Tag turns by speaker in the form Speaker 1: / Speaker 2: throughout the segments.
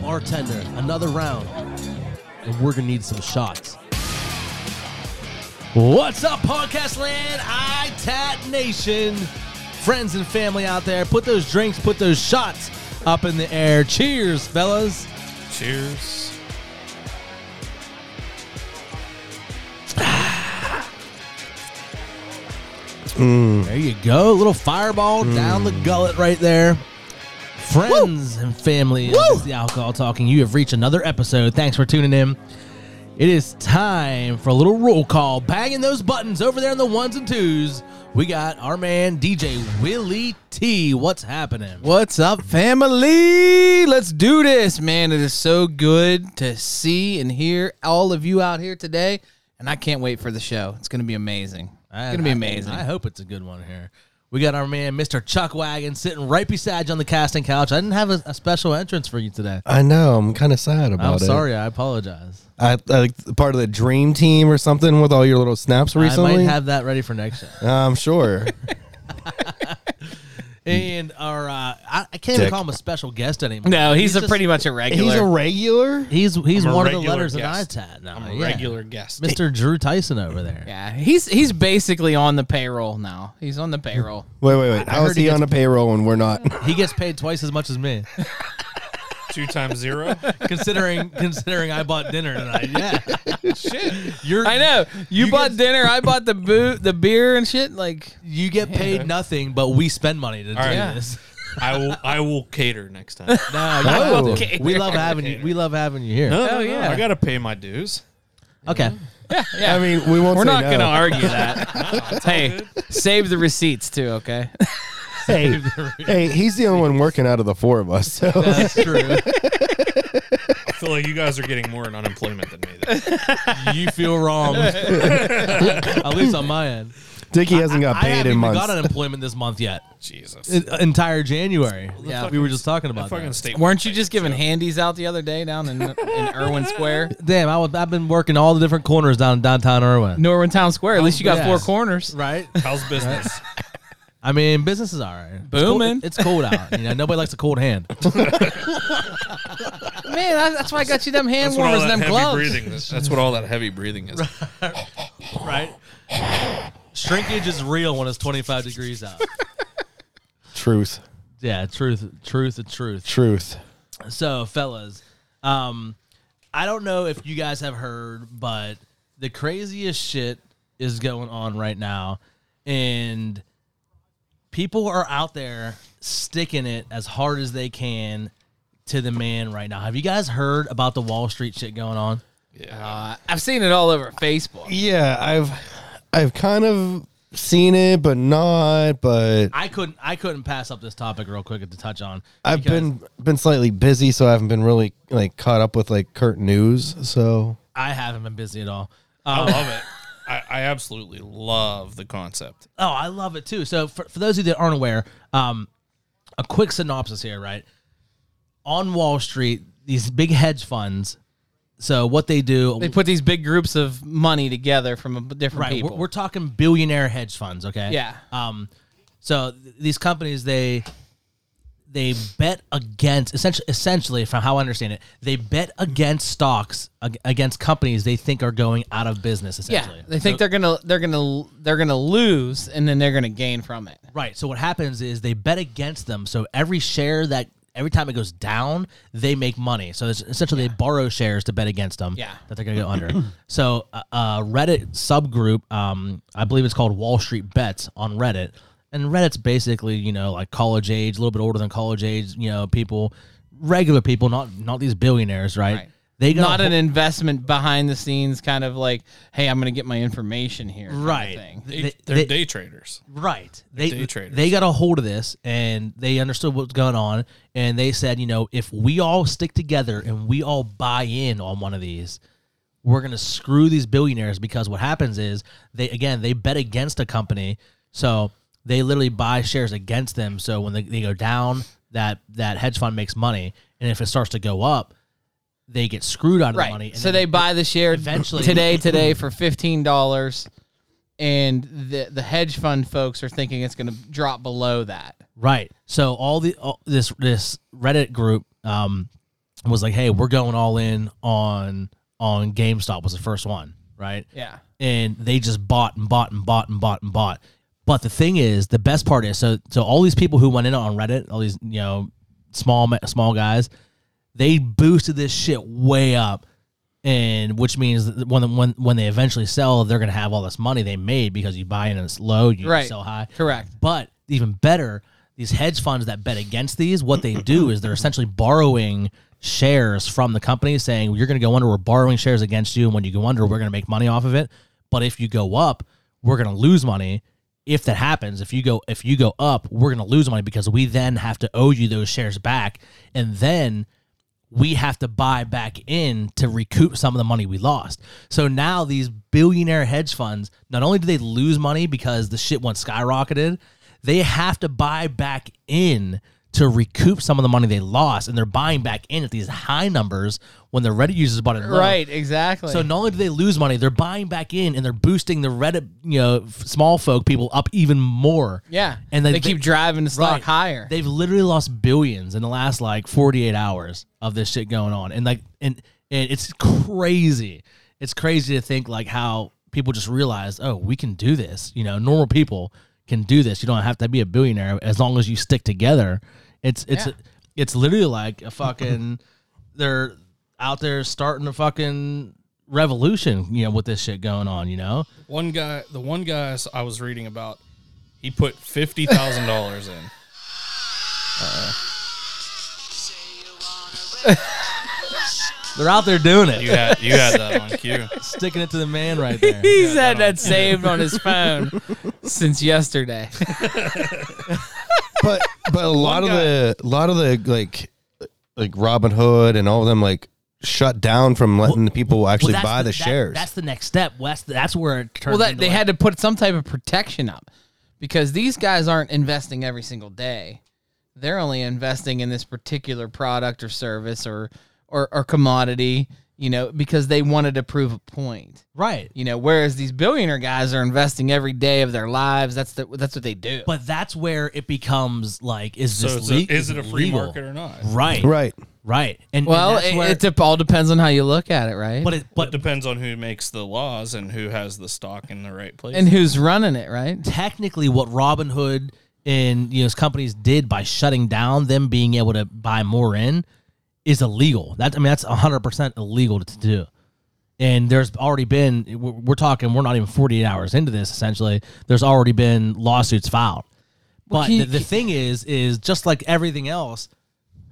Speaker 1: bartender, another round. And we're going to need some shots. What's up, Podcast Land? ITAT Nation. Friends and family out there, put those drinks, put those shots up in the air. Cheers, fellas.
Speaker 2: Cheers.
Speaker 1: There you go. A little fireball
Speaker 2: Hmm.
Speaker 1: down the gullet right there. Friends and family, of this is the alcohol talking. You have reached another episode. Thanks for tuning in. It is time for a little roll call. Banging those buttons over there on the ones and twos. We got our man DJ Willie T. What's happening?
Speaker 2: What's up, family? Let's do this, man. It is so good to see and hear all of you out here today. And I can't wait for the show. It's going to be amazing. It's going to be
Speaker 1: I-
Speaker 2: amazing.
Speaker 1: I hope it's a good one here. We got our man Mr. Chuck Wagon sitting right beside you on the casting couch. I didn't have a, a special entrance for you today.
Speaker 3: I know. I'm kind of sad about
Speaker 2: Oh,
Speaker 1: I'm
Speaker 3: it.
Speaker 1: sorry. I apologize.
Speaker 3: I, I like part of the dream team or something with all your little snaps recently.
Speaker 1: I might have that ready for next show.
Speaker 3: Uh, I'm sure.
Speaker 1: and our uh, I, I can't even
Speaker 3: Mm. Dick.
Speaker 1: call him a special guest anymore.
Speaker 2: No, he's, a
Speaker 1: just-
Speaker 2: pretty much a regular.
Speaker 3: regular.
Speaker 1: He's he's
Speaker 4: I'm a
Speaker 1: one of the
Speaker 4: regular
Speaker 1: letters
Speaker 4: guest.
Speaker 1: in ITAT now.
Speaker 4: I'm a
Speaker 1: yeah.
Speaker 4: regular guest.
Speaker 1: Mr. Drew Tyson over there.
Speaker 2: yeah, he's he's basically on the payroll now. He's on the payroll.
Speaker 3: Wait, wait, wait. How
Speaker 1: heard
Speaker 3: is
Speaker 1: he
Speaker 3: he on a payroll and we're not?
Speaker 1: He gets paid twice as much as me,
Speaker 4: Two times zero.
Speaker 1: considering considering I bought dinner tonight. Yeah,
Speaker 4: Shit.
Speaker 1: you're
Speaker 2: I know. You,
Speaker 1: You
Speaker 2: bought
Speaker 1: guys-
Speaker 2: dinner. I bought the boo, the beer and shit. Like,
Speaker 1: you get paid nothing, but we spend money to do
Speaker 4: right. Yeah.
Speaker 1: this.
Speaker 4: I will. I will cater next time.
Speaker 1: No, you
Speaker 3: Oh.
Speaker 1: love it. we love having you. We love having you here.
Speaker 4: No,
Speaker 2: Oh,
Speaker 4: no, no,
Speaker 2: yeah.
Speaker 4: I gotta pay my dues.
Speaker 1: Okay,
Speaker 2: yeah,
Speaker 3: I mean, we won't.
Speaker 2: we're
Speaker 3: say
Speaker 2: not
Speaker 3: no.
Speaker 2: going to argue that. hey, save the receipts too. Okay.
Speaker 3: Hey, hey, he's the only one working out of the four of us.
Speaker 4: Mm-hmm.
Speaker 3: So
Speaker 1: that's true.
Speaker 4: I feel like you guys are getting more in unemployment than me. though.
Speaker 1: you feel wrong. At least on my end.
Speaker 3: Dickie hasn't got
Speaker 1: I
Speaker 3: paid
Speaker 1: haven't
Speaker 3: in
Speaker 1: even
Speaker 3: months.
Speaker 1: got unemployment this month yet.
Speaker 4: Jesus.
Speaker 1: Uh, entire January. yeah, we
Speaker 4: fucking-
Speaker 1: were just talking
Speaker 4: That
Speaker 1: about
Speaker 4: fucking
Speaker 1: that.
Speaker 4: state.
Speaker 2: Weren't you just giving handies out the other day down in, in Irwin Square?
Speaker 1: Damn, I was, I've been working all the different corners down in downtown Irwin.
Speaker 2: Norwin Town Square. At least you got
Speaker 1: yes.
Speaker 2: four corners.
Speaker 1: Right?
Speaker 4: How's business?
Speaker 1: I mean, business is all right. It's
Speaker 2: Booming.
Speaker 1: cold- It's cold, out. You know, nobody likes a cold hand.
Speaker 2: Man, I, that's why I got you them hand
Speaker 4: That's what all
Speaker 2: warmers
Speaker 4: that
Speaker 2: and them
Speaker 4: heavy
Speaker 2: gloves.
Speaker 4: breathing. Is. That's what all that heavy breathing is.
Speaker 1: Right? Shrinkage is real when it's 25 degrees out.
Speaker 3: truth,
Speaker 1: Yeah, truth, truth, and truth.
Speaker 3: truth.
Speaker 1: So, fellas, um, I don't know if you guys have heard, but the craziest shit is going on right now, and people are out there sticking it as hard as they can to the man right now. Have you guys heard about the Wall Street shit going on?
Speaker 2: Uh, I've seen it all over Facebook.
Speaker 3: Yeah, I've, I've kind of seen it, but not. But
Speaker 1: I couldn't, I couldn't pass up this topic real quick to touch on.
Speaker 3: I've
Speaker 1: because
Speaker 3: been been slightly busy, so I haven't been really like caught up with like current news. So
Speaker 1: I haven't been busy at all.
Speaker 4: I
Speaker 1: Um,
Speaker 4: love it. I, I absolutely love the concept.
Speaker 1: Oh, I love it too. So for, for those of you that aren't aware, um, a quick synopsis here, right? On Wall Street, these big hedge funds. So what they do,
Speaker 2: They put these big groups of money together from a b- different
Speaker 1: right? We're,
Speaker 2: people.
Speaker 1: we're talking billionaire hedge funds, okay?
Speaker 2: Yeah.
Speaker 1: Um, so th- these companies they they bet against essentially essentially from how I understand it, they bet against stocks ag- against companies they think are going out of business. Essentially,
Speaker 2: yeah, they think they're gonna they're gonna they're gonna lose and then they're gonna gain from it.
Speaker 1: Right. So what happens is they bet against them. So every share that every time it goes down, they make money. So it's essentially they borrow shares to bet against them.
Speaker 2: Yeah.
Speaker 1: That they're gonna go under. so uh, a Reddit subgroup, um, I believe it's called Wall Street Bets on Reddit, and Reddit's basically you know like college age, a little bit older than college age, you know people, regular people, not not these billionaires, right?
Speaker 2: Right.
Speaker 1: They got
Speaker 2: Not an investment behind the scenes kind of like, hey, I'm gonna get my information here. kind of
Speaker 1: right.
Speaker 2: thing.
Speaker 4: They,
Speaker 1: They-
Speaker 4: are
Speaker 1: they-
Speaker 4: day traders.
Speaker 1: Right. They
Speaker 4: day traders.
Speaker 1: they got a hold of this and they understood what's going on and they said, you know, if we all stick together and we all buy in on one of these, we're going to screw these billionaires because what happens is they again, they bet against a company. So they literally buy shares against them. So when they, they go down, that that hedge fund makes money and if it starts to go up, they get screwed out of the
Speaker 2: Right.
Speaker 1: money. and
Speaker 2: so
Speaker 1: then
Speaker 2: they buy the share
Speaker 1: eventually-
Speaker 2: today, today for fifteen dollars, and the the hedge fund folks are thinking it's going to drop below that.
Speaker 1: Right. So all the all, this this Reddit group um was like, "Hey, we're going all in on on GameStop." Was the first one, right?
Speaker 2: Yeah.
Speaker 1: and they just bought and bought and bought and bought and bought. But the thing is, the best part is, so so all these people who went in on Reddit, all these you know small ma- small guys, they boosted this shit way up, and which means that when when when they eventually sell, they're gonna have all this money they made because you buy in and it's low, you
Speaker 2: Right.
Speaker 1: sell high,
Speaker 2: Correct.
Speaker 1: but even better, these hedge funds that bet against these, what they do is they're essentially borrowing shares from the company, saying you're going to go under. We're borrowing shares against you, and when you go under, we're going to make money off of it. But if you go up, we're going to lose money. If that happens, if you go if you go up, we're going to lose money because we then have to owe you those shares back, and then we have to buy back in to recoup some of the money we lost. So now these billionaire hedge funds, not only do they lose money because the shit went skyrocketed, they have to buy back in to recoup some of the money they lost, and they're buying back in at these high numbers when the Reddit users bought it low.
Speaker 2: Right. Exactly.
Speaker 1: So not only do they lose money, they're buying back in and they're boosting the Reddit, you know, f- small folk people up even more.
Speaker 2: yeah,
Speaker 1: and
Speaker 2: and
Speaker 1: they-
Speaker 2: they, keep driving the stock
Speaker 1: Right.
Speaker 2: higher.
Speaker 1: They've literally lost billions in the last like 48 hours of this shit going on. And like and and it's crazy. It's crazy to think like how people just realize, "Oh, we can do this." You know, normal people can do this. You don't have to be a billionaire as long as you stick together. It's it's
Speaker 2: Yeah.
Speaker 1: it's literally like a fucking they're out there starting a fucking revolution, you know, with this shit going on, you know?
Speaker 4: One guy, the one guy s- I was reading about, he put fifty thousand dollars in.
Speaker 1: They're out there doing it.
Speaker 4: You had you had that on cue.
Speaker 1: sticking it to the man right there.
Speaker 2: He's had that saved on his phone since yesterday.
Speaker 3: but but a lot of the a lot of the like like Robin Hood and all of them like shut down from letting the people actually
Speaker 1: Well, that's
Speaker 3: buy the,
Speaker 1: that-
Speaker 3: shares.
Speaker 1: That's the next step. Well, that's, that's where it turns.
Speaker 2: well, that
Speaker 1: into
Speaker 2: they
Speaker 1: like-
Speaker 2: had to put some type of protection up because these guys aren't investing every single day. They're only investing in this particular product or service or or, or commodity, you know, because they wanted to prove a point.
Speaker 1: right,
Speaker 2: You know, whereas these billionaire guys are investing every day of their lives. That's the, that's what they do.
Speaker 1: but that's where it becomes like, is
Speaker 4: So
Speaker 1: this
Speaker 4: it's
Speaker 1: le-
Speaker 4: a, is it a free
Speaker 1: legal?
Speaker 4: market or not?
Speaker 1: Right, right,
Speaker 3: right.
Speaker 1: right. And and
Speaker 2: well,
Speaker 1: that's
Speaker 2: it,
Speaker 1: where-
Speaker 2: it dep- all depends on how you look at it, right?
Speaker 1: but it, but
Speaker 4: But depends on who makes the laws and who has the stock in the right place.
Speaker 2: and who's running it, right?
Speaker 1: technically, what Robin Hood and you know his companies did by shutting down them being able to buy more in is illegal. That I mean, that's hundred percent illegal to do. And there's already been we're we're talking we're not even 48 hours into this essentially. There's already been lawsuits filed. But
Speaker 2: can you-
Speaker 1: the, the thing is, is just like everything else,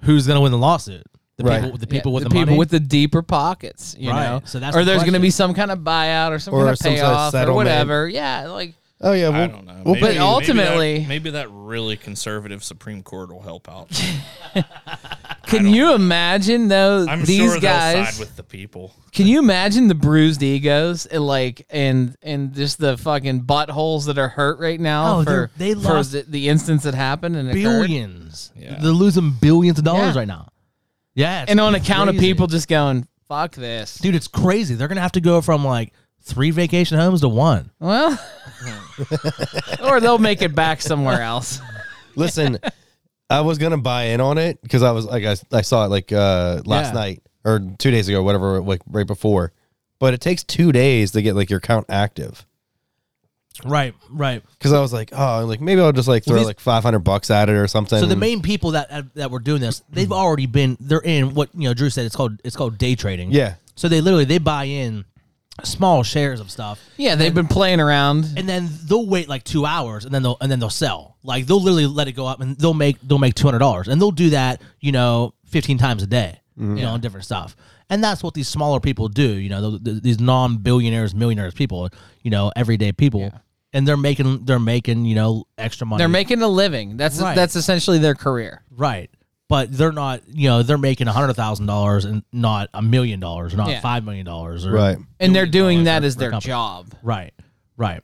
Speaker 1: who's going to win the lawsuit? The
Speaker 3: Right.
Speaker 1: people, the people
Speaker 2: Yeah,
Speaker 1: with the,
Speaker 2: people
Speaker 1: money.
Speaker 2: with the deeper pockets, you
Speaker 1: Right.
Speaker 2: know.
Speaker 1: So that's the
Speaker 2: or there's going to
Speaker 1: question.
Speaker 2: be some kind of buyout or some
Speaker 3: Or
Speaker 2: kind of
Speaker 3: some sort of
Speaker 2: payoff or
Speaker 3: settlement.
Speaker 2: whatever. Yeah, like
Speaker 3: Oh yeah, we'll,
Speaker 4: I don't know.
Speaker 3: we'll
Speaker 4: Maybe-
Speaker 3: pay you.
Speaker 2: But
Speaker 4: maybe
Speaker 2: ultimately-
Speaker 4: that- maybe that really conservative Supreme Court will help out.
Speaker 2: can you imagine though
Speaker 4: I'm
Speaker 2: these
Speaker 4: sure they'll
Speaker 2: guys
Speaker 4: side with the people.
Speaker 2: can you imagine the bruised egos and like and and just the fucking buttholes that are hurt right now
Speaker 1: Oh,
Speaker 2: for,
Speaker 1: they're- they
Speaker 2: for
Speaker 1: lost
Speaker 2: the, the instance that happened and occurred?
Speaker 1: billions.
Speaker 4: Yeah.
Speaker 1: They're losing billions of dollars
Speaker 2: Yeah.
Speaker 1: right now. Yeah. it's
Speaker 2: and on account of
Speaker 1: crazy.
Speaker 2: people just going fuck this
Speaker 1: Dude, it's crazy. They're going to have to go from like three vacation homes to one.
Speaker 2: well or they'll make it back somewhere else
Speaker 3: Listen, I was gonna buy in on it because I was like I, I saw it like uh last
Speaker 1: Yeah.
Speaker 3: night or two days ago, whatever, like right before. But it takes two days to get like your account active.
Speaker 1: Right, right.
Speaker 3: Because I was like, oh, like maybe I'll just like throw
Speaker 1: these-
Speaker 3: like five hundred bucks at it or something.
Speaker 1: So the main people that that were doing this, they've already been they're in what, you know, Drew said it's called it's called day trading.
Speaker 3: yeah,
Speaker 1: So they literally they buy in small shares of stuff.
Speaker 2: yeah they've been playing around
Speaker 1: and then they'll wait like two hours and then they'll and then they'll sell like they'll literally let it go up and they'll make they'll make $200 and they'll do that you know 15 times a day
Speaker 2: Mm-hmm.
Speaker 1: you know on different stuff and that's what these smaller people do you know th- th- these non-billionaires millionaires people you know everyday people and they're making they're making you know extra money
Speaker 2: they're making a living that's
Speaker 1: Right.
Speaker 2: that's essentially their career
Speaker 1: right but they're not you know they're making $100000 and not a million dollars or not
Speaker 2: Yeah.
Speaker 1: five million dollars or
Speaker 3: right.
Speaker 2: and they're doing that as
Speaker 1: for a
Speaker 2: their
Speaker 1: company.
Speaker 2: job
Speaker 1: Right. Right.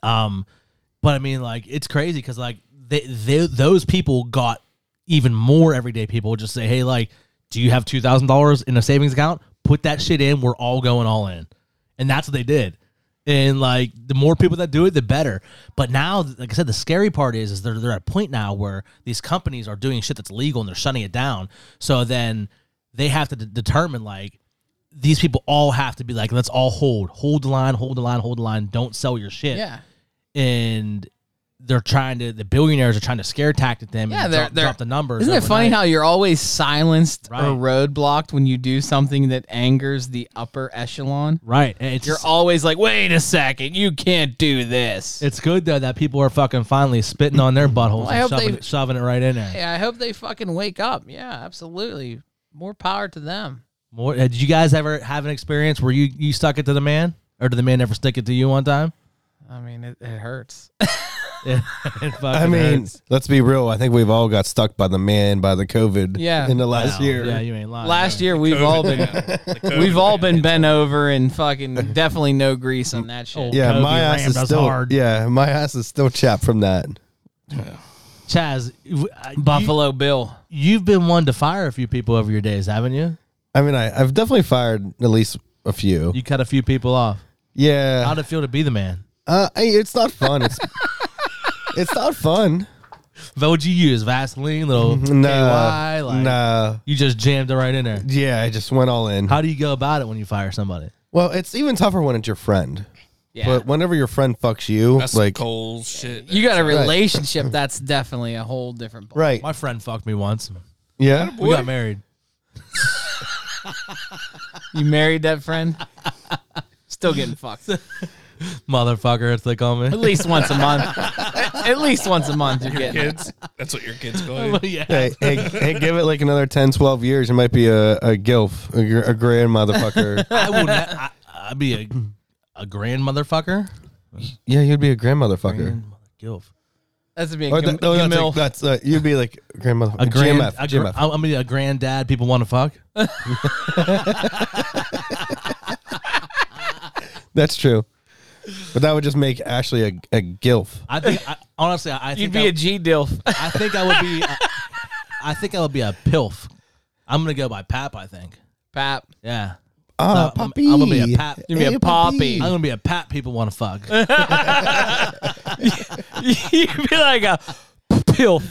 Speaker 1: Um, but I mean, like, it's crazy because like they, they those people got even more everyday people just say, hey, like, do you have two thousand dollars in a savings account? Put that shit in. We're all going all in, and that's what they did. And like the more people that do it, the better. But now, like I said, the scary part is is they're they're at a point now where these companies are doing shit that's legal and they're shutting it down. So then they have to de- determine like these people all have to be like, let's all hold, hold the line, hold the line, hold the line. Don't sell your shit.
Speaker 2: Yeah.
Speaker 1: And they're trying to, the billionaires are trying to scare tactic them.
Speaker 2: Yeah,
Speaker 1: and
Speaker 2: they're-
Speaker 1: drop,
Speaker 2: they're-
Speaker 1: drop the numbers.
Speaker 2: Isn't it funny
Speaker 1: overnight.
Speaker 2: how you're always silenced
Speaker 1: Right.
Speaker 2: or roadblocked when you do something that angers the upper echelon?
Speaker 1: right? and It's
Speaker 2: You're always like, wait a second, you can't do this.
Speaker 1: It's good though that people are fucking finally spitting on their buttholes
Speaker 2: I
Speaker 1: and
Speaker 2: hope
Speaker 1: shoving,
Speaker 2: they-
Speaker 1: shoving it right in there.
Speaker 2: Yeah, I hope they fucking wake up. Yeah, absolutely. More power to them.
Speaker 1: More, uh, did you guys ever have an experience where you you stuck it to the man, or did the man ever stick it to you one time?
Speaker 2: I mean, it, it hurts.
Speaker 1: It
Speaker 3: I
Speaker 1: fucking
Speaker 3: mean,
Speaker 1: hurts.
Speaker 3: let's be real. I think we've all got stuck by the man by the COVID.
Speaker 2: Yeah.
Speaker 3: in the last
Speaker 1: Wow.
Speaker 3: year.
Speaker 1: yeah, you ain't lying.
Speaker 2: Last year, we've all been we've all been bent over and fucking definitely no grease on that shit.
Speaker 3: Yeah,
Speaker 1: Kobe
Speaker 3: my ass
Speaker 1: rammed
Speaker 3: is
Speaker 1: us
Speaker 3: still.
Speaker 1: hard.
Speaker 3: Yeah, my ass is still chapped from that.
Speaker 1: Chaz, w- I-
Speaker 2: Buffalo Bill.
Speaker 1: you, have been one to fire a few people over your days, haven't you?
Speaker 3: I mean, I, I've definitely fired at least a few.
Speaker 1: You cut a few people off.
Speaker 3: Yeah,
Speaker 1: How'd it feel to be the man?
Speaker 3: uh, I- it's not fun. It's it's not fun.
Speaker 1: What would you use? Vaseline, little KY,
Speaker 3: No,
Speaker 1: like
Speaker 3: no.
Speaker 1: you just jammed it right in there.
Speaker 3: Yeah, I just went all in.
Speaker 1: How do you go about it when you fire somebody?
Speaker 3: Well, it's even tougher when it's your friend.
Speaker 2: Yeah.
Speaker 3: But whenever your friend fucks you,
Speaker 4: That's
Speaker 3: like
Speaker 4: cold shit.
Speaker 2: you got a relationship, that's definitely a whole different ball.
Speaker 3: right?
Speaker 1: My friend fucked me once.
Speaker 3: Yeah,
Speaker 1: We got married.
Speaker 2: You married that friend? Still getting fucked. At
Speaker 1: Motherfucker, as they call me.
Speaker 2: least once a month. At least once a month you're getting.
Speaker 4: kids. That's what your kids call you.
Speaker 1: yeah.
Speaker 3: hey, hey, hey, give it like another 10, 12 years. It might be a, a gilf, a, gr- a grand motherfucker.
Speaker 1: I would. I, I'd be a a grand motherfucker.
Speaker 3: yeah, you'd be a grand motherfucker.
Speaker 1: Grand mother- gilf.
Speaker 2: That's being
Speaker 3: Or
Speaker 2: a gam-
Speaker 3: that- no, that's,
Speaker 2: gamil.
Speaker 3: like, that's uh, you'd be like grand motherfucker.
Speaker 1: A grand.
Speaker 3: GMF,
Speaker 1: a gr-
Speaker 3: GMF.
Speaker 1: I'm gonna be a granddad. People want to fuck.
Speaker 3: That's true. But that would just make Ashley a, a gilf.
Speaker 1: I think. I, honestly, I, I think.
Speaker 2: You'd be
Speaker 1: I,
Speaker 2: a G dilf.
Speaker 1: I think I would be. I think I would be a pilf. I'm gonna go by pap. I think.
Speaker 2: Pap.
Speaker 1: Yeah. Uh,
Speaker 3: Ah,
Speaker 1: I'm-
Speaker 3: puppy.
Speaker 1: I'm gonna be a pap-
Speaker 2: You'd be a
Speaker 3: Hey,
Speaker 2: poppy.
Speaker 1: I'm gonna be a pap. People want to fuck.
Speaker 2: You'd be like a pilf.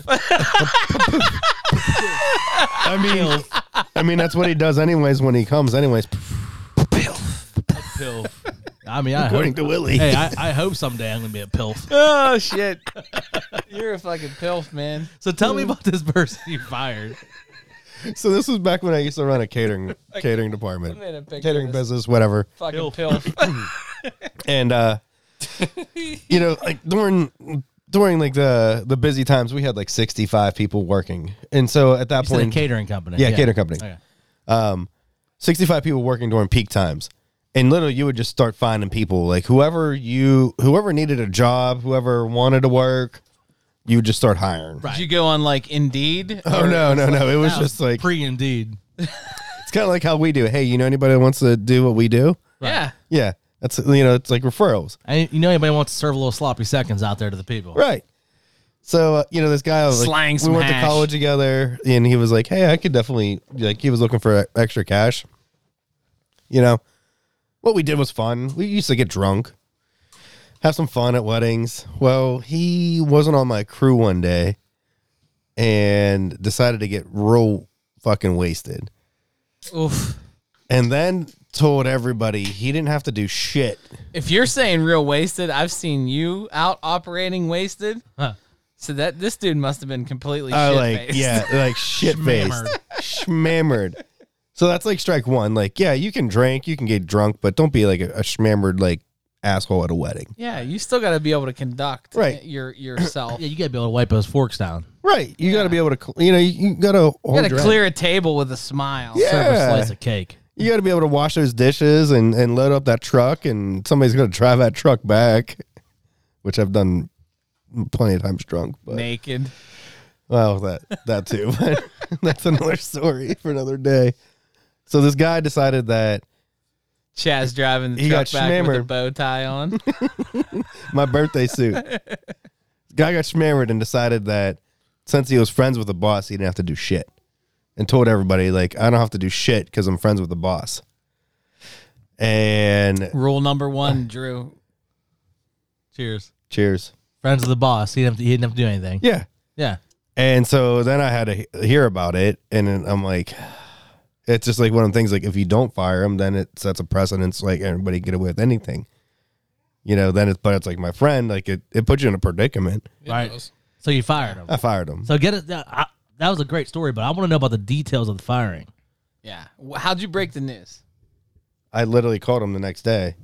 Speaker 3: I mean, I mean that's what he does anyways when he comes. Anyways,
Speaker 1: pilf. I mean, I
Speaker 3: according
Speaker 1: hope,
Speaker 3: to Willie.
Speaker 1: hey, I, I hope someday I'm gonna be a pilf.
Speaker 2: Oh shit. You're a fucking pilf, man.
Speaker 1: So tell me about this person you fired.
Speaker 3: So this was back when I used to run a catering catering department,
Speaker 2: I'm in a picture
Speaker 3: catering
Speaker 2: of this
Speaker 3: business, whatever.
Speaker 2: fucking
Speaker 1: Pilf.
Speaker 2: pilf.
Speaker 3: And uh, you know, like during during like the the busy times, we had like sixty five people working, and so at that
Speaker 1: You said a
Speaker 3: point,
Speaker 1: catering company.
Speaker 3: yeah, catering company,
Speaker 1: Okay.
Speaker 3: um, sixty five people working during peak times. And literally, you would just start finding people like whoever you whoever needed a job, whoever wanted to work, you would just start hiring.
Speaker 1: Right.
Speaker 2: Did you go on like Indeed?
Speaker 3: Oh no, no, no! It was just like
Speaker 1: Pre indeed.
Speaker 3: it's kind of like how we do. Hey, you know anybody that wants to do what we do?
Speaker 2: Yeah.
Speaker 3: Yeah, that's you know it's like referrals,
Speaker 1: I, you know anybody wants to serve a little sloppy seconds out there to the people?
Speaker 3: right? So uh, you know this guy, was like,
Speaker 2: Slang
Speaker 3: we went to
Speaker 2: smash.
Speaker 3: college together, and he was like, "Hey, I could definitely like." He was looking for e-, extra cash. You know, what we did was fun. We used to get drunk, have some fun at weddings. Well, he wasn't on my crew one day, and decided to get real fucking wasted,
Speaker 2: Oof.
Speaker 3: and then told everybody he didn't have to do shit.
Speaker 2: If you're saying real wasted, I've seen you out operating wasted.
Speaker 1: Huh.
Speaker 2: So that this dude must have been completely
Speaker 3: Oh, like
Speaker 2: shit-faced.
Speaker 3: yeah, like shit faced, shmammered. So that's like strike one. Like, yeah, you can drink, you can get drunk, but don't be like a, a shmammered like asshole at a wedding.
Speaker 2: Yeah, you still got to be able to conduct
Speaker 3: Right.
Speaker 2: your yourself.
Speaker 1: Yeah,
Speaker 2: you
Speaker 1: you gotta be able to wipe those forks down.
Speaker 3: Right. You got to be able to, cl- you know, you, you got to
Speaker 2: got to
Speaker 3: your
Speaker 2: clear a table with a smile.
Speaker 3: Yeah.
Speaker 1: Serve a slice of cake.
Speaker 3: You got to be able to wash those dishes and and load up that truck, and somebody's gonna drive that truck back, which I've done plenty of times drunk. But
Speaker 2: Naked.
Speaker 3: Well, that that too, but that's another story for another day. So this guy decided that
Speaker 2: Chaz driving the
Speaker 3: He
Speaker 2: truck
Speaker 3: got
Speaker 2: back with a
Speaker 3: schnammered.
Speaker 2: bow tie on.
Speaker 3: my birthday suit. Guy got smeared and decided that since he was friends with the boss, he didn't have to do shit, and told everybody like, "I don't have to do shit because I'm friends with the boss." And
Speaker 2: Rule number one, Drew.
Speaker 1: Cheers.
Speaker 3: cheers.
Speaker 1: Friends of the boss. He didn't have to, he didn't have to do anything.
Speaker 3: Yeah.
Speaker 1: Yeah.
Speaker 3: And so then I had to he- hear about it, and then I'm like, It's just like one of the things like if you don't fire him, then it sets a precedence like everybody can get away with anything. You know, then it's but it's like my friend, like it, it puts you in a predicament.
Speaker 4: It
Speaker 1: Right.
Speaker 4: does.
Speaker 1: So you fired him.
Speaker 3: I fired him.
Speaker 1: So get it. That, I, that was a great story, but I want to know about the details of the firing.
Speaker 2: Yeah. Wh- How'd you break the news?
Speaker 3: I literally called him the next day.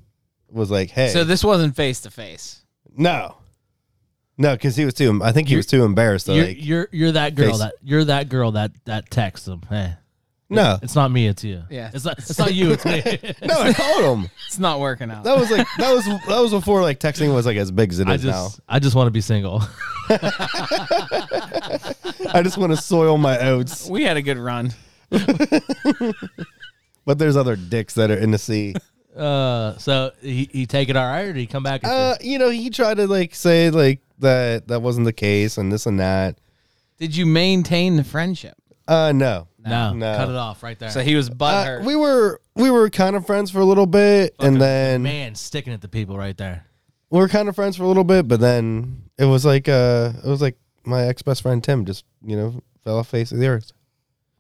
Speaker 3: Was like, hey,
Speaker 2: So this wasn't face to face.
Speaker 3: no, no, because he was too. I think he was too embarrassed. To,
Speaker 1: you're,
Speaker 3: like,
Speaker 1: you're you're that girl
Speaker 3: face-
Speaker 1: that you're that girl that that texts him. Hey,
Speaker 3: no,
Speaker 1: it's not me, it's you.
Speaker 2: Yeah.
Speaker 1: it's not it's not you, it's me.
Speaker 3: no, I called him.
Speaker 2: It's not working out.
Speaker 3: That was like that was that was before like texting was like as big as it is
Speaker 1: I just I just want to be single.
Speaker 3: now. I just want to soil my oats,
Speaker 2: We had a good run.
Speaker 3: but there's other dicks that are in the sea.
Speaker 1: Uh, so he, he take it all right, or did he come back? And
Speaker 3: Uh, you know, he tried to like say like that that wasn't the case and this and that.
Speaker 2: Did you maintain the friendship?
Speaker 3: Uh, no,
Speaker 1: say, no,
Speaker 3: no.
Speaker 1: cut it off right there.
Speaker 2: So he was
Speaker 3: uh,
Speaker 2: butthurt.
Speaker 3: we were we were kind of friends for a little bit, and then
Speaker 1: Man, sticking it to people right there.
Speaker 3: we were kind of friends for a little bit, but then it was like uh, it was like my ex best friend Tim just you know fell off the face of the earth.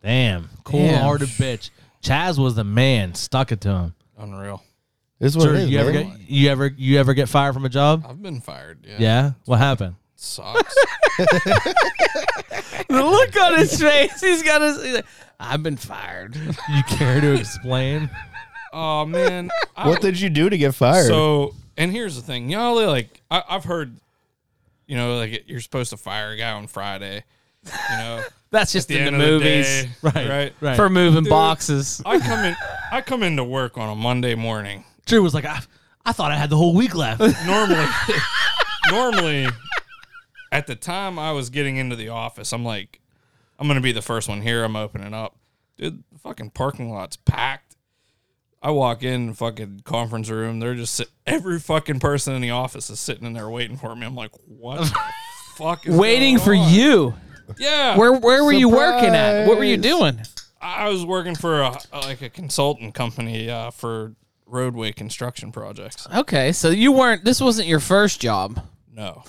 Speaker 1: Damn, cool-hearted bitch. Chaz was the man. Stuck it to him.
Speaker 4: Unreal.
Speaker 3: This is what
Speaker 1: Sir,
Speaker 3: it is,
Speaker 1: you ever
Speaker 3: man.
Speaker 1: get you ever you ever get fired from a job?
Speaker 4: I've been fired. Yeah.
Speaker 1: Yeah. What happened?
Speaker 4: Sucks.
Speaker 2: the look on his face. He's got his. he's like, I've been fired.
Speaker 1: You care to explain?
Speaker 4: oh man. I-
Speaker 3: what did you do to get fired?
Speaker 4: So, and here's the thing, y'all. Like, I, I've heard, you know, like you're supposed to fire a guy on Friday. You know,
Speaker 2: That's just
Speaker 4: the
Speaker 2: in the
Speaker 4: end of the
Speaker 2: movies
Speaker 4: day,
Speaker 1: Right.
Speaker 4: right?
Speaker 1: Right.
Speaker 2: for moving boxes.
Speaker 4: I come in. I come into work on a Monday morning.
Speaker 1: Drew was like, I, I thought I had the whole week left.
Speaker 4: Normally, normally, at the time I was getting into the office, I'm like, I'm gonna be the first one here. I'm opening up, dude. The fucking parking lot's packed. I walk in fucking conference room. They're just sit- every fucking person in the office is sitting in there waiting for me. I'm like, what the fuck? Is
Speaker 2: Waiting
Speaker 4: going
Speaker 2: for
Speaker 4: on?
Speaker 2: you.
Speaker 4: Yeah.
Speaker 2: Where where were you working at? What were you
Speaker 3: Surprise.
Speaker 2: doing?
Speaker 4: I was working for a, like a consultant company uh, for roadway construction projects.
Speaker 2: Okay, so you weren't. This wasn't your first job.
Speaker 4: No.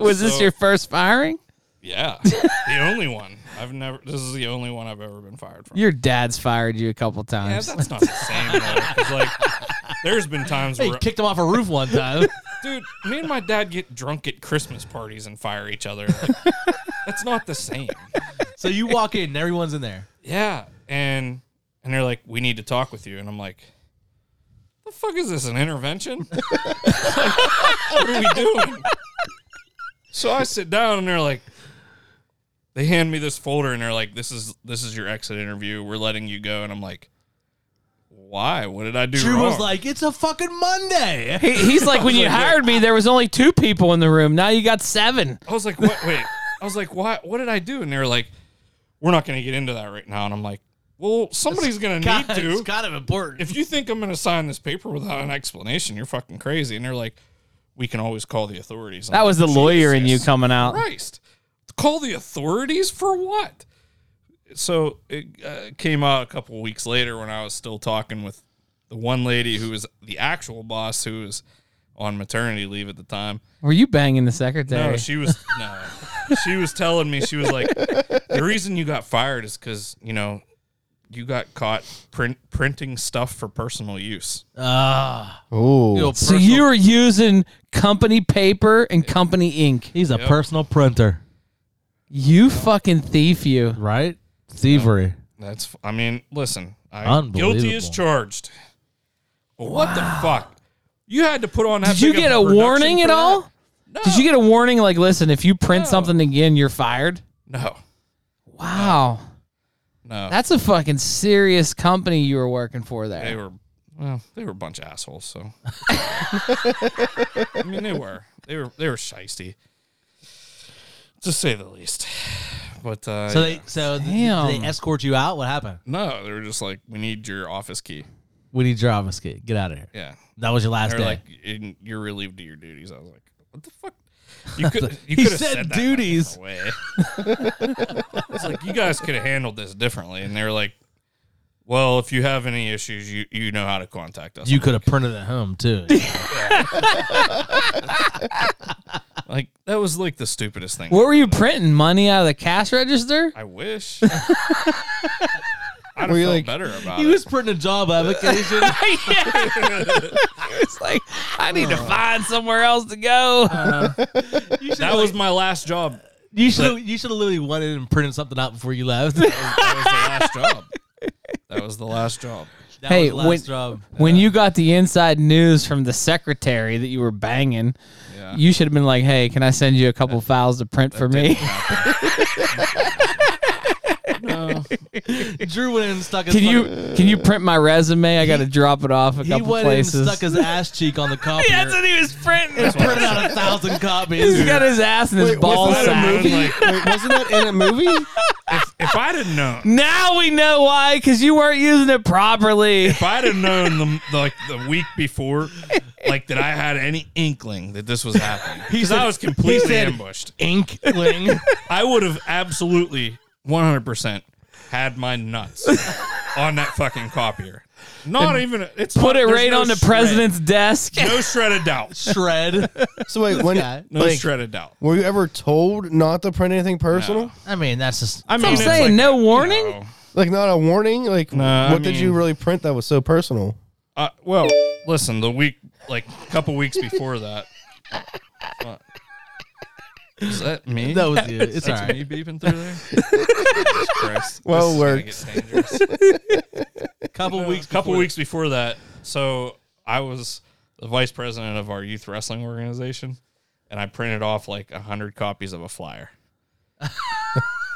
Speaker 2: Was this
Speaker 4: So-
Speaker 2: your first firing?
Speaker 4: Yeah. the only one. I've never this is the only one I've ever been fired from.
Speaker 2: Your dad's fired you a couple
Speaker 4: Yeah,
Speaker 2: times.
Speaker 4: that's not the same though. 'cause, like there's been times
Speaker 1: Hey,
Speaker 4: where
Speaker 1: kicked him off a roof one time.
Speaker 4: dude, me and my dad get drunk at Christmas parties and fire each other. Like, that's not the same.
Speaker 1: so you walk in, and everyone's in there.
Speaker 4: Yeah. And and they're like, We need to talk with you and I'm like the fuck is this an intervention? Like, what are we doing? So I sit down and they're like, they hand me this folder and they're like, "This is this is your exit interview. We're letting you go." And I'm like, "Why? What did I do
Speaker 1: Drew
Speaker 4: wrong?"
Speaker 1: was like, "It's a fucking Monday."
Speaker 2: He- he's like, when you hired me, there was only two people in the room. Now you got seven.
Speaker 4: I was like, "What? Wait." I was like, "What? What did I do?" And they're like, "We're not going to get into that right now." And I'm like, "Well, somebody's going to need
Speaker 1: God,
Speaker 4: to."
Speaker 1: It's kind of important.
Speaker 4: if you think I'm going to sign this paper without an explanation, you're fucking crazy. And they're like, "We can always call the authorities." I'm
Speaker 2: That
Speaker 4: like,
Speaker 2: was the lawyer in you
Speaker 4: Jesus.
Speaker 2: coming out.
Speaker 4: Christ. Call the authorities for what? So it uh, came out a couple weeks later when I was still talking with the one lady who was the actual boss who was on maternity leave at the time.
Speaker 2: Were you banging the secretary?
Speaker 4: No, she was no. She was telling me she was like the reason you got fired is cuz, you know, you got caught print, printing stuff for personal use.
Speaker 1: Ah,
Speaker 3: Ooh,
Speaker 2: so you were using company paper and company ink.
Speaker 1: he's a
Speaker 4: Yep.
Speaker 1: personal printer,
Speaker 2: You fucking thief, you.
Speaker 1: right? Thievery.
Speaker 4: That's I mean, listen, I guilty is
Speaker 1: Unbelievable.
Speaker 4: charged. But what the fuck? You had to put on that
Speaker 2: Did you
Speaker 4: big
Speaker 2: get a
Speaker 4: production
Speaker 2: warning
Speaker 4: for
Speaker 2: at
Speaker 4: that?
Speaker 2: all?
Speaker 4: No.
Speaker 2: Did you get a warning like, listen, if you print
Speaker 4: No.
Speaker 2: something again, you're fired?
Speaker 4: No.
Speaker 2: Wow.
Speaker 4: No.
Speaker 2: That's a fucking serious company you were working for there.
Speaker 4: they were well, they were a bunch of assholes, so I mean they were. They were they were shisty. To say the least. But uh
Speaker 1: So they so th-
Speaker 2: Damn.
Speaker 1: they escort you out. What happened?
Speaker 4: No, they were just like, we need your office key.
Speaker 1: We need your office key. Get out of here.
Speaker 4: Yeah,
Speaker 1: That was your last
Speaker 4: they're
Speaker 1: day.
Speaker 4: like, "In- you're relieved of your duties. I was like, what the fuck? You could, you
Speaker 1: He
Speaker 4: could have
Speaker 1: said
Speaker 4: said, that in a
Speaker 1: duties.
Speaker 4: different way. it's like you guys could have handled this differently. And they're like, well, if you have any issues, you you know how to contact us.
Speaker 1: you could have printed at home too.
Speaker 4: like that was like the stupidest thing.
Speaker 2: What were you printing? Money out of the cash register?
Speaker 4: I wish. I'd have
Speaker 3: Were you
Speaker 4: felt
Speaker 3: like-
Speaker 4: better about
Speaker 1: He
Speaker 4: it.
Speaker 1: was putting a job application.
Speaker 2: It's like I need to find somewhere else to go.
Speaker 1: you should
Speaker 4: that was my last job.
Speaker 1: you should you should have literally went in and printed something out before you left.
Speaker 4: That was the last job. That was the last job.
Speaker 1: That
Speaker 2: Hey,
Speaker 1: was last
Speaker 2: when-
Speaker 1: job.
Speaker 2: when you got the inside news from the secretary that you were banging,
Speaker 4: Yeah.
Speaker 2: you should have been like, "Hey, can I send you a couple files to print for me?"
Speaker 4: No.
Speaker 1: Drew went in and stuck his
Speaker 2: Can you
Speaker 1: fucking-
Speaker 2: can you print my resume? I got to drop it off a
Speaker 1: he
Speaker 2: couple
Speaker 1: went in
Speaker 2: places.
Speaker 1: and stuck his ass cheek on the copier
Speaker 2: Yeah, that's what he was printing.
Speaker 1: printed out a thousand
Speaker 2: He's
Speaker 1: copies.
Speaker 2: got his ass in his
Speaker 3: Wait,
Speaker 2: ball
Speaker 3: was
Speaker 4: that a
Speaker 2: sack.
Speaker 4: movie?
Speaker 3: Wait, wasn't that in a movie?
Speaker 4: If I'd have known,
Speaker 2: Now we know why, because you weren't using it properly.
Speaker 4: if I'd have known the, the like the week before, like that I had any inkling that this was happening, because I was completely
Speaker 1: said-
Speaker 4: ambushed.
Speaker 1: Inkling.
Speaker 4: I would have absolutely 100% had my nuts on that fucking copier. Not even it's
Speaker 2: Put
Speaker 4: not-
Speaker 2: it
Speaker 4: there's
Speaker 2: right
Speaker 4: no
Speaker 2: on the
Speaker 4: shred.
Speaker 2: president's desk.
Speaker 4: No shred of doubt.
Speaker 1: Shred.
Speaker 3: So wait, when
Speaker 1: guy.
Speaker 4: No
Speaker 3: like,
Speaker 4: shred of doubt.
Speaker 3: were you ever told not to print anything personal?
Speaker 4: No.
Speaker 1: I mean, that's just.
Speaker 4: I mean,
Speaker 2: I'm
Speaker 4: it's
Speaker 2: saying,
Speaker 4: like,
Speaker 2: no
Speaker 4: you
Speaker 2: warning?
Speaker 4: know,
Speaker 3: Like not a warning? Like
Speaker 4: No, I
Speaker 3: what did you
Speaker 4: mean-
Speaker 3: really print that was so personal?
Speaker 4: uh, well, listen, the week like a couple weeks before that. What? Is that me?
Speaker 1: That was you. It's all
Speaker 4: That's
Speaker 1: right.
Speaker 4: me beeping through there. Jesus Christ.
Speaker 3: Well
Speaker 4: this is gonna
Speaker 3: worked.
Speaker 4: get dangerous.
Speaker 1: Couple
Speaker 4: A
Speaker 1: weeks.
Speaker 4: couple
Speaker 1: before-
Speaker 4: weeks before that, so I was the vice president of our youth wrestling organization, and I printed off like hundred copies of a flyer,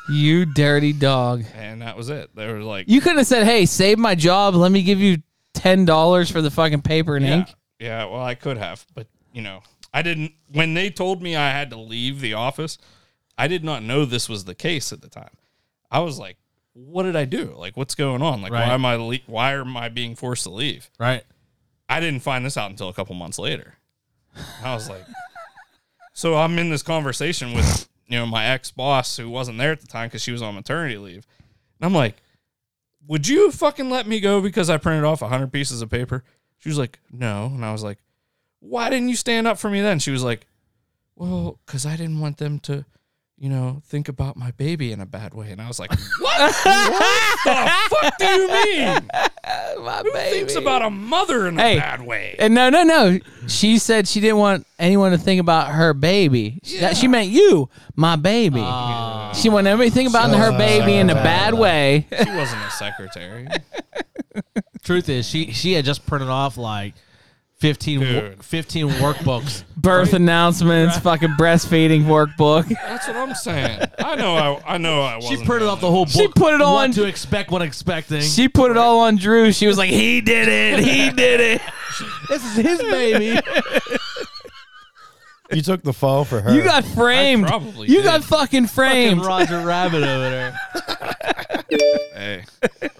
Speaker 2: You dirty dog.
Speaker 4: and that was it. They were like,
Speaker 2: You could have said, "Hey, save my job. Let me give you ten dollars for the fucking paper and
Speaker 4: yeah,
Speaker 2: ink."
Speaker 4: yeah, well, I could have, but you know, I didn't. When they told me I had to leave the office, I did not know this was the case at the time. I was like, what did I do? Like, what's going on? Like,
Speaker 1: Right.
Speaker 4: why am I? Le- why am I being forced to leave?
Speaker 1: Right.
Speaker 4: I didn't find this out until a couple months later. I was like, so I'm in this conversation with you know my ex boss who wasn't there at the time because she was on maternity leave, and I'm like, would you fucking let me go because I printed off hundred pieces of paper? She was like, no, and I was like, why didn't you stand up for me then? She was like, well, because I didn't want them to, you know, think about my baby in a bad way, and I was like, what? what the fuck do you mean?
Speaker 2: My
Speaker 4: Thinks about a mother in a
Speaker 2: Hey.
Speaker 4: bad way.
Speaker 2: And no, no, no. She said she didn't want anyone to think about her baby. She- That she meant you, my baby.
Speaker 4: Ah.
Speaker 2: she wanted everybody to think about her baby in a bad way.
Speaker 4: She wasn't a secretary.
Speaker 1: Truth is, she she had just printed off like 15, wo-
Speaker 4: Dude.
Speaker 1: 15 workbooks.
Speaker 2: Birth announcements, fucking breastfeeding workbook.
Speaker 4: That's what I'm saying. I know. I, I know. I
Speaker 1: She
Speaker 4: wasn't.
Speaker 1: printed off the whole book.
Speaker 2: She put it on-
Speaker 1: What to expect when expecting.
Speaker 2: She put it all on Drew. She was like, "He did it. He did it."
Speaker 1: this is his baby.
Speaker 3: You took the fall for her.
Speaker 2: You got framed.
Speaker 4: I probably
Speaker 2: you
Speaker 4: did.
Speaker 2: got fucking framed.
Speaker 1: Fucking Roger Rabbit over there.
Speaker 4: Hey,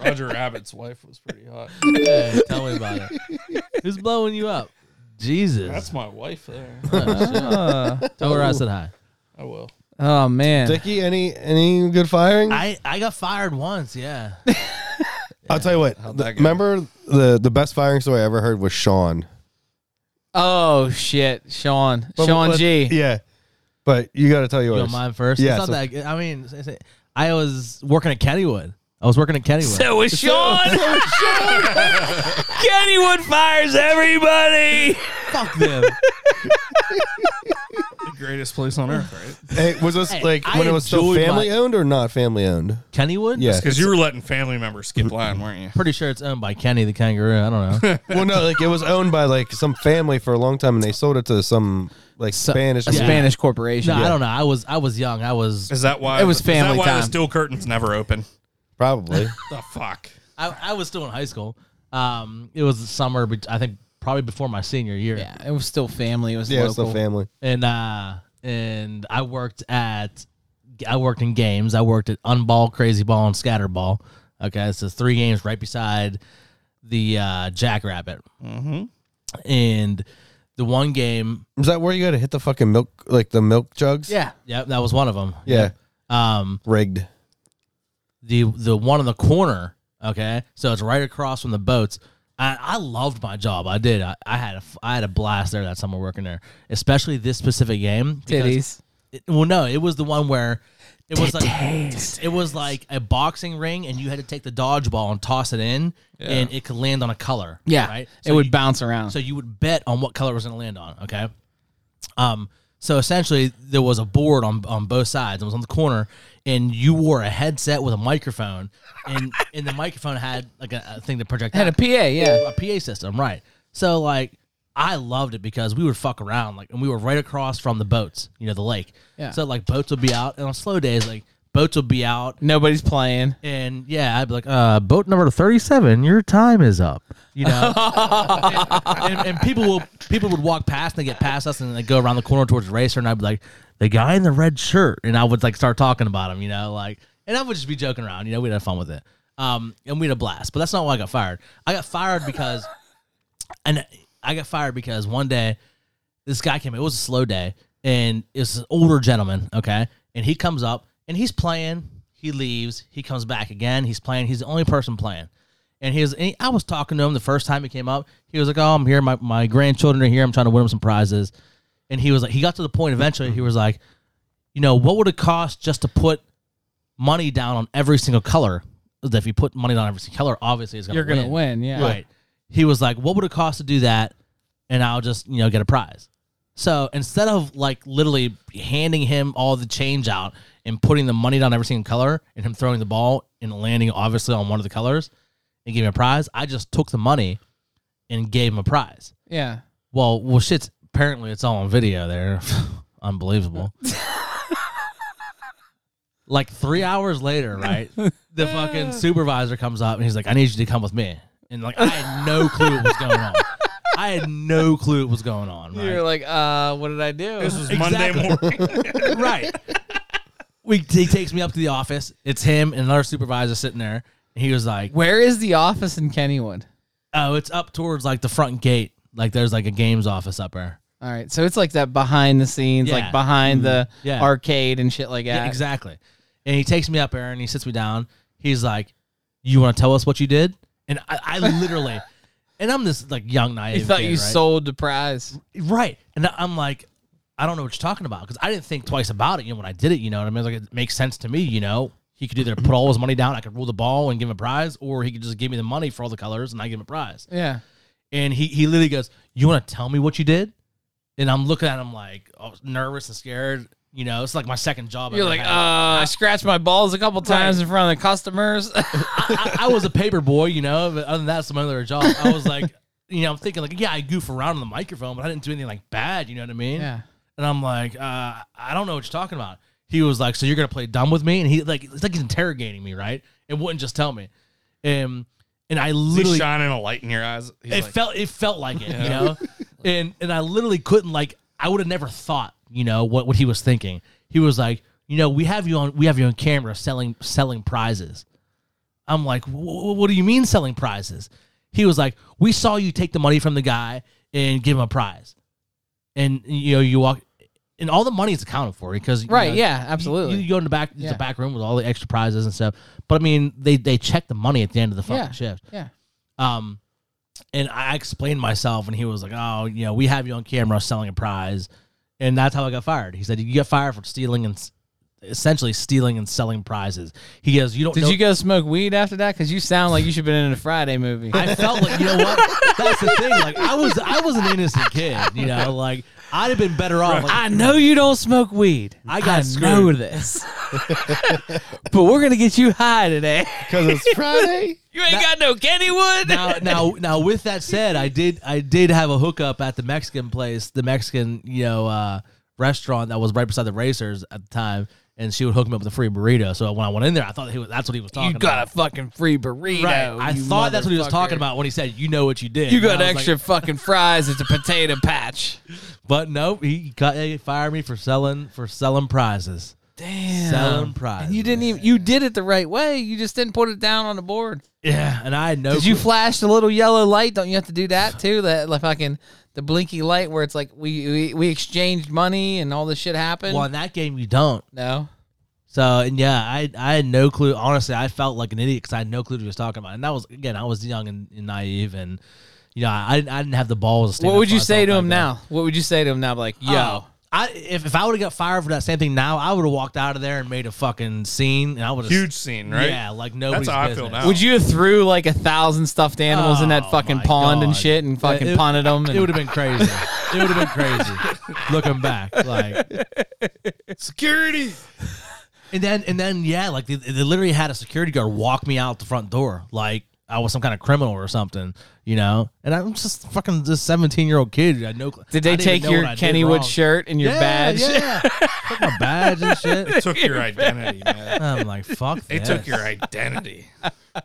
Speaker 4: Roger Rabbit's wife was pretty hot.
Speaker 1: Hey, tell me about it. Who's blowing you up? Jesus.
Speaker 4: That's my wife. There.
Speaker 1: tell her I said hi.
Speaker 4: I will.
Speaker 2: oh man.
Speaker 3: Dickie, any any good firing? I,
Speaker 1: I, I got fired once, yeah.
Speaker 3: will tell you what.
Speaker 4: How'd
Speaker 3: the-
Speaker 4: that go?
Speaker 3: remember the the best firing story I ever heard was Sean.
Speaker 2: Oh shit, Sean,
Speaker 3: But-
Speaker 2: Sean
Speaker 3: but-
Speaker 2: G.
Speaker 3: Yeah, but you got to tell
Speaker 1: You know
Speaker 3: yours.
Speaker 1: mine first?
Speaker 3: Yeah,
Speaker 1: It's not
Speaker 3: so-
Speaker 1: that good. I mean, it's- it's- I was working at Kennywood. I was working at Kennywood.
Speaker 2: So was Sean. Kennywood fires everybody.
Speaker 1: Fuck them.
Speaker 4: The greatest place on earth, right?
Speaker 3: Hey, was this
Speaker 1: Hey,
Speaker 3: like
Speaker 1: I
Speaker 3: when it was still
Speaker 1: enjoyed my-
Speaker 3: family owned or not family owned?
Speaker 1: Kennywood?
Speaker 3: Yeah.
Speaker 4: Because you were letting family members skip line, weren't you?
Speaker 1: Pretty sure it's owned by Kenny the kangaroo. I don't know.
Speaker 3: well, no, like it was owned by like some family for a long time, and they sold it to some like Spanish.
Speaker 2: a
Speaker 3: Yeah.
Speaker 2: Spanish corporation.
Speaker 1: No, I don't know. I was I was young. I was
Speaker 4: Is that why
Speaker 2: It was
Speaker 4: is that
Speaker 2: family
Speaker 4: why
Speaker 2: time.
Speaker 4: the steel curtains never open?
Speaker 3: Probably.
Speaker 4: The fuck.
Speaker 1: I, I was still in high school. Um, it was the summer, bet- I think probably before my senior year.
Speaker 2: Yeah, it was still family. It was
Speaker 3: yeah,
Speaker 2: local.
Speaker 3: it's still family.
Speaker 1: and uh and I worked at I worked in games. I worked at Unball, Crazy Ball, and Scatter Ball. Okay, so three games right beside the uh, Jackrabbit, mm-hmm. and the one game.
Speaker 3: Is that where you got to hit the fucking milk, like the milk jugs?
Speaker 2: Yeah.
Speaker 1: Yep, that was one of them.
Speaker 3: Yeah.
Speaker 1: Um,
Speaker 3: Rigged.
Speaker 1: the the one in the corner. Okay, so it's right across from the boats. I, I loved my job. I did. I, I had a f- I had a blast there that summer working there, especially this specific game. because
Speaker 2: Titties.
Speaker 1: It, well, no, it was the one where it was like it was like a boxing ring, and you had to take the dodgeball and toss it in, and it could land on a color.
Speaker 2: Yeah,
Speaker 1: right.
Speaker 2: it would bounce around.
Speaker 1: So you would bet on what color it was going to land on. Okay. Um. So essentially, there was a board on on both sides. It was on the corner, and you wore a headset with a microphone, and and the microphone had like a, a thing to project.
Speaker 2: had a
Speaker 1: out.
Speaker 2: PA, yeah.
Speaker 1: a PA system, right? So like. I loved it because we would fuck around, like, and we were right across from the boats, you know, the lake.
Speaker 2: Yeah.
Speaker 1: So like, boats would be out, and on slow days, like, boats would be out,
Speaker 2: Nobody's playing.
Speaker 1: and yeah, I'd be like, uh, boat number thirty-seven, your time is up. You know, and, and, and people will people would walk past and they get past us and they go around the corner towards the racer, and I'd be like, the guy in the red shirt, and I would like start talking about him, you know, like, and I would just be joking around, you know, we'd have fun with it, um, and we'd have blast. But that's not why I got fired. I got fired because, and I got fired because one day this guy came. It was a slow day, and it's an older gentleman. Okay, and he comes up and he's playing. He leaves. He comes back again. He's playing. He's the only person playing. And he was. And he- I was talking to him the first time he came up. He was like, "Oh, I'm here. My my grandchildren are here. I'm trying to win them some prizes." And he was like, he got to the point eventually. He was like, "You know, what would it cost just to put money down on every single color? If you put money down on every single color, obviously it's gonna
Speaker 2: You're
Speaker 1: win.
Speaker 2: gonna win, yeah.
Speaker 1: Right. He was like, "What would it cost to do that?" And I'll just you know get a prize. So instead of like literally handing him all the change out and putting the money down every single color and him throwing the ball and landing obviously on one of the colors and giving him a prize, I just took the money and gave him a prize.
Speaker 2: Yeah.
Speaker 1: Well, well, shit's apparently it's all on video there. Unbelievable. like three hours later, right? The fucking supervisor comes up and he's like, "I need you to come with me." And like, I had no clue what was going on. I had no clue what was going on. Right?
Speaker 2: You're like, uh, what did I do?
Speaker 4: This was
Speaker 1: Exactly.
Speaker 4: Monday morning.
Speaker 1: right. We, he takes me up to the office. It's him and another supervisor sitting there. And he was like,
Speaker 2: Where is the office in Kennywood?
Speaker 1: "Oh, it's up towards like the front gate. Like there's like a games office up there."
Speaker 2: All right, so it's like that behind the scenes,
Speaker 1: Yeah. Mm-hmm.
Speaker 2: like behind the
Speaker 1: Yeah.
Speaker 2: arcade and shit like that.
Speaker 1: Yeah, exactly. And he takes me up there and he sits me down. He's like, "You want to tell us what you did?" And I, I literally, and I'm this like young naive.
Speaker 2: You thought
Speaker 1: kid,
Speaker 2: you
Speaker 1: right?
Speaker 2: sold the prize.
Speaker 1: right? And I'm like, I don't know what you're talking about because I didn't think twice about it. You know, when I did it, you know what I mean? Like it makes sense to me. You know, he could either put all his money down, I could roll the ball and give him a prize, or he could just give me the money for all the colors and I give him a prize.
Speaker 2: Yeah.
Speaker 1: And he he literally goes, "You want to tell me what you did?" And I'm looking at him like I was nervous and scared. You know, it's like my second job. I've
Speaker 2: You're
Speaker 1: ever
Speaker 2: like, uh,
Speaker 1: had.
Speaker 2: I scratched my balls a couple times in front of the customers.
Speaker 1: I, I was a paper boy, you know, but other than that, some other job. I was like, you know, I'm thinking like, yeah, I goof around on the microphone, but I didn't do anything like bad, you know what I mean?
Speaker 2: yeah.
Speaker 1: And I'm like, uh, I don't know what you're talking about. He was like, so you're gonna play dumb with me? And he like, it's like he's interrogating me, right? And wouldn't just tell me. Um, and I
Speaker 4: He's
Speaker 1: literally,
Speaker 4: shining a light in your eyes. He's
Speaker 1: it
Speaker 4: like,
Speaker 1: felt, it felt like it, you know. and and I literally couldn't like, I would have never thought, you know, what what he was thinking. He was like, you know, we have you on, we have you on camera selling selling prizes. I'm like, "Wh- wh- what do you mean selling prizes? He was like, we saw you take the money from the guy and give him a prize. And you know, you walk and all the money is accounted for because
Speaker 2: Right, yeah, absolutely.
Speaker 1: You, you go in the back
Speaker 2: Yeah.
Speaker 1: the back room with all the extra prizes and stuff. But I mean, they they check the money at the end of the fucking
Speaker 2: Yeah.
Speaker 1: shift.
Speaker 2: Yeah.
Speaker 1: Um, and I explained myself, and he was like, "Oh, you know, we have you on camera selling a prize," and that's how I got fired. He said, "You get fired for stealing and s- essentially stealing and selling prizes." He goes, "You don't."
Speaker 2: Did
Speaker 1: know-
Speaker 2: you go smoke weed after that? Because you sound like you should have been in a Friday movie.
Speaker 1: I felt like you know what? That's the thing. Like I was, I was an innocent kid. You know, like I'd have been better off. Like,
Speaker 2: I know you don't smoke weed.
Speaker 1: I got
Speaker 2: know
Speaker 1: screwed.
Speaker 2: this. but we're gonna get you high today.
Speaker 3: Because it's Friday.
Speaker 2: You ain't got no Kennywood.
Speaker 1: now, now, now. With that said, I did, I did have a hookup at the Mexican place, the Mexican, you know, uh, restaurant that was right beside the racers at the time, and she would hook me up with a free burrito. So when I went in there, I thought he was, that's what he was talking.
Speaker 2: you got
Speaker 1: about.
Speaker 2: a fucking free burrito.
Speaker 1: right. I
Speaker 2: you
Speaker 1: thought that's what he was
Speaker 2: motherfucker.
Speaker 1: talking about when he said, "You know what you did."
Speaker 2: You
Speaker 1: And I
Speaker 2: got
Speaker 1: was like,
Speaker 2: extra fucking fries. It's a potato patch.
Speaker 1: but nope. He got he fired me for selling for selling prizes.
Speaker 2: Damn.
Speaker 1: Selling prizes.
Speaker 2: And you didn't even you did it the right way. You just didn't put it down on the board.
Speaker 1: Yeah, and I had no.
Speaker 2: Did you
Speaker 1: clue.
Speaker 2: flash the little yellow light? Don't you have to do that too? That like fucking the blinky light where it's like we we, we exchanged money and all this shit happened.
Speaker 1: Well, in that game, you don't.
Speaker 2: No.
Speaker 1: So and yeah, I I had no clue. Honestly, I felt like an idiot because I had no clue what he was talking about. And that was again, I was young and, and naive, and you know, I didn't I didn't have the balls. To stand
Speaker 2: What
Speaker 1: up
Speaker 2: would
Speaker 1: for
Speaker 2: you say to
Speaker 1: myself
Speaker 2: him
Speaker 1: back
Speaker 2: now? What would you say to him now? Like,
Speaker 1: then.
Speaker 2: yo,
Speaker 1: Oh, I if, if I would have got fired for that same thing now, I would have walked out of there and made a fucking scene, and I would have
Speaker 4: Huge scene, right?
Speaker 1: Yeah, like nobody's
Speaker 4: how I feel
Speaker 1: business.
Speaker 4: now.
Speaker 2: Would you have threw like a thousand stuffed animals in that
Speaker 1: Oh,
Speaker 2: fucking
Speaker 1: my
Speaker 2: pond and
Speaker 1: God.
Speaker 2: shit and fucking
Speaker 1: It-
Speaker 2: ponded them?
Speaker 1: It would have been crazy. it would have been crazy. Looking back, like
Speaker 4: Security.
Speaker 1: And then and then yeah, like they, they literally had a security guard walk me out the front door, like I was some kind of criminal or something, you know. And I'm just fucking this 17 year old kid. I had no.
Speaker 2: did they take your Kennywood
Speaker 1: shirt,
Speaker 2: shirt and your
Speaker 1: yeah,
Speaker 2: badge?
Speaker 1: Yeah, took my badge and shit.
Speaker 4: Took your identity, man.
Speaker 1: I'm like, fuck.
Speaker 4: They
Speaker 1: this.
Speaker 4: took your identity.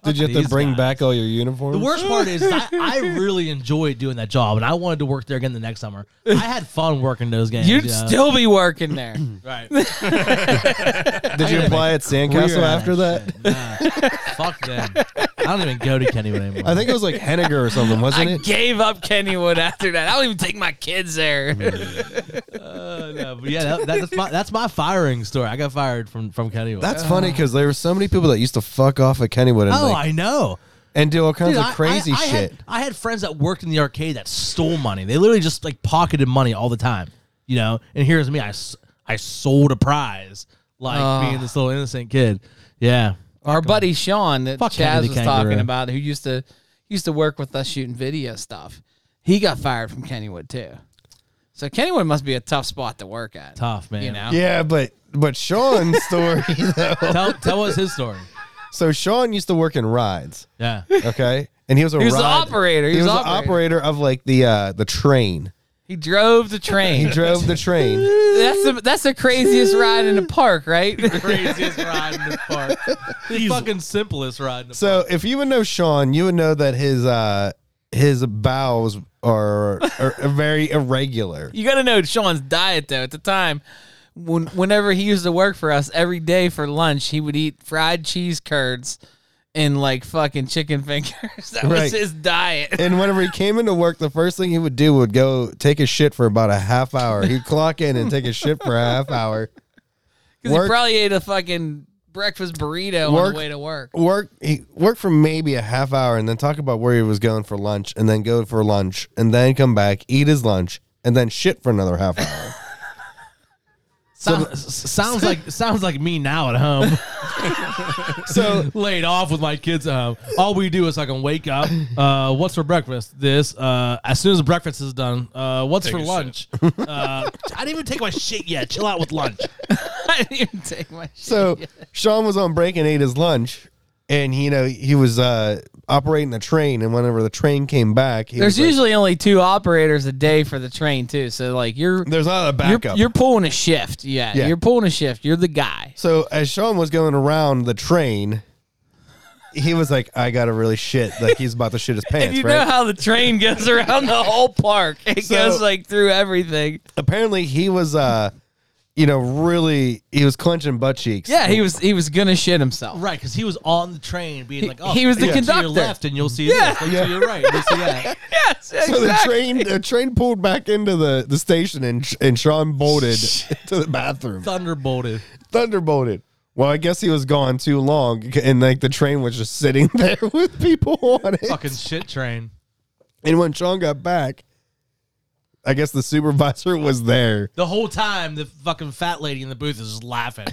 Speaker 3: Did you have
Speaker 1: These
Speaker 3: to bring
Speaker 1: guys.
Speaker 3: back all your uniforms?
Speaker 1: The worst part is I, I really enjoyed doing that job, and I wanted to work there again the next summer. I had fun working those games.
Speaker 2: You'd
Speaker 1: you know?
Speaker 2: still be working there.
Speaker 1: right.
Speaker 3: Did you apply at Sandcastle
Speaker 1: Weird.
Speaker 3: after that?
Speaker 1: fuck them. I don't even go to Kennywood anymore.
Speaker 3: I think it was like Henniger or something, wasn't
Speaker 2: I
Speaker 3: it?
Speaker 2: gave up Kennywood after that. I don't even take my kids there.
Speaker 1: Uh, no, but yeah, that, that's my that's my firing story. I got fired from from Kennywood.
Speaker 3: That's funny because there were so many people that used to fuck off at Kennywood and,
Speaker 1: oh,
Speaker 3: like,
Speaker 1: I know.
Speaker 3: and do all kinds
Speaker 1: Dude, I-
Speaker 3: of crazy
Speaker 1: I- I
Speaker 3: shit.
Speaker 1: Had, I had friends that worked in the arcade that stole money. They literally just like pocketed money all the time, you know. And here's me, I, s- I sold a prize, like
Speaker 2: Ah.
Speaker 1: being this little innocent kid. Yeah,
Speaker 2: Our buddy Sean that
Speaker 1: Fuck
Speaker 2: Chaz
Speaker 1: Henry the
Speaker 2: was talking
Speaker 1: Kangaroo.
Speaker 2: about, who used to used to work with us shooting video stuff, he got fired from Kennywood too. So Kennywood must be a tough spot to work at.
Speaker 1: tough man.
Speaker 2: you know.
Speaker 3: Yeah, but but Sean's story though.
Speaker 1: tell tell us his story.
Speaker 3: So Sean used to work in rides,
Speaker 1: Yeah,
Speaker 3: okay, and he was a
Speaker 2: He was the
Speaker 3: ride,
Speaker 2: operator. He
Speaker 3: He,
Speaker 2: was
Speaker 3: was,
Speaker 2: the
Speaker 3: an operator. of like the uh the train.
Speaker 2: He drove the
Speaker 3: He
Speaker 2: train.
Speaker 3: drove the train.
Speaker 2: that's the that's the craziest ride in the park, right?
Speaker 1: craziest ride in the park. The fucking simplest ride in the
Speaker 3: So if you would know Sean, you would know that his uh his bowels are, are very irregular.
Speaker 2: You got to know Sean's diet though. At the time, when whenever he used to work for us, every day for lunch he would eat fried cheese curds and like fucking chicken fingers. That was
Speaker 3: Right.
Speaker 2: his diet.
Speaker 3: And whenever he came into work, the first thing he would do would go take a shit for about a half hour. He'd clock in and take a shit for a half hour.
Speaker 2: Because he
Speaker 3: Work-
Speaker 2: probably ate a fucking breakfast burrito on
Speaker 3: Work-
Speaker 2: the way to work.
Speaker 3: Work he worked for maybe a half hour and then talk about where he was going for lunch and then go for lunch and then come back, eat his lunch, and then shit for another half hour.
Speaker 1: Sound- sounds like sounds like me now at home,
Speaker 3: so
Speaker 1: laid off with my kids at home. All we do is I can wake up. Uh, what's for breakfast? This. Uh, as soon as breakfast is done, uh, what's
Speaker 4: Take
Speaker 1: for
Speaker 4: a
Speaker 1: lunch? Uh, I didn't even take my shit yet. Chill out with lunch.
Speaker 2: I didn't even take my shit.
Speaker 3: so Sean was on break and ate his lunch and you know, he was uh operating the train and whenever the train came back, he
Speaker 2: There's
Speaker 3: was like-
Speaker 2: usually only two operators a day for the train too. So like you're
Speaker 3: there's not a
Speaker 2: you're,
Speaker 3: backup.
Speaker 2: you're pulling a shift. Yeah,
Speaker 3: Yeah.
Speaker 2: you're pulling a shift. You're the guy.
Speaker 3: So as Sean was going around the train, he was like, "I gotta really shit." Like he's about to shit his
Speaker 2: And
Speaker 3: pants,
Speaker 2: you
Speaker 3: right?
Speaker 2: know how the train goes around the whole park. It
Speaker 3: So-
Speaker 2: goes like through everything.
Speaker 3: Apparently, he was, uh, you know, really he was clenching butt cheeks.
Speaker 2: Yeah, he was he was gonna shit himself.
Speaker 1: Right, because he was on the train, being like, "Oh,
Speaker 2: he was the
Speaker 1: look To
Speaker 2: conductor.
Speaker 1: your left, and you'll see
Speaker 2: Yeah.
Speaker 1: this. Look to your right, you'll see that."
Speaker 2: Yes,
Speaker 3: So
Speaker 2: exactly.
Speaker 3: the train the train pulled back into the, the station and and Sean bolted to the bathroom,
Speaker 1: Thunderbolted.
Speaker 3: thunderbolted. Well, I guess he was gone too long, and like the train was just sitting there with people on it.
Speaker 1: Fucking shit train.
Speaker 3: And when Sean got back, I guess the supervisor was there.
Speaker 1: The whole time, the fucking fat lady in the booth is just laughing.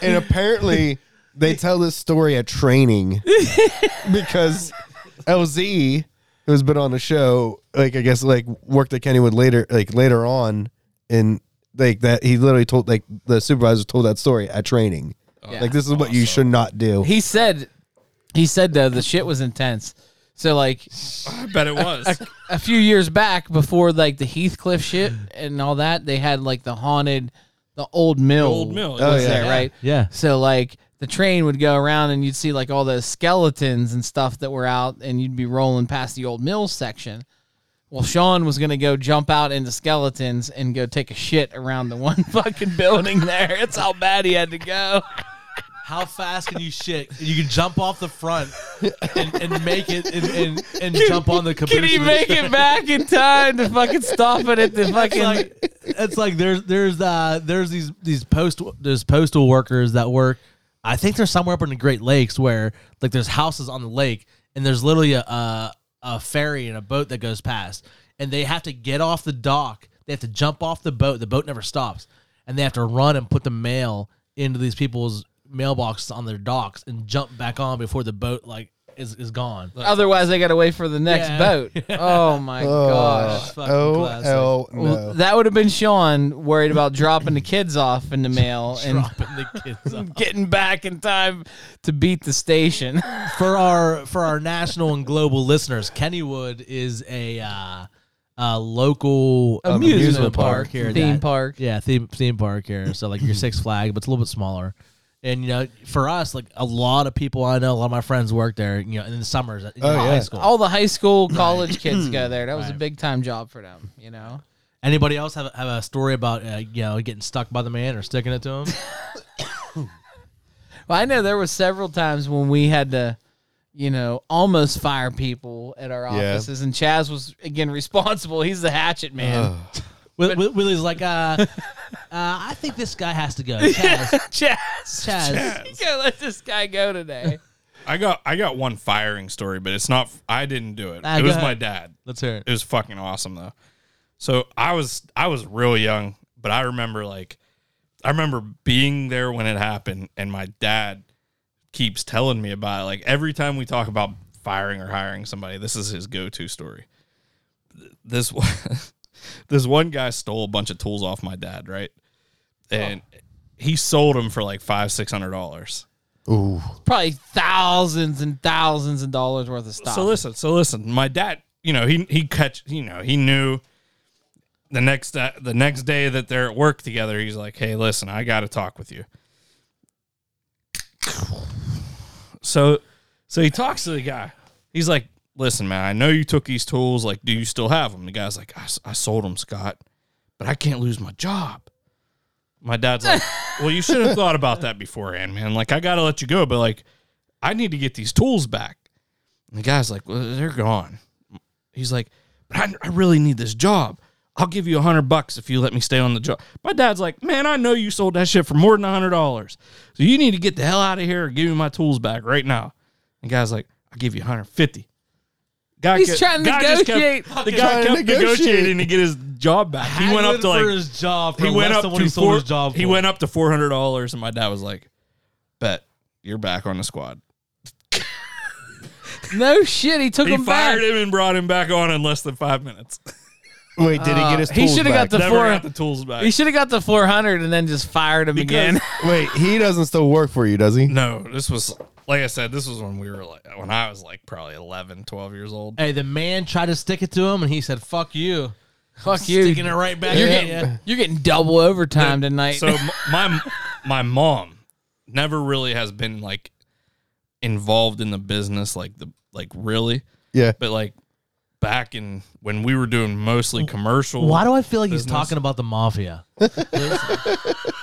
Speaker 3: And apparently, they tell this story at training because LZ, who's been on the show, like I guess like worked at Kennywood later, like later on, and like that he literally told like the supervisor told that story at training.
Speaker 2: Yeah.
Speaker 3: like this is what you should not do.
Speaker 2: He said he said though the shit was intense. So like
Speaker 4: I bet it was.
Speaker 2: a few years back before like the Heathcliff shit and all that, they had like the haunted the old mill.
Speaker 4: old mill.
Speaker 2: was
Speaker 4: Oh,
Speaker 3: yeah.
Speaker 2: there, right?
Speaker 1: Yeah.
Speaker 2: So like the train would go around and you'd see like all those skeletons and stuff that were out and you'd be rolling past the old mill section. Well, Sean was gonna go jump out into skeletons and go take a shit around the one fucking building there. It's how bad he had to go.
Speaker 1: How fast can you shit? You can jump off the front and, and make it and, and, and jump on the caboose.
Speaker 2: Can he
Speaker 1: of the
Speaker 2: make
Speaker 1: train.
Speaker 2: it back in time to fucking stop it at the fucking
Speaker 1: It's like, it's like there's there's uh there's these these post there's postal workers that work. I think there's somewhere up in the Great Lakes where like there's houses on the lake and there's literally a uh, a ferry and a boat that goes past, and they have to get off the dock. They have to jump off the boat. The boat never stops, and they have to run and put the mail into these people's mailboxes on their docks and jump back on before the boat like is is gone.
Speaker 2: Otherwise, they got to wait for the next
Speaker 1: Yeah.
Speaker 2: boat. Oh my gosh.
Speaker 1: fucking
Speaker 3: Uh, oh,
Speaker 1: classic.
Speaker 3: hell no.
Speaker 2: Well, that would have been Sean worried about dropping the kids off in the mail and
Speaker 1: Dropping the kids off.
Speaker 2: getting back in time to beat the station.
Speaker 1: for our for our national and global listeners, Kennywood is a uh, a local uh,
Speaker 2: Amusement
Speaker 3: park.
Speaker 1: here,
Speaker 2: Theme
Speaker 1: that-
Speaker 2: park.
Speaker 1: Yeah, theme theme park here. So like your Six Flag, but it's a little bit smaller. And you know, for us, like a lot of people I know, a lot of my friends work there. You know, in the summers, in
Speaker 3: Oh,
Speaker 1: high
Speaker 3: yeah.
Speaker 1: school.
Speaker 2: All the high school, college kids go there. That was a
Speaker 1: Right.
Speaker 2: big time job for them, you know?
Speaker 1: Anybody else have have a story about uh, you know getting stuck by the man or sticking it to him?
Speaker 2: Well, I know there were several times when we had to, you know, almost fire people at our
Speaker 3: Yeah.
Speaker 2: offices, and Chaz was again responsible. He's the hatchet man.
Speaker 1: Will, Will, Willie's like, uh, uh, I think this guy has to go. Chaz,
Speaker 2: Chaz,
Speaker 1: Chaz.
Speaker 2: you can't let this guy go today.
Speaker 4: I got I got one firing story, but it's not. I didn't do it.
Speaker 2: Ah,
Speaker 4: it
Speaker 2: go
Speaker 4: was
Speaker 2: ahead.
Speaker 4: my dad.
Speaker 1: Let's hear it.
Speaker 4: It was fucking awesome though. So I was I was real young, but I remember like I remember being there when it happened, and my dad keeps telling me about it. Like every time we talk about firing or hiring somebody, this is his go-to story. Th- This one, this one guy stole a bunch of tools off my dad, right? And he sold them for like five six hundred dollars.
Speaker 3: Ooh.
Speaker 2: Probably thousands and thousands of dollars worth of stuff.
Speaker 4: So listen, so listen. My dad, you know, he he catch, you know, he knew the next uh, the next day that they're at work together. He's like, "Hey, listen, I got to talk with you." So, so he talks to the guy. He's like, "Listen, man, I know you took these tools. Like, do you still have them?" The guy's like, "I, s- I sold them, Scott, but I can't lose my job." My dad's like, "Well, you should have thought about that beforehand, man. Like, I got to let you go, but like, I need to get these tools back." And the guy's like, well, they're gone. He's like, but I, I really need this job. I'll give you a hundred bucks if you let me stay on the job. My dad's like, man, I know you sold that shit for more than a hundred dollars. So you need to get the hell out of here and give me my tools back right now. And the guy's like, I'll give you 150. Guy
Speaker 2: He's
Speaker 4: kept-
Speaker 2: trying to
Speaker 4: guy just kept-
Speaker 2: negotiate.
Speaker 4: the guy
Speaker 3: Trying to
Speaker 4: kept
Speaker 3: negotiate.
Speaker 4: negotiating to get his job back. He went up to like
Speaker 1: for his job.
Speaker 4: he went up
Speaker 1: than
Speaker 4: to
Speaker 1: what he sold
Speaker 4: four,
Speaker 1: his job.
Speaker 4: he
Speaker 1: for.
Speaker 4: went up to four hundred dollars, and my dad was like, "Bet you're back on the squad."
Speaker 2: no shit, he took
Speaker 4: He
Speaker 2: him
Speaker 4: fired
Speaker 2: back.
Speaker 4: him and brought him back on in less than five minutes.
Speaker 3: Wait, did he get his
Speaker 2: Uh, he
Speaker 3: tools
Speaker 2: shoulda got
Speaker 3: back?
Speaker 2: the-
Speaker 4: Never
Speaker 2: Before-
Speaker 4: got the tools back.
Speaker 2: He should have got the 400 and then just fired him
Speaker 4: Because-
Speaker 2: again.
Speaker 3: Wait, he doesn't still work for you, does he?
Speaker 4: no, this was like I said, this was when we were like when I was like probably 11, 12 years old.
Speaker 1: Hey, the man tried to stick it to him, and he said, "Fuck you."
Speaker 2: Fuck you.
Speaker 1: Sticking it right back
Speaker 2: You're
Speaker 1: at
Speaker 2: getting,
Speaker 1: ya.
Speaker 2: you're getting double overtime tonight.
Speaker 4: So m- my my mom never really has been like involved in the business like the like really,
Speaker 3: Yeah.
Speaker 4: but like back in when we were doing mostly commercial.
Speaker 1: Why do I feel like he's
Speaker 4: Business.
Speaker 1: talking about the mafia?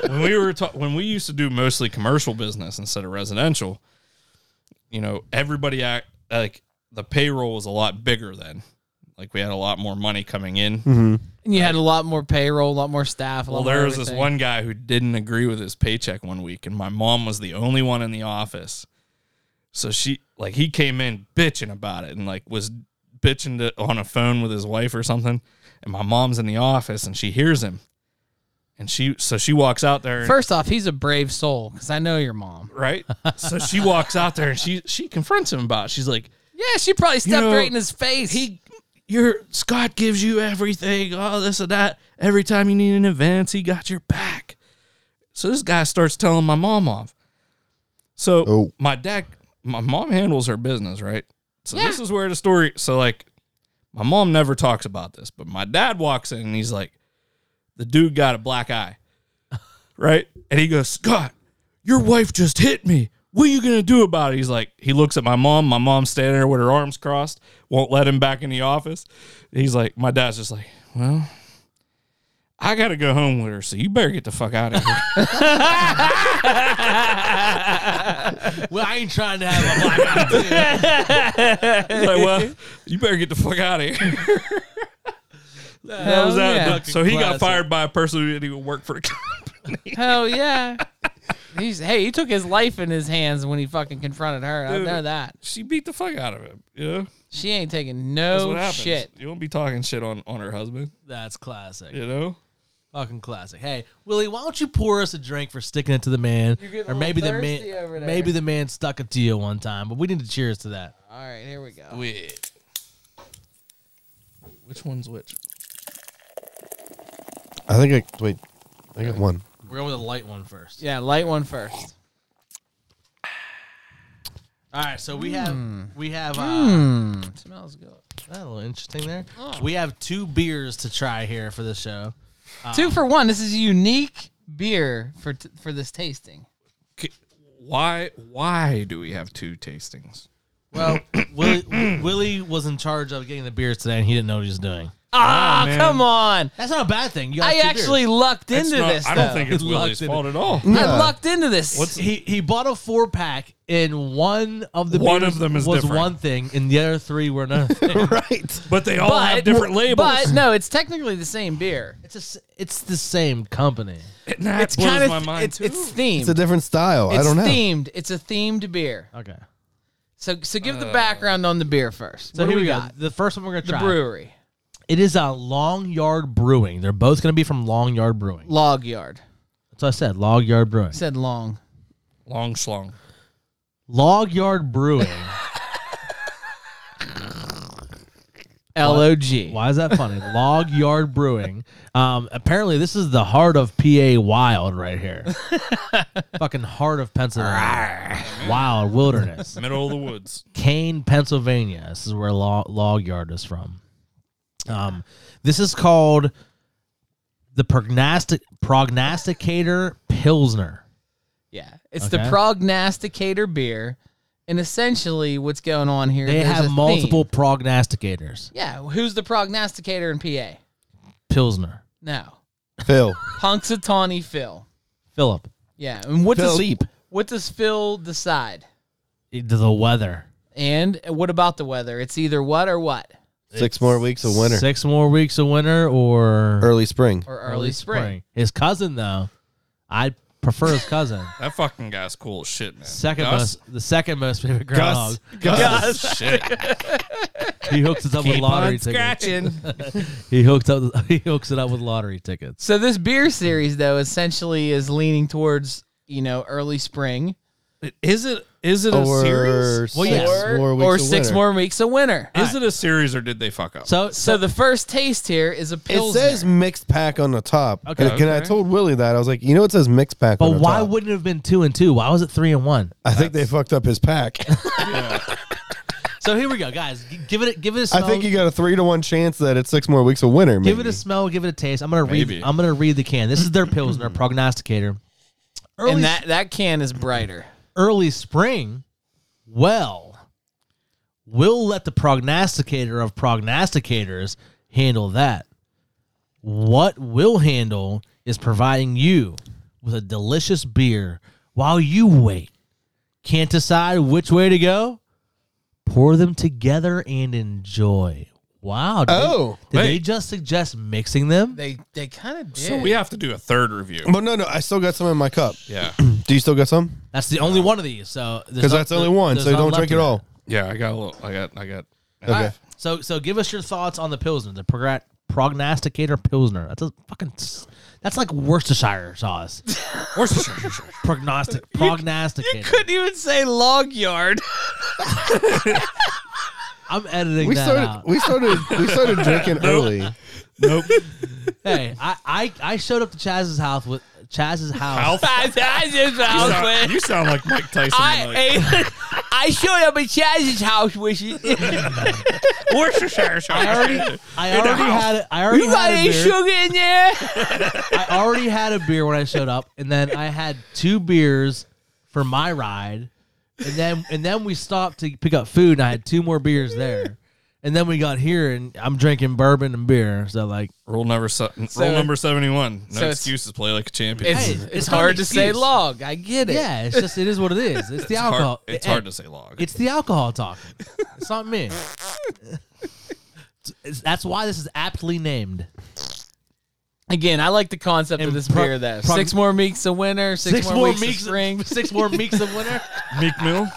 Speaker 4: when we were ta- when we used to do mostly commercial business instead of residential, you know, everybody act like the payroll was a lot bigger then. Like we had a lot more money coming in.
Speaker 2: and you had a lot more payroll, a lot more staff. A
Speaker 4: Well,
Speaker 2: lot more
Speaker 4: there was this
Speaker 2: everything.
Speaker 4: one guy who didn't agree with his paycheck one week, and my mom was the only one in the office. So she like he came in bitching about it and like was bitching to, on a phone with his wife or something. And my mom's in the office and she hears him, and she so she walks out there. and-
Speaker 2: First off, he's a brave soul because I know your mom.
Speaker 4: right? so she walks out there and she she confronts him about. It. She's like,
Speaker 2: Yeah, she probably stepped
Speaker 4: know,
Speaker 2: right in his face.
Speaker 4: "He, your Scott gives you everything, all this and that. Every time you need an advance, he got your back." So this guy starts telling my mom off. So
Speaker 3: Oh.
Speaker 4: my dad, my mom handles her business, right? So this is where the story. So like, my mom never talks about this, but my dad walks in and he's like, "The dude got a black eye." right? And he goes, Scott, your wife just hit me. What are you gonna do about it? He's like, he looks at my mom. My mom's standing there with her arms crossed, won't let him back in the office. He's like, my dad's just like, well, I gotta go home with her, so you better get the fuck out of here.
Speaker 1: well, I ain't trying to have a black guy. too.
Speaker 4: He's like, well, you better get the fuck out of here. That was that.
Speaker 2: yeah.
Speaker 4: So he got
Speaker 1: Classic.
Speaker 4: fired by a person who didn't even work for the company.
Speaker 2: Hell yeah. He's hey, he took his life in his hands when he fucking confronted her. I
Speaker 4: Dude.
Speaker 2: know that.
Speaker 4: She beat the fuck out of him. You know?
Speaker 2: She ain't taking
Speaker 4: That's
Speaker 2: no
Speaker 4: what happens.
Speaker 2: Oh, shit.
Speaker 4: You won't be talking shit on, on her husband.
Speaker 1: That's classic.
Speaker 4: You know?
Speaker 1: Fucking classic. Hey, Willie, why don't you pour us a drink for sticking it to the man?
Speaker 2: You're getting a
Speaker 1: Or
Speaker 2: little
Speaker 1: maybe the man
Speaker 2: thirsty over there.
Speaker 1: maybe the man stuck it to you one time, but we need to cheers to that.
Speaker 2: All right, here we go.
Speaker 4: Wait. Which one's which?
Speaker 3: I think I wait. I got one.
Speaker 1: We're going with a light one first.
Speaker 2: Yeah, light one first.
Speaker 1: All right, so we have we have uh,
Speaker 2: Hmm, smells good.
Speaker 1: that a little interesting there. We have two beers to try here for the show.
Speaker 2: Ah. Two for one. This is a unique beer for t- for this tasting.
Speaker 4: K- Why why do we have two tastings?
Speaker 1: Well, Willie, Willie was in charge of getting the beers today, and he didn't know what he was doing.
Speaker 2: Ah,
Speaker 4: man.
Speaker 2: come on.
Speaker 1: That's not a bad thing. You got
Speaker 2: I
Speaker 1: two
Speaker 2: actually
Speaker 1: beers.
Speaker 2: lucked
Speaker 4: It's
Speaker 2: into
Speaker 4: not-
Speaker 2: this.
Speaker 4: I don't
Speaker 2: though.
Speaker 4: think it's
Speaker 1: It locked
Speaker 4: Willie's
Speaker 1: in.
Speaker 4: fault at all.
Speaker 2: I
Speaker 3: Yeah.
Speaker 2: lucked into this.
Speaker 1: he he bought a four pack, and one of the
Speaker 4: One
Speaker 1: beers
Speaker 4: of them is
Speaker 1: was
Speaker 4: different.
Speaker 1: one thing, and the other three were another. Thing.
Speaker 3: Right.
Speaker 4: But they all
Speaker 2: but
Speaker 4: have different labels.
Speaker 2: But no, it's technically the same beer.
Speaker 1: it's a, s- it's the same company.
Speaker 4: And that
Speaker 2: It's
Speaker 4: blows
Speaker 2: kind of
Speaker 4: my mind
Speaker 2: it's,
Speaker 4: too.
Speaker 2: it's themed.
Speaker 3: It's a different style. I
Speaker 2: It's
Speaker 3: don't know.
Speaker 2: themed. It's a themed beer.
Speaker 1: Okay,
Speaker 2: So so give the background on the beer first.
Speaker 1: so
Speaker 2: what
Speaker 1: here
Speaker 2: do we
Speaker 1: we
Speaker 2: got?
Speaker 1: go. The first one we're gonna
Speaker 2: The
Speaker 1: try.
Speaker 2: brewery,
Speaker 1: It is a Long Yard Brewing. They're both gonna be from Long Yard Brewing.
Speaker 2: Log Yard.
Speaker 1: That's what I said. Log Yard Brewing.
Speaker 2: Said long.
Speaker 4: long schlong.
Speaker 1: Log Yard Brewing.
Speaker 2: L O G.
Speaker 1: Why is that funny? Log Yard Brewing. Um, apparently, this is the heart of PA Wild right here. Fucking heart of Pennsylvania. Wild wilderness.
Speaker 4: Middle of the woods.
Speaker 1: Kane, Pennsylvania. This is where Log, Log Yard is from. Um, this is called the prognostic prognosticator pilsner.
Speaker 2: Yeah, it's the
Speaker 1: Okay.
Speaker 2: prognosticator beer, and essentially what's going on here.
Speaker 1: They
Speaker 2: there's a
Speaker 1: have
Speaker 2: theme.
Speaker 1: multiple prognosticators.
Speaker 2: Yeah, who's the prognosticator in PA?
Speaker 1: Pilsner,
Speaker 2: No,
Speaker 3: Phil.
Speaker 2: Punxsutawney Phil.
Speaker 1: Philip,
Speaker 2: Yeah, and what does
Speaker 3: Philippe.
Speaker 2: what does Phil decide?
Speaker 1: the weather.
Speaker 2: And what about the weather? It's either what or what
Speaker 3: Six more weeks of winter.
Speaker 1: Six more weeks of winter or
Speaker 3: Early spring.
Speaker 2: or early, spring.
Speaker 1: His cousin, though, I prefer his cousin.
Speaker 4: That fucking guy's cool as shit, man.
Speaker 1: Second
Speaker 4: Gus,
Speaker 1: most, the second most favorite groundhog.
Speaker 4: Gus. is shit.
Speaker 1: He hooks us up with
Speaker 4: Keep
Speaker 1: lottery
Speaker 4: on
Speaker 1: tickets.
Speaker 4: scratching.
Speaker 1: He hooks up. He hooks it up with lottery tickets.
Speaker 2: So this beer series, though, essentially is leaning towards you know early spring
Speaker 4: Is it is it a
Speaker 3: Or
Speaker 4: series?
Speaker 3: six
Speaker 1: yes.
Speaker 3: more weeks
Speaker 2: or
Speaker 3: of
Speaker 2: six
Speaker 3: winter.
Speaker 2: more weeks of winter.
Speaker 4: Is it a series or did they fuck up?
Speaker 1: So,
Speaker 2: So
Speaker 1: so
Speaker 2: the first taste here is a
Speaker 3: It
Speaker 2: pilsner.
Speaker 3: says mixed pack on the top.
Speaker 1: Okay.
Speaker 3: And, and I
Speaker 4: Okay.
Speaker 3: told Willie that. I was like, you know, it says mixed pack on
Speaker 1: but
Speaker 3: the
Speaker 1: why
Speaker 3: top.
Speaker 1: wouldn't it have been two and two? Why was it three and one?
Speaker 3: I think they fucked up his pack.
Speaker 1: So here we go, guys. G- Give it. a- Give it a
Speaker 3: I
Speaker 1: smell.
Speaker 3: think you got a three to one chance that it's six more weeks of winter.
Speaker 1: give it
Speaker 3: maybe.
Speaker 1: a smell. Give it a taste. I'm gonna read.
Speaker 4: Maybe.
Speaker 1: I'm gonna read the can. This is their pilsner prognosticator. Early
Speaker 2: and that that can is brighter.
Speaker 1: early spring, well, we'll let the prognosticator of prognosticators handle that. What we'll handle is providing you with a delicious beer while you wait. Can't decide which way to go? Pour them together and enjoy. Wow. Did,
Speaker 3: Oh,
Speaker 1: they, did they
Speaker 4: wait.
Speaker 1: just suggest mixing them?
Speaker 2: They they kind of did.
Speaker 4: So we have to do a third review.
Speaker 3: But no, no, I still got some in my cup.
Speaker 4: Yeah.
Speaker 3: Do you still got some?
Speaker 1: That's the only one of these. So
Speaker 3: Because that's only one, so don't drink it all.
Speaker 4: Yeah, I got a little I got I got
Speaker 3: Okay.
Speaker 1: So so give us your thoughts on the Pilsner, the progra- prognosticator Pilsner. That's a fucking s- that's like Worcestershire sauce.
Speaker 4: Worcestershire.
Speaker 1: Prognostic prognosticator.
Speaker 2: couldn't even say log yard.
Speaker 1: I'm editing
Speaker 3: We
Speaker 1: that
Speaker 3: started.
Speaker 1: out.
Speaker 3: We started. We started drinking early.
Speaker 4: nope.
Speaker 1: hey, I, I I showed up to Chaz's house with Chaz's house.
Speaker 4: Alf.
Speaker 2: I just
Speaker 4: You
Speaker 2: house
Speaker 4: sound,
Speaker 2: with.
Speaker 4: you sound like Mike Tyson. like,
Speaker 2: I I showed up at Chaz's house with you.
Speaker 4: Worcestershire.
Speaker 1: I already I already had it. I already
Speaker 2: You got
Speaker 1: had
Speaker 2: any
Speaker 1: a beer.
Speaker 2: sugar in there?
Speaker 1: I already had a beer when I showed up, and then I had two beers for my ride, and then and then we stopped to pick up food, and I had two more beers there. And then we got here, and I'm drinking bourbon and beer. So like,
Speaker 4: Rule number se-
Speaker 2: So-
Speaker 4: rule number seventy one. No
Speaker 2: so it's-
Speaker 4: excuses. Play like a champion.
Speaker 2: It's,
Speaker 1: Hey,
Speaker 2: it's,
Speaker 1: it's not an
Speaker 2: hard to say
Speaker 1: excuse.
Speaker 2: log. I get it.
Speaker 1: Yeah, it's just it is what it is. It's the
Speaker 4: It's hard,
Speaker 1: alcohol.
Speaker 4: it's
Speaker 1: Hey,
Speaker 4: hard to say log.
Speaker 1: It's the alcohol talking. It's not me. It's- that's why this is aptly named.
Speaker 2: Again, I like the concept
Speaker 1: And
Speaker 2: of this
Speaker 1: pro-
Speaker 2: beer though.
Speaker 1: pro-
Speaker 2: six more weeks of winter, six, more, weeks, of spring.
Speaker 1: six more weeks of winter.
Speaker 4: Meek Mill.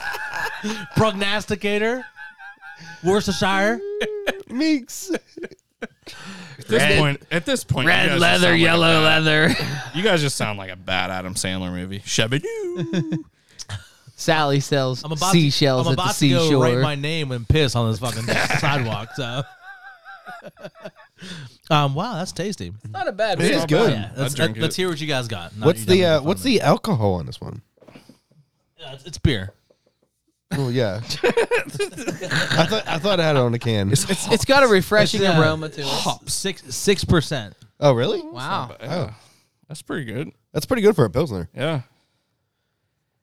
Speaker 1: Prognosticator, Worcestershire.
Speaker 3: Meeks.
Speaker 4: At this point, at this point, you guys just sound like a bad-
Speaker 2: leather.
Speaker 4: You guys just sound like a bad Adam Sandler movie. Shabadoo.
Speaker 2: Sally sells
Speaker 1: I'm about
Speaker 2: seashells
Speaker 1: to, I'm
Speaker 2: at
Speaker 1: about
Speaker 2: the
Speaker 1: to go
Speaker 2: seashore.
Speaker 1: write my name and piss on this fucking sidewalk. So, um, wow, that's tasty.
Speaker 2: Not a bad
Speaker 3: It
Speaker 2: beer.
Speaker 3: is good.
Speaker 1: Yeah, let's,
Speaker 4: drink
Speaker 1: let's
Speaker 4: it.
Speaker 1: hear what you guys got. No,
Speaker 3: What's
Speaker 1: you're
Speaker 3: the
Speaker 1: done
Speaker 3: uh,
Speaker 1: with
Speaker 3: what's
Speaker 1: it.
Speaker 3: the alcohol on this one?
Speaker 1: Yeah, it's, it's beer.
Speaker 3: Oh yeah. I thought I thought I had it on the can.
Speaker 2: It's got a refreshing
Speaker 1: It's, uh,
Speaker 2: aroma to it.
Speaker 1: Six six percent.
Speaker 3: oh really?
Speaker 2: Wow.
Speaker 3: Oh.
Speaker 4: Yeah, that's pretty good.
Speaker 3: That's pretty good for a pilsner.
Speaker 4: Yeah,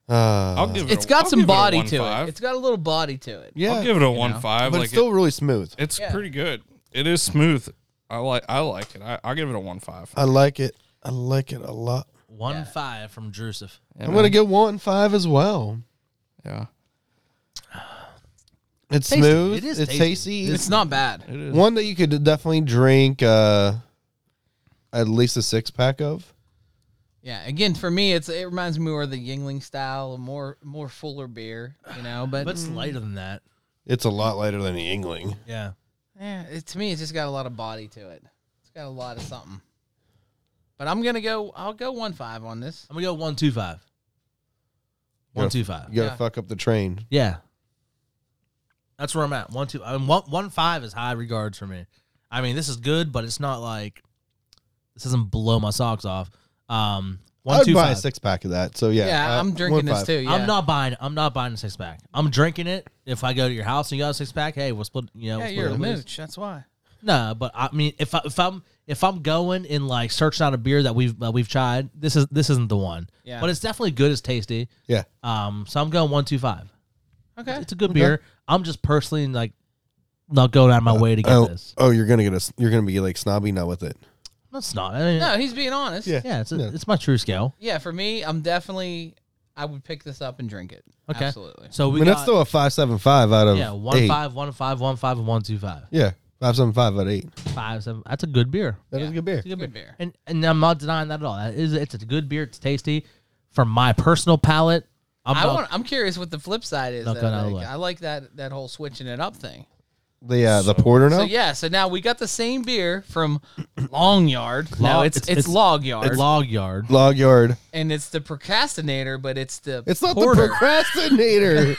Speaker 3: Uh,
Speaker 4: I'll give it.
Speaker 2: It's
Speaker 4: a-
Speaker 2: got
Speaker 4: I'll
Speaker 2: some
Speaker 4: give it a
Speaker 2: body
Speaker 4: one
Speaker 2: to
Speaker 4: five.
Speaker 2: it. It's got a little body to it.
Speaker 3: yeah,
Speaker 4: I'll give it a one five.
Speaker 3: but
Speaker 4: Like
Speaker 3: it's
Speaker 4: it-
Speaker 3: still really smooth.
Speaker 4: it's
Speaker 2: Yeah.
Speaker 4: pretty good. It is smooth. I like. I like it. I, I'll give it a one five.
Speaker 3: I like it. I like it a lot.
Speaker 1: One five from Drusif.
Speaker 3: I'm gonna go one five as well.
Speaker 4: Yeah,
Speaker 3: It's
Speaker 1: Tasty.
Speaker 3: smooth.
Speaker 1: It is
Speaker 3: it's
Speaker 1: tasty.
Speaker 3: tasty.
Speaker 2: It's not bad.
Speaker 4: it is.
Speaker 3: one that you could definitely drink uh, at least a six pack of.
Speaker 2: Yeah. Again, for me, it's it reminds me more of the Yingling style, more more fuller beer, you know. But, mm,
Speaker 1: But it's
Speaker 3: mm.
Speaker 1: lighter than that.
Speaker 3: It's a lot lighter than the Yingling.
Speaker 1: Yeah.
Speaker 2: yeah, it, to me, it's just got a lot of body to it. It's got a lot of something. But I'm gonna go. I'll go one five on this.
Speaker 1: I'm gonna go one two five.
Speaker 3: You're
Speaker 1: One
Speaker 3: a-
Speaker 1: two five.
Speaker 3: You gotta
Speaker 2: Yeah.
Speaker 3: fuck up the train.
Speaker 1: Yeah. That's where I'm at. One two. I mean, one one five is high regards for me. I mean, this is good, but it's not like this doesn't blow my socks off. Um,
Speaker 3: I
Speaker 1: one
Speaker 3: would
Speaker 1: two
Speaker 3: buy
Speaker 1: five.
Speaker 3: a six pack of that. So yeah,
Speaker 2: Yeah,
Speaker 3: uh,
Speaker 2: I'm drinking this
Speaker 3: 1.5.
Speaker 2: too. Yeah.
Speaker 1: I'm not buying. I'm not buying a six pack. I'm drinking it. If I go to your house and you got a six pack, hey, we'll split. You know, we'll
Speaker 2: Yeah,
Speaker 1: split
Speaker 2: you're
Speaker 1: it
Speaker 2: a
Speaker 1: at least.
Speaker 2: mooch. That's why.
Speaker 1: No, but I mean, if I, if I'm if I'm going and like searching out a beer that we've uh, we've tried, this is this isn't the one.
Speaker 2: Yeah.
Speaker 1: But it's definitely good. It's tasty.
Speaker 3: Yeah,
Speaker 1: Um, so I'm going one two five.
Speaker 2: Okay.
Speaker 1: It's a good beer. I'm just personally like not going out of my way to get
Speaker 3: oh,
Speaker 1: this.
Speaker 3: oh, you're gonna get a, you're gonna be like snobby now with it.
Speaker 1: That's not. I mean,
Speaker 2: No, he's being honest.
Speaker 3: Yeah.
Speaker 1: Yeah, it's a,
Speaker 3: No.
Speaker 1: it's my true scale.
Speaker 2: Yeah, for me, I'm definitely. I would pick this up and drink it.
Speaker 1: Okay.
Speaker 2: Absolutely.
Speaker 1: So
Speaker 3: I
Speaker 1: we
Speaker 3: mean,
Speaker 1: got
Speaker 3: that's still a five seven five out of
Speaker 1: yeah one
Speaker 3: eight.
Speaker 1: five one five one five and one two five
Speaker 3: Yeah, five seven five out of eight.
Speaker 1: five seven. That's a good beer.
Speaker 3: That is
Speaker 2: Yeah.
Speaker 3: a good beer.
Speaker 1: It's a good,
Speaker 2: Good
Speaker 1: beer.
Speaker 2: beer.
Speaker 1: And and I'm not denying that at all. That is, it's a good beer. It's tasty. For my personal palate, I'm
Speaker 2: I
Speaker 1: not-
Speaker 2: want, I'm curious what the flip side is.
Speaker 1: Not
Speaker 2: though,
Speaker 1: going out of the
Speaker 2: like,
Speaker 1: way.
Speaker 2: I like that that whole switching it up thing.
Speaker 3: The uh, the porter now.
Speaker 2: So yeah, so now we got the same beer from Long Yard. no,
Speaker 1: Log-
Speaker 2: it's
Speaker 1: it's-
Speaker 2: it's,
Speaker 1: it's-
Speaker 2: Log Yard,
Speaker 1: log yard.
Speaker 3: Log yard.
Speaker 2: and it's the procrastinator, but it's the
Speaker 3: It's not
Speaker 2: porter.
Speaker 3: the procrastinator.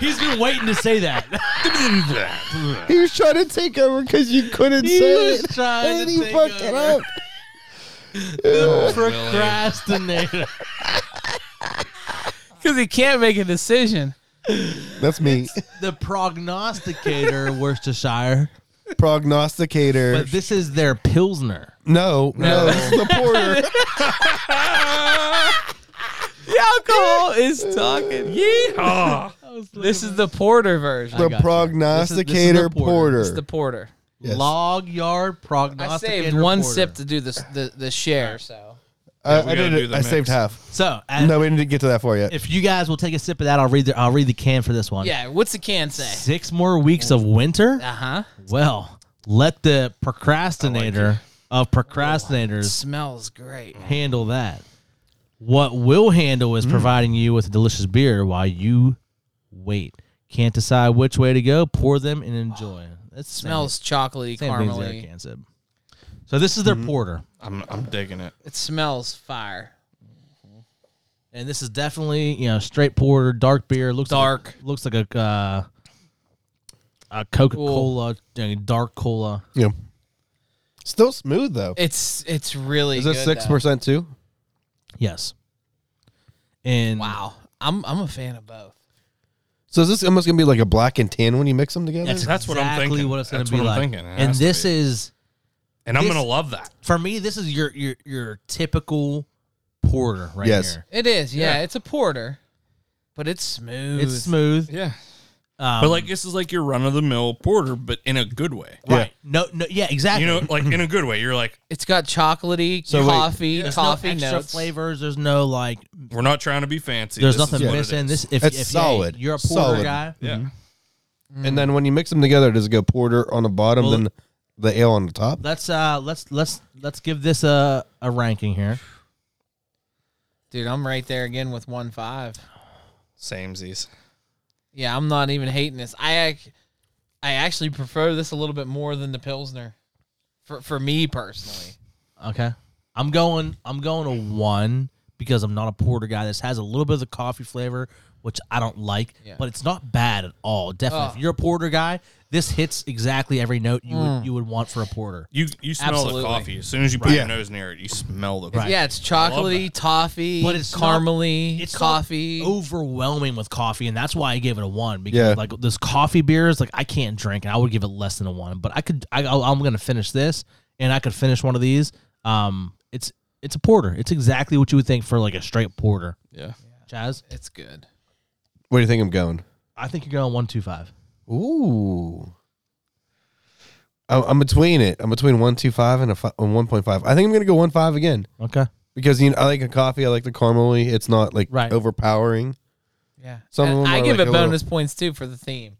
Speaker 1: He's been waiting to say that.
Speaker 3: he was trying to take over because you couldn't
Speaker 1: He
Speaker 3: say
Speaker 1: was
Speaker 3: it,
Speaker 1: trying
Speaker 3: and
Speaker 1: to
Speaker 3: he
Speaker 1: take
Speaker 3: fucked it
Speaker 1: over.
Speaker 3: up.
Speaker 1: Procrastinator.
Speaker 2: because he can't make a decision.
Speaker 3: That's me,
Speaker 1: the prognosticator, Worcestershire.
Speaker 3: prognosticator.
Speaker 1: But this is their pilsner.
Speaker 3: no, no,
Speaker 2: No.
Speaker 3: this is the porter.
Speaker 2: The alcohol is talking.
Speaker 4: Ah,
Speaker 2: This is the porter version.
Speaker 3: the
Speaker 1: got you.
Speaker 3: prognosticator
Speaker 1: This is- this is the porter.
Speaker 3: porter.
Speaker 2: It's the porter.
Speaker 3: Yes.
Speaker 1: Log yard prognosticator.
Speaker 2: I saved one
Speaker 1: porter.
Speaker 2: sip to do this the the share. So
Speaker 3: I,
Speaker 4: Yeah, we
Speaker 3: I
Speaker 4: gotta
Speaker 3: did
Speaker 4: do
Speaker 3: it.
Speaker 4: the
Speaker 3: I saved
Speaker 4: mix.
Speaker 3: half.
Speaker 1: So and
Speaker 3: No, we didn't get to that for yet.
Speaker 1: if you guys will take a sip of that, I'll read the I'll read the can for this one.
Speaker 2: yeah, what's the can say?
Speaker 1: Six more weeks of winter.
Speaker 2: Uh huh.
Speaker 1: Well, let the procrastinator of procrastinators
Speaker 2: Smells great.
Speaker 1: handle that. What will handle
Speaker 4: Mm.
Speaker 1: is providing you with a delicious beer while you wait. Can't decide which way to go. Pour them and enjoy. It
Speaker 2: Smells chocolatey, caramely.
Speaker 1: can sip. So this is
Speaker 4: Mm-hmm.
Speaker 1: their porter,
Speaker 4: I'm I'm digging it.
Speaker 2: It smells fire.
Speaker 1: and this is definitely you know straight porter, dark beer. Looks
Speaker 2: Dark.
Speaker 1: Like, looks like a uh, a Coca Cola, dark cola.
Speaker 3: Yeah. Still smooth though.
Speaker 2: It's it's really
Speaker 3: Is
Speaker 2: good.
Speaker 3: this six
Speaker 2: though.
Speaker 3: percent too?
Speaker 1: Yes. And
Speaker 2: Wow, I'm I'm a fan of both.
Speaker 3: So is this almost gonna be like a black and tan when you mix them together?
Speaker 1: That's,
Speaker 4: That's what I'm
Speaker 1: exactly
Speaker 4: thinking.
Speaker 1: what it's going
Speaker 4: That's
Speaker 1: to be
Speaker 4: what I'm
Speaker 1: like.
Speaker 4: thinking. It
Speaker 1: And
Speaker 4: has to
Speaker 1: this
Speaker 4: be.
Speaker 1: is
Speaker 4: And I'm
Speaker 1: This-
Speaker 4: gonna love that.
Speaker 1: for me. This is your your your typical porter right
Speaker 3: Yes.
Speaker 1: here.
Speaker 2: It is, yeah. It's a porter, but it's smooth.
Speaker 1: It's smooth,
Speaker 4: Yeah,
Speaker 1: um,
Speaker 4: but like this is like your run of the mill porter, but in a good way.
Speaker 1: right? No, no, yeah, exactly.
Speaker 4: You know, like in a good way. You're like,
Speaker 2: It's got chocolatey,
Speaker 3: So wait,
Speaker 2: coffee,
Speaker 1: there's
Speaker 2: coffee
Speaker 1: no extra
Speaker 2: notes.
Speaker 1: flavors. There's no like.
Speaker 4: we're not trying to be fancy.
Speaker 1: There's
Speaker 4: This is
Speaker 1: nothing
Speaker 4: what it
Speaker 1: missing.
Speaker 4: is.
Speaker 1: This if,
Speaker 3: It's
Speaker 1: if
Speaker 3: solid.
Speaker 1: Hey, you're a porter
Speaker 3: Solid.
Speaker 1: guy.
Speaker 4: Yeah.
Speaker 3: And then when you mix them together, does it go porter on the bottom,
Speaker 1: Well,
Speaker 3: then the ale on the top?
Speaker 1: Let's uh let's let's let's give this a a ranking here.
Speaker 2: Dude, I'm right there again with one five.
Speaker 4: Samesies.
Speaker 2: Yeah, I'm not even hating this. I ac- I actually prefer this a little bit more than the Pilsner. For for me personally.
Speaker 1: Okay. I'm going I'm going a 1 because I'm not a porter guy. This has a little bit of the coffee flavor which I don't like,
Speaker 2: Yeah.
Speaker 1: but it's not bad at all. Definitely. If
Speaker 2: Oh.
Speaker 1: you're a porter guy, this hits exactly every note you
Speaker 2: Mm.
Speaker 1: would you would want for a porter.
Speaker 4: You you smell
Speaker 2: Absolutely.
Speaker 4: the coffee as soon as you put
Speaker 3: Yeah.
Speaker 4: your nose near it. You smell the coffee.
Speaker 2: Yeah, it's chocolately, toffee,
Speaker 1: But it's not-
Speaker 2: caramely,
Speaker 1: It's not Oh.
Speaker 2: coffee.
Speaker 1: overwhelming with coffee and that's why I gave it a 1 because
Speaker 3: Yeah.
Speaker 1: like this coffee beer is like I can't drink and I would give it less than a 1, but I could I I'll- I'm going to finish this and I could finish one of these. Um it's it's a porter. It's exactly what you would think for like a straight porter.
Speaker 4: Yeah.
Speaker 1: Chaz,
Speaker 2: It's good.
Speaker 3: Where do you think I'm going?
Speaker 1: I think you're going 125.
Speaker 3: Ooh. I- I'm between it. I'm between one two five and a fi- and one point five. I think I'm gonna go one five again
Speaker 1: Okay.
Speaker 3: because you know I like a coffee. I like the caramely. It's not like
Speaker 1: Right.
Speaker 3: overpowering.
Speaker 2: Yeah.
Speaker 3: Some of
Speaker 2: And
Speaker 3: them
Speaker 2: I
Speaker 3: are
Speaker 2: give
Speaker 3: like
Speaker 2: it
Speaker 3: a little-
Speaker 2: bonus points too for the theme.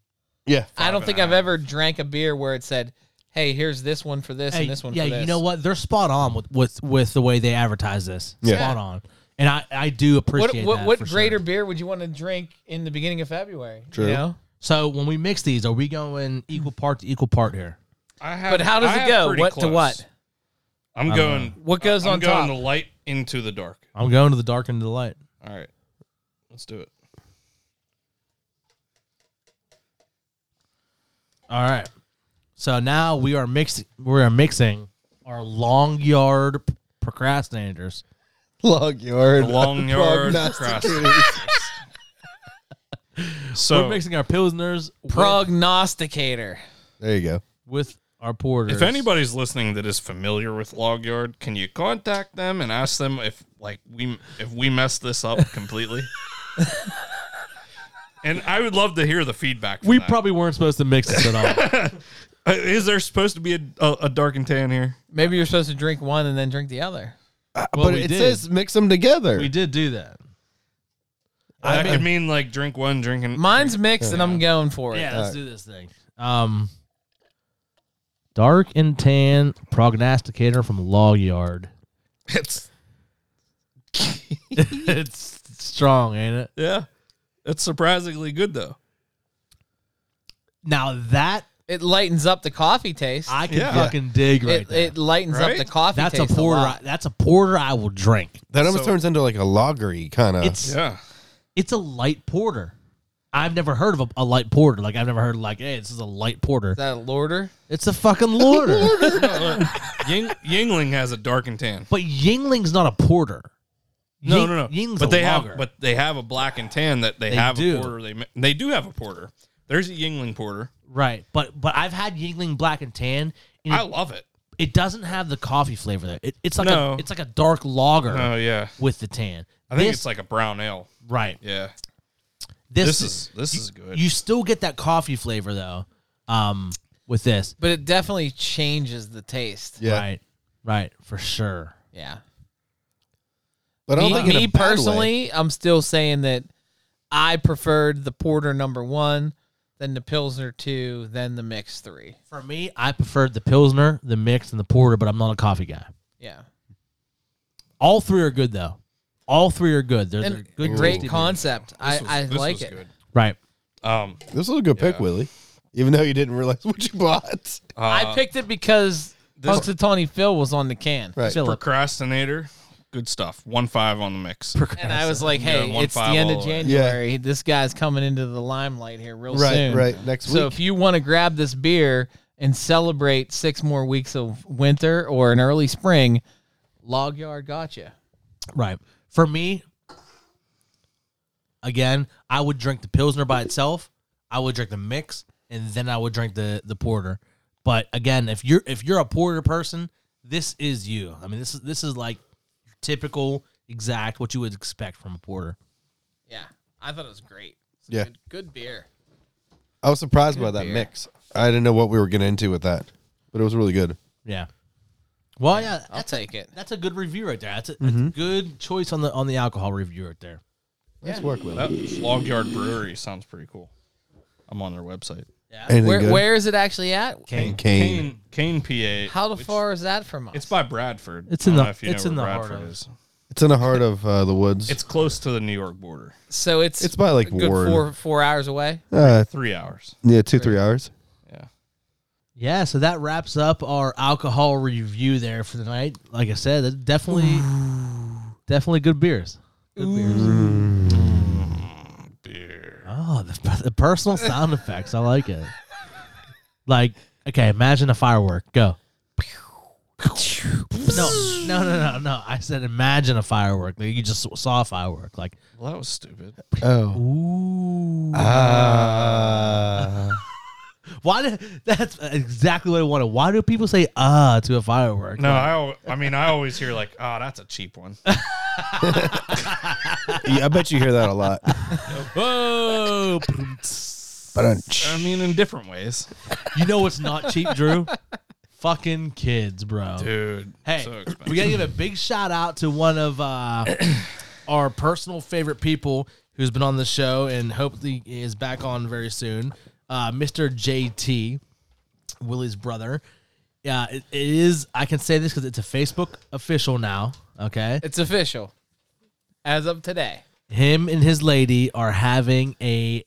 Speaker 3: Yeah,
Speaker 2: I don't
Speaker 4: and
Speaker 2: think
Speaker 4: a
Speaker 2: I've
Speaker 4: half.
Speaker 2: ever drank a beer where it said, "Hey, here's this one for this and this one
Speaker 1: yeah,
Speaker 2: for this."
Speaker 1: you know what? They're spot on with with, with the way they advertise this.
Speaker 3: Yeah.
Speaker 1: Spot on. And I, I do
Speaker 2: What
Speaker 1: appreciate
Speaker 2: what,
Speaker 1: that.
Speaker 2: what
Speaker 1: for sure.
Speaker 2: greater beer would you want to drink in the beginning of February?
Speaker 3: True.
Speaker 2: You know?
Speaker 1: So when we mix these, are we going equal part to equal part here?
Speaker 4: I have,
Speaker 2: But how does
Speaker 4: I
Speaker 2: it
Speaker 4: have
Speaker 2: go?
Speaker 4: pretty
Speaker 2: What to
Speaker 4: close.
Speaker 2: what?
Speaker 4: I'm going.
Speaker 2: What goes
Speaker 4: I'm
Speaker 2: on
Speaker 4: going
Speaker 2: top?
Speaker 4: the light into the dark.
Speaker 1: I'm going to the dark and the light.
Speaker 4: All right, let's do it.
Speaker 1: All right. So now we are mixing we are mixing our long yard p- procrastinators.
Speaker 3: log yard,
Speaker 4: The long yard
Speaker 3: Prognosticators.
Speaker 1: We're
Speaker 4: So,
Speaker 1: mixing our pilsners with-
Speaker 2: Prognosticator.
Speaker 3: There you go.
Speaker 1: with, our porters.
Speaker 4: if anybody's listening that is familiar with Log Yard, can you contact them and ask them if like we if we mess this up completely? and I would love to hear the feedback. From
Speaker 1: we
Speaker 4: that.
Speaker 1: probably weren't supposed to mix this at all.
Speaker 4: Uh, is there supposed to be a, a, a dark and tan here?
Speaker 2: Maybe you're supposed to drink one and then drink the other.
Speaker 3: Uh,
Speaker 1: Well,
Speaker 3: but
Speaker 1: we
Speaker 3: it
Speaker 1: did.
Speaker 3: says mix them together.
Speaker 1: we did do that.
Speaker 4: I could mean like drink one, drinking.
Speaker 2: Mine's mixed and I'm going for it.
Speaker 1: Yeah,
Speaker 3: All
Speaker 1: let's
Speaker 3: right.
Speaker 1: do this thing. Um, dark and tan prognosticator from Log Yard.
Speaker 4: It's
Speaker 1: it's strong, ain't it?
Speaker 4: yeah, it's surprisingly good though.
Speaker 1: Now that
Speaker 2: It lightens up the coffee taste.
Speaker 1: I can
Speaker 4: Yeah.
Speaker 1: fucking dig right
Speaker 2: it,
Speaker 1: there.
Speaker 2: it lightens
Speaker 4: Right?
Speaker 2: up the coffee
Speaker 1: that's a
Speaker 2: taste.
Speaker 1: porter. I,
Speaker 2: lot.
Speaker 1: that's a porter I will drink.
Speaker 3: that almost
Speaker 4: So-
Speaker 3: turns into like a lagery kind of.
Speaker 1: It's
Speaker 4: Yeah,
Speaker 1: it's a light porter. I've never heard of a, a light porter. Like I've never heard like, hey, this is a light porter.
Speaker 2: Is that a lorder?
Speaker 1: It's a fucking lorder.
Speaker 4: Ying, Yingling has a dark and tan.
Speaker 1: but Yingling's not a porter.
Speaker 4: No,
Speaker 1: Ying-
Speaker 4: no, no.
Speaker 1: Ying's
Speaker 4: but
Speaker 1: a
Speaker 4: they
Speaker 1: lager.
Speaker 4: have, but they have a black and tan that they,
Speaker 1: They
Speaker 4: have
Speaker 1: do.
Speaker 4: a porter. They ma- they do have a porter. There's a Yingling porter.
Speaker 1: right. But but I've had Yingling black and tan. And
Speaker 4: I
Speaker 1: it
Speaker 4: love it.
Speaker 1: it doesn't have the coffee flavor there. It, it's like
Speaker 4: No.
Speaker 1: a it's like a dark lager
Speaker 4: Oh yeah,
Speaker 1: with the tan.
Speaker 4: I think
Speaker 1: this,
Speaker 4: it's like a brown ale.
Speaker 1: right.
Speaker 4: Yeah,
Speaker 1: This,
Speaker 4: this is this is good.
Speaker 1: you still get that coffee flavor though. Um, with this,
Speaker 2: But it definitely changes the taste.
Speaker 3: yeah,
Speaker 1: right, right, for sure.
Speaker 2: Yeah.
Speaker 3: but I don't
Speaker 2: me,
Speaker 3: think in a
Speaker 2: me
Speaker 3: bad way.
Speaker 2: personally, I'm still saying that I preferred the porter number one, then the pilsner two, then the mix three.
Speaker 1: For me, I preferred the pilsner, the mix, and the porter, but I'm not a coffee guy.
Speaker 2: Yeah,
Speaker 1: All three are good though. All three are good. They're, they're
Speaker 2: and
Speaker 1: good, tasty
Speaker 2: great
Speaker 1: beers.
Speaker 2: concept. I,
Speaker 4: This was-
Speaker 2: I
Speaker 4: this
Speaker 2: like
Speaker 4: was
Speaker 2: it.
Speaker 4: good.
Speaker 1: Right.
Speaker 4: Um,
Speaker 3: this was a good pick,
Speaker 4: Yeah.
Speaker 3: Willie. Even though you didn't realize what you bought.
Speaker 4: uh,
Speaker 2: I picked it because Punxsutawney Phil was on the can,
Speaker 3: Right.
Speaker 1: Philip.
Speaker 4: procrastinator. Good stuff. One five on the mix.
Speaker 2: and I was like,
Speaker 4: Yeah,
Speaker 2: "Hey,
Speaker 4: one
Speaker 2: it's the
Speaker 4: five
Speaker 2: end of
Speaker 4: all the way.
Speaker 2: January. This guy's coming into the limelight here real
Speaker 3: Right,
Speaker 2: soon.
Speaker 3: right. Next
Speaker 2: So
Speaker 3: week.
Speaker 2: if you want to grab this beer and celebrate six more weeks of winter or an early spring, Log Yard gotcha.
Speaker 1: Right. For me, again, I would drink the Pilsner by itself. I would drink the mix, and then I would drink the the porter. But again, if you're if you're a porter person, this is you. I mean, this is this is like typical, exact what you would expect from a porter.
Speaker 2: Yeah, I thought it was great. It's a
Speaker 3: Yeah.
Speaker 2: good, good beer.
Speaker 3: I was surprised by
Speaker 2: Good
Speaker 3: that
Speaker 2: beer.
Speaker 3: mix. I didn't know what we were getting into with that, but it was really good.
Speaker 1: Yeah. Well, yeah,
Speaker 2: I'll take it.
Speaker 1: that's a good review right there. That's a, that's a good choice on the on the alcohol review right there.
Speaker 3: Nice work, Willie.
Speaker 4: That Log Yard Brewery sounds pretty cool. I'm on their website.
Speaker 1: Yeah.
Speaker 3: Anything
Speaker 2: Where,
Speaker 3: good?
Speaker 2: where is it actually at?
Speaker 3: Kane.
Speaker 4: Kane, Kane, PA.
Speaker 2: How
Speaker 4: which-
Speaker 2: far is that from us?
Speaker 4: It's by Bradford.
Speaker 1: It's
Speaker 4: I
Speaker 1: in the-
Speaker 4: don't know if you
Speaker 1: it's
Speaker 4: know
Speaker 1: in
Speaker 4: where
Speaker 1: the heart
Speaker 4: Bradford
Speaker 1: of-
Speaker 4: is.
Speaker 3: It's in the heart of uh, the woods.
Speaker 4: It's close to the New York border.
Speaker 2: so it's
Speaker 3: it's by like
Speaker 2: a good
Speaker 3: Ward.
Speaker 2: four four hours away.
Speaker 3: uh,
Speaker 4: Three hours.
Speaker 3: yeah, two three hours.
Speaker 4: Yeah.
Speaker 1: Yeah, so that wraps up our alcohol review there for the night. Like I said, that's definitely definitely good beers. Good beers. Oh, the, the personal sound effects. I like it. Like, okay, imagine a firework. Go. No, no, no, no, no. I said imagine a firework. Like you just saw a firework. Like,
Speaker 4: Well, that was stupid.
Speaker 3: Oh,
Speaker 1: ooh.
Speaker 3: ah,
Speaker 1: Why? Do, that's exactly what I wanted. Why do people say ah to a firework?
Speaker 4: No, I, al- I mean, I always hear like, oh, that's a cheap one.
Speaker 3: yeah, I bet you hear that a lot.
Speaker 1: Whoa!
Speaker 3: Ba-dum-tsh.
Speaker 4: I mean, in different ways.
Speaker 1: you know what's not cheap, Drew? Fucking kids, bro.
Speaker 4: Dude.
Speaker 1: hey,
Speaker 4: So
Speaker 1: we
Speaker 4: expensive.
Speaker 1: gotta give a big shout out to one of uh, our personal favorite people who's been on the show and hopefully is back on very soon. Uh, Mr. JT, Willie's brother. Yeah, it- it is. I can say this because it's a Facebook official now. Okay,
Speaker 2: It's official, as of today.
Speaker 1: him and his lady are having a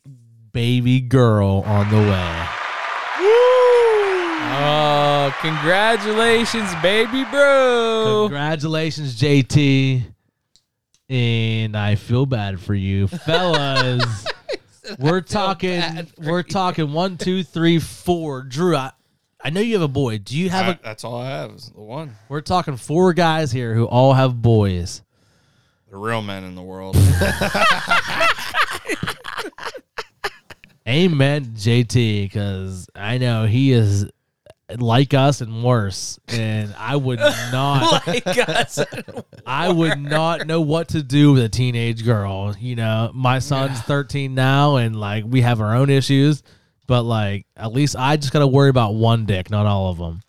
Speaker 1: baby girl on the way.
Speaker 2: Oh, congratulations, baby bro!
Speaker 1: Congratulations, JT. And I feel bad for you, fellas. we're talking. We're talking one, two, three, four. Drew, I, I know you have a boy. Do you have a?
Speaker 4: I- that's all I have is the one.
Speaker 1: We're talking four guys here who all have boys.
Speaker 4: The real men in the world.
Speaker 1: Amen, JT, because I know he is like us and worse, and I would not.
Speaker 2: Like us.
Speaker 1: I would not know what to do with a teenage girl. You know, my son's 13 now, and like we have our own issues, but like at least I just got to worry about one dick, not all of them.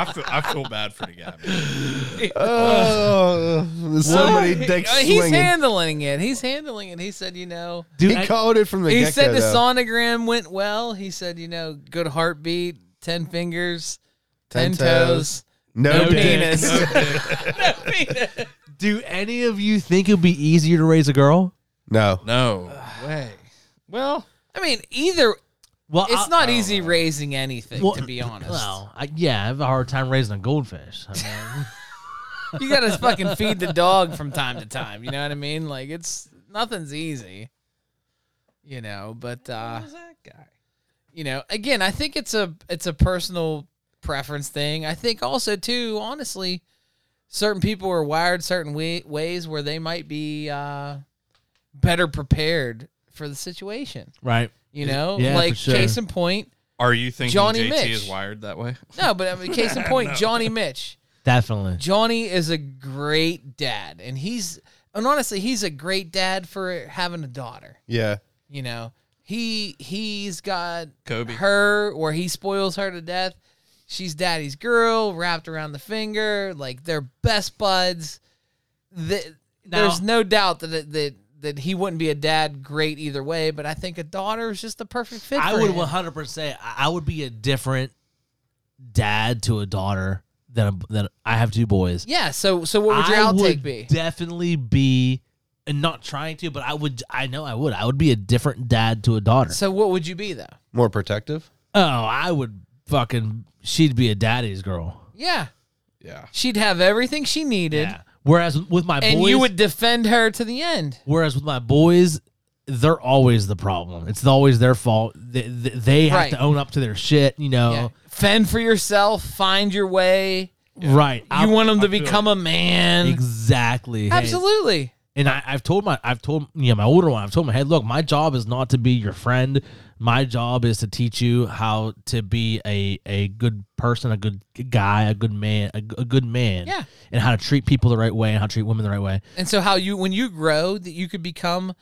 Speaker 4: I, feel, I feel bad for the guy. man.
Speaker 3: Oh, there's so many dicks
Speaker 2: Uh, He's
Speaker 3: swinging.
Speaker 2: handling it. He's handling it. He said, you know,
Speaker 1: Dude,
Speaker 3: he called it from the
Speaker 2: he
Speaker 3: get-go,
Speaker 2: said the
Speaker 3: though.
Speaker 2: sonogram went well. He said, you know, good heartbeat, ten fingers, ten,
Speaker 3: Ten
Speaker 2: toes,
Speaker 3: toes. No,
Speaker 1: No
Speaker 3: dick.
Speaker 1: penis. do any of you think it'd be easier to raise a girl?
Speaker 3: No.
Speaker 4: No.
Speaker 2: Way.
Speaker 4: Well,
Speaker 2: I mean, either
Speaker 1: Well,
Speaker 2: it's
Speaker 1: I-
Speaker 2: not easy raising anything,
Speaker 1: Uh, Well,
Speaker 2: to be honest.
Speaker 1: Well, I, yeah, I have a hard time raising a goldfish. I mean,
Speaker 2: You gotta fucking feed the dog from time to time. You know what I mean? Like it's nothing's easy. You know, but uh
Speaker 4: that guy.
Speaker 2: you know, again, I think it's a it's a personal preference thing. I think also too, honestly, certain people are wired certain way, ways where they might be uh better prepared for the situation.
Speaker 1: right?
Speaker 2: You know,
Speaker 1: Yeah, for
Speaker 2: like
Speaker 1: sure.
Speaker 2: case in point.
Speaker 4: Are you thinking
Speaker 2: Johnny
Speaker 4: JT is
Speaker 2: Mitch.
Speaker 4: wired that way?
Speaker 2: No, but I mean, case in point, Johnny Mitch.
Speaker 1: Definitely.
Speaker 2: Johnny is a great dad, and he's and honestly, he's a great dad for having a daughter.
Speaker 3: Yeah.
Speaker 2: You know, he he's got
Speaker 4: Kobe.
Speaker 2: her, where he spoils her to death. She's daddy's girl, wrapped around the finger. Like they're best buds. The,
Speaker 1: Now-
Speaker 2: there's no doubt that it- that that he wouldn't be a dad great either way, but I think a daughter is just the perfect fit.
Speaker 1: I
Speaker 2: for
Speaker 1: would
Speaker 2: him.
Speaker 1: 100. percent I I would be a different dad to a daughter than a, than I have two boys.
Speaker 2: Yeah. So so what would your
Speaker 1: I
Speaker 2: outtake
Speaker 1: would
Speaker 2: be?
Speaker 1: definitely be, and not trying to, but I would. I know I would. I would be a different dad to a daughter.
Speaker 2: so what would you be though?
Speaker 3: More protective.
Speaker 1: Oh, I would fucking. She'd be a daddy's girl.
Speaker 2: Yeah.
Speaker 4: Yeah.
Speaker 2: She'd have everything she needed.
Speaker 1: Whereas with my
Speaker 2: and
Speaker 1: boys,
Speaker 2: you would defend her to the end.
Speaker 1: whereas with my boys, they're always the problem. It's always their fault. They, they, they have
Speaker 2: Right.
Speaker 1: to own up to their shit. You know,
Speaker 2: Yeah. Fend for yourself. Find your way.
Speaker 1: right? I-
Speaker 2: you want them to
Speaker 4: feel
Speaker 2: become a man.
Speaker 1: exactly. Hey,
Speaker 2: Absolutely.
Speaker 1: And I, I've told my, I've told, yeah, my older one, I've told my hey, look, my job is not to be your friend. My job is to teach you how to be a, a good person, a good guy, a good man, a, g- a good man.
Speaker 2: Yeah.
Speaker 1: And how to treat people the right way and how to treat women the right way.
Speaker 2: And so how you when you grow that you could become,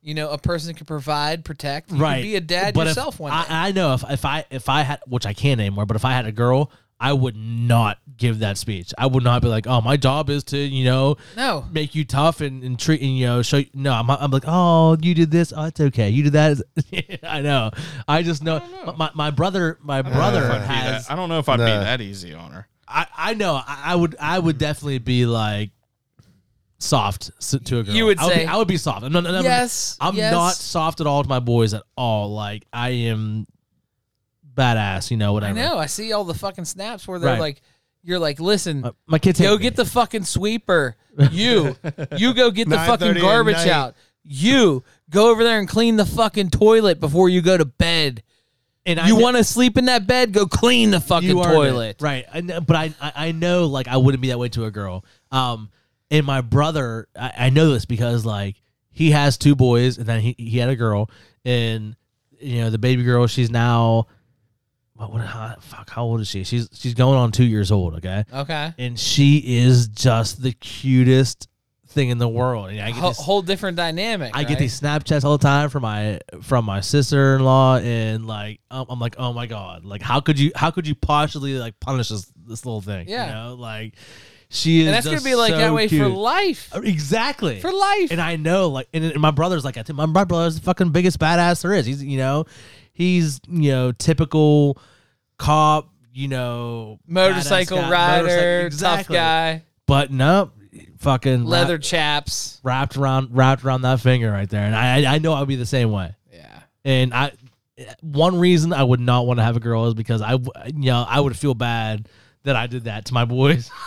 Speaker 2: you know, a person that can provide, protect, you could
Speaker 1: right.
Speaker 2: be a dad
Speaker 1: But if
Speaker 2: yourself one day.
Speaker 1: I, I know if, if I, if I had, which I can't anymore, but if I had a girl, I would not give that speech. I would not be like, oh, my job is to, you know,
Speaker 2: No.
Speaker 1: make you tough and, and treat and you know show you, no I'm, I'm like oh you did this oh it's okay you did that I know I just know, My, my brother my brother
Speaker 5: I'd be
Speaker 1: has
Speaker 5: that- I don't know if I'd be
Speaker 3: Nah.
Speaker 5: that easy on her.
Speaker 1: I, I know I, I would I would definitely be like soft s- to a girl
Speaker 2: You would
Speaker 1: I be-
Speaker 2: say-
Speaker 1: I would be soft I'm not, I'm,
Speaker 2: Yes,
Speaker 1: I'm
Speaker 2: yes.
Speaker 1: not soft at all to my boys at all like I am badass you know
Speaker 2: I
Speaker 1: whatever
Speaker 2: know. I see all the fucking snaps where they're
Speaker 1: Right. Uh,
Speaker 2: like, you're like, listen,
Speaker 1: my, my kids
Speaker 2: go
Speaker 1: hate
Speaker 2: get
Speaker 1: me.
Speaker 2: the fucking sweeper. You, you go get the
Speaker 3: 9:30
Speaker 2: fucking
Speaker 3: at
Speaker 2: garbage
Speaker 3: night.
Speaker 2: out. You go over there and clean the fucking toilet before you go to bed.
Speaker 1: and I
Speaker 2: You
Speaker 1: kn-
Speaker 2: want to sleep in that bed? Go clean the fucking
Speaker 1: you earned it.
Speaker 2: toilet.
Speaker 1: right? I know, but I, I I know like I wouldn't be that way to a girl. Um, and my brother, I, I know this because like he has two boys, and then he he had a girl, and you know the baby girl, she's now. What, what how, fuck? How old is she? She's she's going on two years old. Okay,
Speaker 2: Okay.
Speaker 1: and she is just the cutest thing in the world. And I get
Speaker 2: Whole,
Speaker 1: this-
Speaker 2: whole different dynamic.
Speaker 1: I get
Speaker 2: right?
Speaker 1: these Snapchats all the time from my from my sister in law, and like I'm, I'm like, oh my god, like how could you how could you possibly like punish this this little thing?
Speaker 2: Yeah.
Speaker 1: you know, like she is.
Speaker 2: and that's gonna
Speaker 1: just
Speaker 2: be like
Speaker 1: so
Speaker 2: that way for
Speaker 1: cute. Uh,
Speaker 2: life.
Speaker 1: Exactly
Speaker 2: For life.
Speaker 1: and I know, like, and, and my brother's like, I think my my brother's the fucking biggest badass there is. He's, you know, he's, you know, typical cop, you know,
Speaker 2: motorcycle
Speaker 1: badass guy,
Speaker 2: rider,
Speaker 1: motorcycle-
Speaker 2: tough guy,
Speaker 1: But no, fucking
Speaker 2: leather
Speaker 1: wrap-
Speaker 2: chaps.
Speaker 1: wrapped around wrapped around that finger right there, and I I- I know I'd be the same way.
Speaker 2: Yeah.
Speaker 1: And I, one reason I would not want to have a girl is because I, w- you know, I would feel bad that I did that to my boys.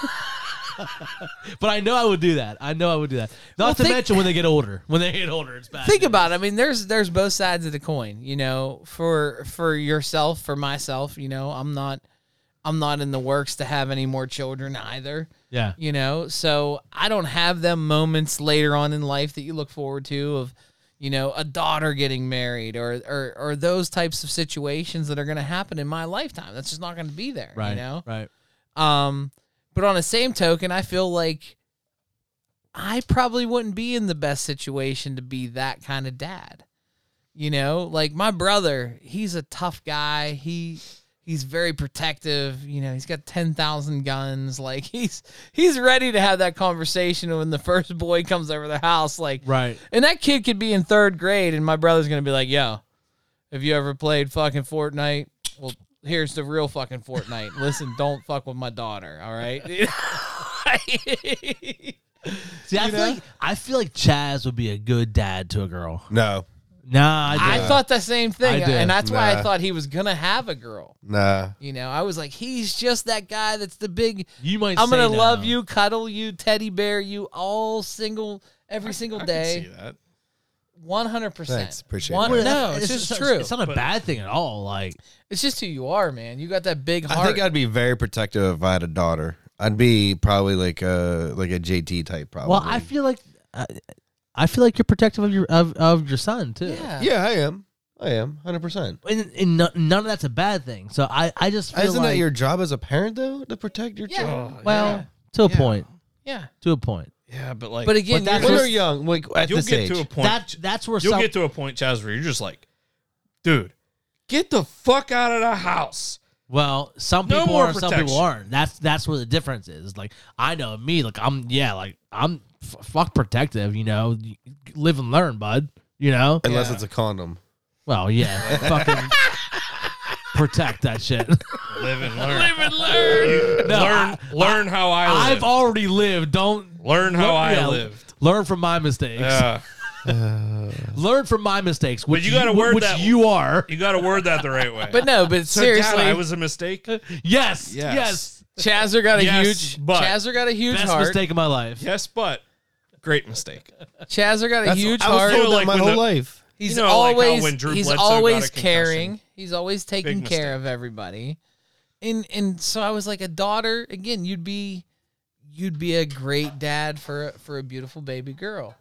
Speaker 1: but I know I would do that. I know I would do that. Not
Speaker 2: Well,
Speaker 1: to
Speaker 2: think-
Speaker 1: mention when they get older. When they get older, it's bad.
Speaker 2: Think
Speaker 1: news.
Speaker 2: about it. I mean, there's there's both sides of the coin, you know, for for yourself, for myself, you know, I'm not I'm not in the works to have any more children either,
Speaker 1: Yeah.
Speaker 2: you know. So I don't have them moments later on in life that you look forward to of you know, a daughter getting married or, or or those types of situations that are gonna happen in my lifetime. That's just not gonna be there.
Speaker 1: Right.
Speaker 2: You know?
Speaker 1: Right.
Speaker 2: Um, but on the same token, I feel like I probably wouldn't be in the best situation to be that kind of dad. You know, like my brother, he's a tough guy. He he's very protective. You know, he's got ten thousand guns. Like he's he's ready to have that conversation when the first boy comes over the house. Like
Speaker 1: Right.
Speaker 2: and that kid could be in third grade, and my brother's gonna be like, "Yo, have you ever played fucking Fortnite? Well, here's the real fucking Fortnite. Listen, don't fuck with my daughter. All right."
Speaker 1: See, I feel like I feel like Chaz would be a good dad to a girl.
Speaker 3: No,
Speaker 1: Nah, I,
Speaker 2: I
Speaker 1: don't.
Speaker 2: thought the same thing,
Speaker 1: I did.
Speaker 2: and that's why I
Speaker 3: Nah.
Speaker 2: thought he was gonna have a girl.
Speaker 3: nah.
Speaker 2: You know, I was like, he's just that guy that's the big.
Speaker 1: you might.
Speaker 2: I'm
Speaker 1: say
Speaker 2: gonna
Speaker 1: no.
Speaker 2: love you, cuddle you, teddy bear you all single every single
Speaker 5: I can see
Speaker 2: day,
Speaker 5: that.
Speaker 2: one hundred
Speaker 3: Thanks,
Speaker 2: percent.
Speaker 3: appreciate
Speaker 2: One-
Speaker 3: that.
Speaker 2: No, it's just
Speaker 1: not-
Speaker 2: true.
Speaker 1: It's not a bad thing at all. Like
Speaker 2: It's just who you are, man. You got that big heart.
Speaker 3: I think I'd be very protective if I had a daughter. I'd be probably like a like a JT type, probably.
Speaker 1: Well, I feel like I, I feel like you're protective of your of, of your son too.
Speaker 2: yeah.
Speaker 3: yeah, I am. I am hundred percent.
Speaker 1: And, and no, none of that's a bad thing. So I I just feel
Speaker 3: Isn't
Speaker 1: like
Speaker 3: that your job as a parent though to protect your
Speaker 2: Yeah.
Speaker 3: children?
Speaker 4: Oh,
Speaker 1: well to a
Speaker 5: Yeah.
Speaker 1: point
Speaker 2: Yeah.
Speaker 1: to a point.
Speaker 5: Yeah, but like,
Speaker 2: But again,
Speaker 1: But
Speaker 2: you're
Speaker 1: that's
Speaker 3: When
Speaker 2: just-
Speaker 3: they're young, like at
Speaker 5: you'll
Speaker 3: this
Speaker 5: get
Speaker 3: age.
Speaker 5: to a point.
Speaker 1: That that's where
Speaker 5: you'll
Speaker 1: some
Speaker 5: get to a point, Chaz, where you're just like, dude, get the fuck out of the house.
Speaker 1: well some
Speaker 5: No
Speaker 1: people
Speaker 5: more
Speaker 1: are some people
Speaker 5: protection.
Speaker 1: aren't. That's that's where the difference is. Like I know me like I'm yeah like I'm f- fuck protective. You know You live and learn, bud. You know
Speaker 3: Unless it's a condom.
Speaker 1: well yeah fucking protect that shit.
Speaker 5: Live and learn. Live and learn.
Speaker 1: No,
Speaker 5: learn, learn how I live.
Speaker 1: I've already lived. Don't
Speaker 5: learn how I
Speaker 1: yeah,
Speaker 5: lived.
Speaker 1: Learn from my mistakes.
Speaker 5: Yeah.
Speaker 1: Learn from my mistakes, which
Speaker 5: you gotta
Speaker 1: you,
Speaker 5: word
Speaker 1: which
Speaker 5: that-
Speaker 1: you are.
Speaker 5: you got to word that the right way.
Speaker 2: But no, but
Speaker 5: so
Speaker 2: seriously,
Speaker 5: Dad, I was a mistake.
Speaker 1: Yes, yes,
Speaker 2: Chazer got a
Speaker 5: Yes,
Speaker 2: huge
Speaker 5: but-
Speaker 2: Chazer got a huge
Speaker 1: best
Speaker 2: heart.
Speaker 1: mistake of my life.
Speaker 5: Yes, but great mistake.
Speaker 2: Chazer got a huge
Speaker 3: I was
Speaker 2: heart.
Speaker 5: doing
Speaker 3: told
Speaker 5: like
Speaker 3: that my
Speaker 5: when
Speaker 3: whole
Speaker 5: the-
Speaker 3: life.
Speaker 2: He's
Speaker 5: You know, like how
Speaker 2: always
Speaker 5: when Drew
Speaker 2: he's
Speaker 5: Bledsoe got a
Speaker 2: always
Speaker 5: concussion.
Speaker 2: caring. He's always taking
Speaker 5: mistake.
Speaker 2: care of everybody. And and so I was like a daughter again. You'd be you'd be a great dad for a- for a beautiful baby girl.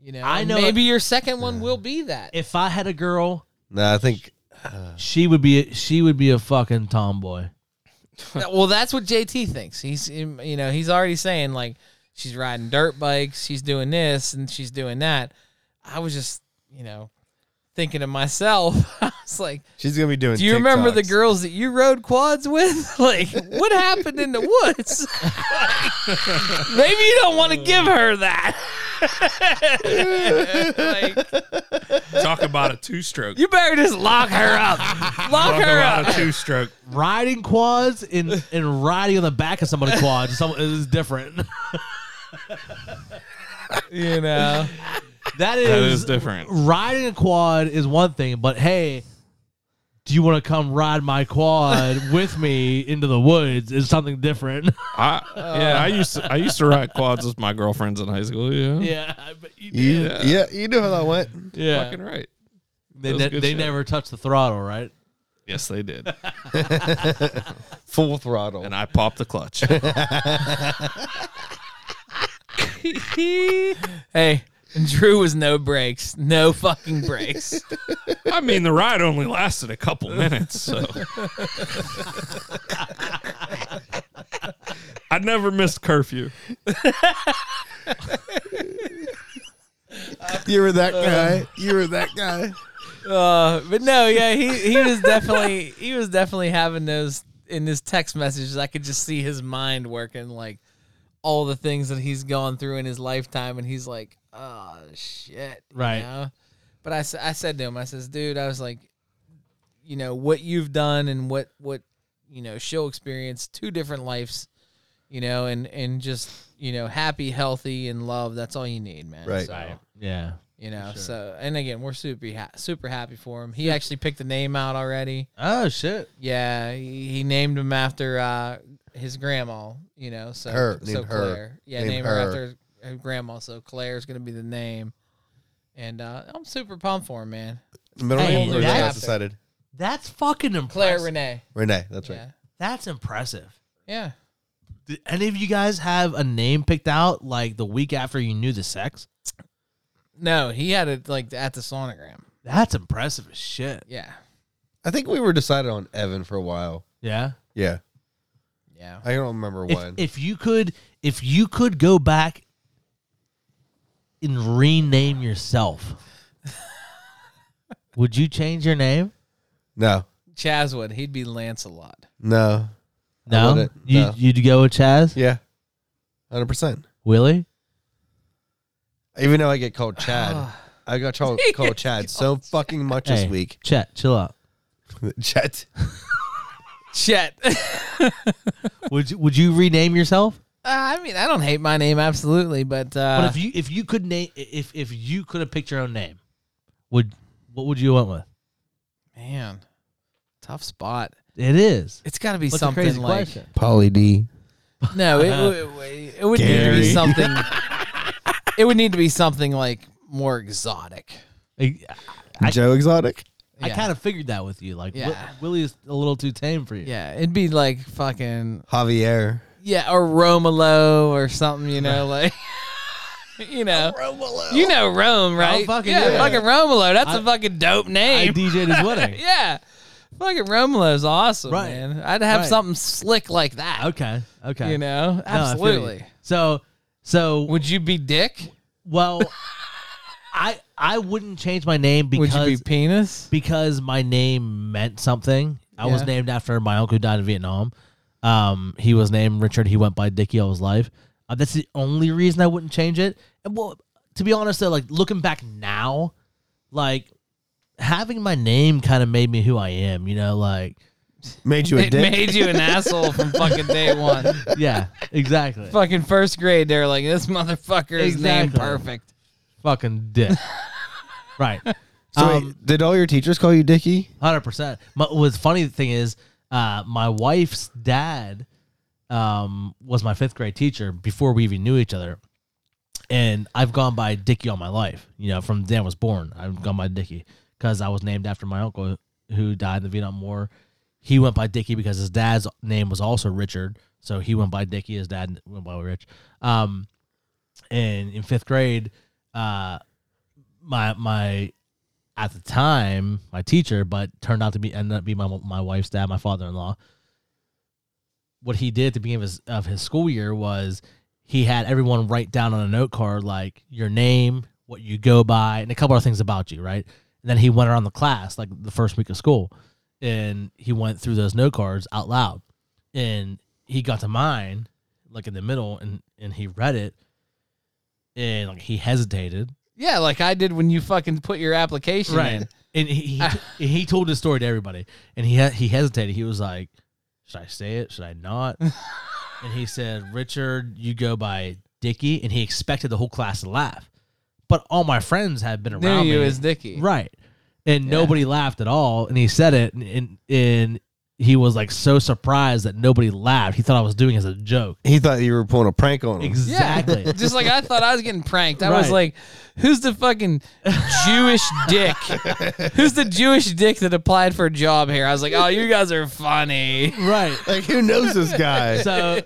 Speaker 2: You know,
Speaker 1: I
Speaker 2: And
Speaker 1: know-
Speaker 2: maybe your second one will be that.
Speaker 1: If I had a girl,
Speaker 3: No, I think
Speaker 1: she would be a, she would be a fucking tomboy.
Speaker 2: well, that's what JT thinks. He's you know he's already saying like she's riding dirt bikes, she's doing this and she's doing that. I was just you know thinking to myself, I was like,
Speaker 3: She's gonna be doing.
Speaker 2: do you remember the
Speaker 3: TikToks.
Speaker 2: girls that you rode quads with? Like, what happened in the woods? Maybe you don't want to give her that. like,
Speaker 5: Talk about a two stroke.
Speaker 2: you better just lock her up. Lock
Speaker 5: Talk
Speaker 2: her
Speaker 5: about
Speaker 2: up.
Speaker 5: a two stroke.
Speaker 1: Riding quads and, and riding on the back of somebody's quads some, is different.
Speaker 2: You know,
Speaker 1: That is,
Speaker 5: That is different.
Speaker 1: Riding a quad is one thing, but hey, do you want to come ride my quad with me into the woods? Is something different.
Speaker 5: I, yeah, I used to, I used to ride quads with my girlfriends in high school. Yeah,
Speaker 1: yeah, I bet you did.
Speaker 3: You, yeah. you know how that went.
Speaker 1: yeah.
Speaker 5: fucking right.
Speaker 1: They,
Speaker 5: That was
Speaker 1: ne-
Speaker 5: good
Speaker 1: they
Speaker 5: shit.
Speaker 1: never touched the throttle, right?
Speaker 5: Yes, they did,
Speaker 3: Full throttle.
Speaker 5: and I popped the clutch.
Speaker 2: hey, and Drew was no breaks, no fucking breaks.
Speaker 5: I mean, the ride only lasted a couple minutes, so I never missed curfew.
Speaker 3: you were that guy. You were that guy.
Speaker 2: Uh, but no, yeah, he, he was definitely he was definitely having those in his text messages. I could just see his mind working like all the things that he's gone through in his lifetime, and he's like, oh shit, you
Speaker 1: Right.
Speaker 2: know? But I, s- I said to him, I says, dude, I was like, you know what you've done and what what you know she'll experience two different lives, you know, and and just you know happy, healthy, and love. That's all you need, man.
Speaker 3: Right.
Speaker 2: So-
Speaker 1: Yeah.
Speaker 2: you know, so and again, we're super ha- super happy for him. He actually picked the name out already.
Speaker 1: Oh shit.
Speaker 2: Yeah, he, he named him after uh, his grandma. You know, so
Speaker 3: Her,
Speaker 2: so
Speaker 3: named her.
Speaker 2: Claire. Yeah,
Speaker 3: Named
Speaker 2: name her.
Speaker 3: her.
Speaker 2: after her grandma. So Claire's gonna be the name. And uh, I'm super pumped for him, man.
Speaker 3: Middle
Speaker 1: Hey,
Speaker 3: name or is that
Speaker 1: that's-
Speaker 3: what's decided?
Speaker 1: That's fucking impressive.
Speaker 2: Claire Renee.
Speaker 3: Renee. That's right.
Speaker 2: Yeah,
Speaker 1: That's impressive.
Speaker 2: yeah.
Speaker 1: Did any of you guys have a name picked out like the week after you knew the sex?
Speaker 2: No, he had it like at the sonogram.
Speaker 1: That's impressive as shit.
Speaker 2: Yeah,
Speaker 3: I think we were decided on Evan for a while.
Speaker 1: Yeah.
Speaker 3: Yeah.
Speaker 2: yeah.
Speaker 3: I don't remember
Speaker 1: If,
Speaker 3: when.
Speaker 1: if you could if you could go back and rename yourself, would you change your name?
Speaker 3: no.
Speaker 2: Chazwood, he'd be Lancelot.
Speaker 3: No. I
Speaker 1: No.
Speaker 3: wouldn't,
Speaker 1: You
Speaker 3: no.
Speaker 1: you'd go with Chaz?
Speaker 3: Yeah. Hundred percent.
Speaker 1: Willie?
Speaker 3: Even though I get called Chad. I got called, called Chad so fucking much
Speaker 1: Hey,
Speaker 3: this week.
Speaker 1: Chet, chill out.
Speaker 3: Chet.
Speaker 2: Chet. uh,
Speaker 1: would you, would you rename yourself?
Speaker 2: I mean, I don't hate my name absolutely, but uh,
Speaker 1: But if you if you could name if if you could have picked your own name, would what would you went with?
Speaker 2: man, tough spot.
Speaker 1: It is
Speaker 2: It's got to be
Speaker 1: What's a
Speaker 2: something
Speaker 1: crazy
Speaker 2: like
Speaker 1: question?
Speaker 3: Polly D.
Speaker 2: no, it, would- it would need to
Speaker 3: Gary.
Speaker 2: be something. it would need to be something like more exotic.
Speaker 1: I,
Speaker 3: Joe Exotic.
Speaker 2: Yeah.
Speaker 1: kind of figured that with you. Like Wi-
Speaker 2: Yeah.
Speaker 1: Willie is a little too tame for you.
Speaker 2: Yeah, it'd be like fucking
Speaker 3: Javier.
Speaker 2: yeah, or Romolo or something. You know, like you know,
Speaker 1: uh,
Speaker 2: you know Rome, right?
Speaker 1: fucking
Speaker 2: yeah,
Speaker 1: yeah.
Speaker 2: fucking Romolo. That's a
Speaker 1: I-
Speaker 2: fucking dope
Speaker 1: I
Speaker 2: name.
Speaker 1: DJ'd his wedding.
Speaker 2: yeah, fucking Romolo's awesome,
Speaker 1: Right.
Speaker 2: man. I'd have
Speaker 1: Right.
Speaker 2: something slick like that.
Speaker 1: Okay. Okay.
Speaker 2: You know,
Speaker 1: No, I feel you.
Speaker 2: absolutely.
Speaker 1: So so
Speaker 2: Would you be Dick?
Speaker 1: well, I I wouldn't change my name because
Speaker 2: Would you be penis?
Speaker 1: because my name meant something. I was
Speaker 2: Yeah.
Speaker 1: named after my uncle who died in Vietnam. Um, he was named Richard. He went by Dickie all his life. Uh, that's the only reason I wouldn't change it. And well, to be honest, though, like looking back now, like having my name kind of made me who I am. You know, like
Speaker 3: Made you a
Speaker 2: it
Speaker 3: dick.
Speaker 2: made you an asshole from fucking day one.
Speaker 1: yeah, exactly.
Speaker 2: fucking first grade, they're like, this motherfucker is named
Speaker 1: Exactly.
Speaker 2: perfect.
Speaker 1: Fucking dick. right.
Speaker 3: so wait,
Speaker 1: um,
Speaker 3: did all your teachers call you Dickie?
Speaker 1: Hundred percent. What's funny thing is, uh, my wife's dad um, was my fifth grade teacher before we even knew each other, and I've gone by Dickie all my life. You know, from the day I was born, I've gone by Dickie because I was named after my uncle who died in the Vietnam War. He went by Dickie because his dad's name was also Richard, so he went by Dickie. His dad went by Rich. Um, and in fifth grade, uh, my my at the time my teacher, but turned out to be ended up being my my wife's dad, my father in law. What he did at the beginning of his of his school year was he had everyone write down on a note card like your name, what you go by, and a couple other things about you, right? And then he went around the class like the first week of school, and he went through those note cards out loud, and he got to mine like in the middle, and and he read it, and like he hesitated,
Speaker 2: Yeah, like I did when you fucking put your application in.
Speaker 1: and he he, and he told his story to everybody, and he he hesitated. He was like, "Should I say it? Should I not?" and he said, "Richard, you go by Dicky," and he expected the whole class to laugh, but all my friends had been
Speaker 2: Knew
Speaker 1: around
Speaker 2: you
Speaker 1: me,
Speaker 2: as Dicky.
Speaker 1: right? And nobody laughed at all, and he said it, and, and and he was like so surprised that nobody laughed. He thought I was doing it as a joke.
Speaker 3: He thought you were pulling a prank on him.
Speaker 1: Exactly.
Speaker 2: Yeah. Just like I thought I was getting pranked. I was
Speaker 1: Right.
Speaker 2: like, who's the fucking Jewish dick? who's the Jewish dick that applied for a job here? I was like, oh, you guys are funny.
Speaker 1: right.
Speaker 3: Like who knows this guy?
Speaker 1: so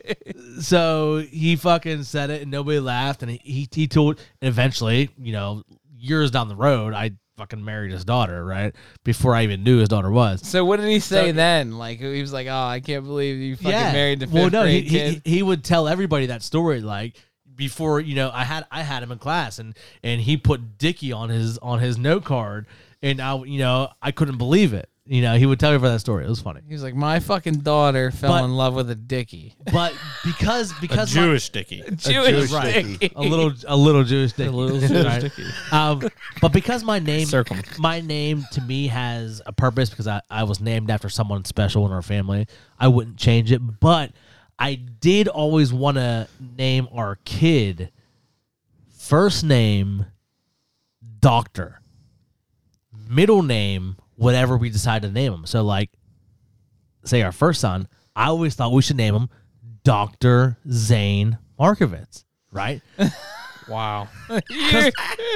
Speaker 1: so he fucking said it and nobody laughed and he he, he told and eventually you know years down the road i fucking married his daughter right before i even knew his daughter was
Speaker 2: So what did he say
Speaker 1: So-
Speaker 2: then? Like he was like, oh, I can't believe you fucking married the fifth
Speaker 1: well no he,
Speaker 2: grade
Speaker 1: he
Speaker 2: kid.
Speaker 1: he- he would tell everybody that story like before you know i had i had him in class and and he put dickie on his on his note card and i you know i couldn't believe it you know he would tell everybody that story it was funny
Speaker 2: He was like, my fucking daughter fell
Speaker 1: But-
Speaker 2: in love with a dicky.
Speaker 1: but because
Speaker 4: A
Speaker 1: because my-
Speaker 4: Jewish dicky.
Speaker 2: Jewish,
Speaker 3: Jewish
Speaker 2: dicky.
Speaker 1: a little a little Jewish dicky. Right. Um, but because my name
Speaker 3: Circle.
Speaker 1: my name to me has a purpose because I, I was named after someone special in our family, I wouldn't change it. But I did always want to name our kid first name Doctor. Middle name, whatever we decide to name him. So like say our first son, I always thought we should name him Dr. Zane Markovitz, right?
Speaker 4: Wow.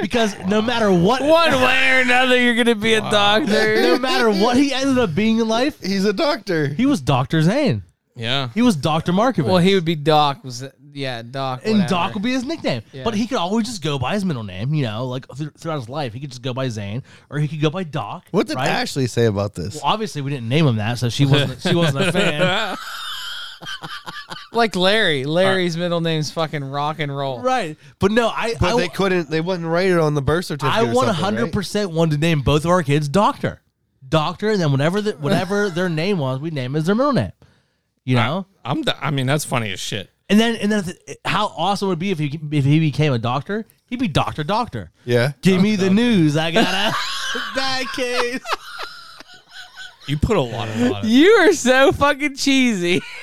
Speaker 1: Because no matter what,
Speaker 2: One way or another, you're gonna be a doctor.
Speaker 1: no matter what he ended up being in life,
Speaker 3: He's a doctor.
Speaker 1: he was Doctor Zane.
Speaker 4: Yeah.
Speaker 1: He was Doctor Markovitz.
Speaker 2: well, he would be Doc. Was yeah, Doc.
Speaker 1: and
Speaker 2: whatever.
Speaker 1: Doc would be his nickname,
Speaker 2: Yeah.
Speaker 1: but he could always just go by his middle name. You know, like th- throughout his life, he could just go by Zane, or he could go by Doc.
Speaker 3: What did
Speaker 1: right?
Speaker 3: Ashley say about this?
Speaker 1: Well, obviously, we didn't name him that, so she wasn't. she wasn't a fan,
Speaker 2: like Larry. Larry's
Speaker 4: Uh,
Speaker 2: middle name's fucking rock and roll.
Speaker 1: right? But no, I.
Speaker 3: But
Speaker 1: I,
Speaker 3: they couldn't. They wouldn't write it on the birth certificate.
Speaker 1: I
Speaker 3: or
Speaker 1: one
Speaker 3: something,
Speaker 1: hundred
Speaker 3: right?
Speaker 1: percent wanted to name both of our kids Doctor, Doctor, and then whatever the, whatever their name was, we name as their middle name. You know,
Speaker 4: I'm. The, I mean, that's funny as shit.
Speaker 1: And then, and then, th- how awesome would it be if he if he became a doctor? He'd be Doctor Doctor.
Speaker 3: Yeah.
Speaker 1: Give me the news. I got a bad case.
Speaker 4: You put a lot of thought. in.
Speaker 2: You are so fucking cheesy.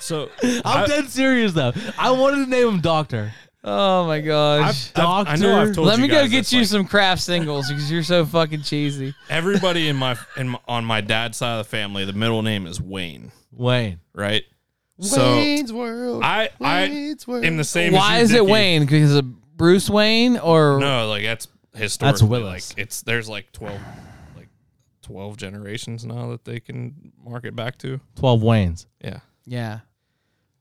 Speaker 4: So
Speaker 1: I'm
Speaker 4: I-
Speaker 1: dead serious though. I wanted to name him Doctor.
Speaker 2: Oh my gosh.
Speaker 4: I've- I've- I know I've
Speaker 1: Doctor.
Speaker 4: told
Speaker 2: Let
Speaker 4: you
Speaker 2: me go
Speaker 4: guys
Speaker 2: get
Speaker 4: this,
Speaker 2: you
Speaker 4: like,
Speaker 2: some craft singles because you're so fucking cheesy.
Speaker 4: everybody in my in my, on my dad's side of the family. The middle name is Wayne,
Speaker 1: Wayne.
Speaker 4: right? So
Speaker 3: Wayne's World.
Speaker 4: I I
Speaker 3: Wayne's World.
Speaker 4: am the same. as
Speaker 2: Why
Speaker 4: you,
Speaker 2: is it
Speaker 4: Dickie.
Speaker 2: Wayne? Because of Bruce Wayne or
Speaker 4: No, like that's historically
Speaker 1: Willis.
Speaker 4: Like it's there's like twelve, like twelve generations now that they can mark it back to.
Speaker 1: Twelve Waynes.
Speaker 4: Yeah.
Speaker 2: yeah?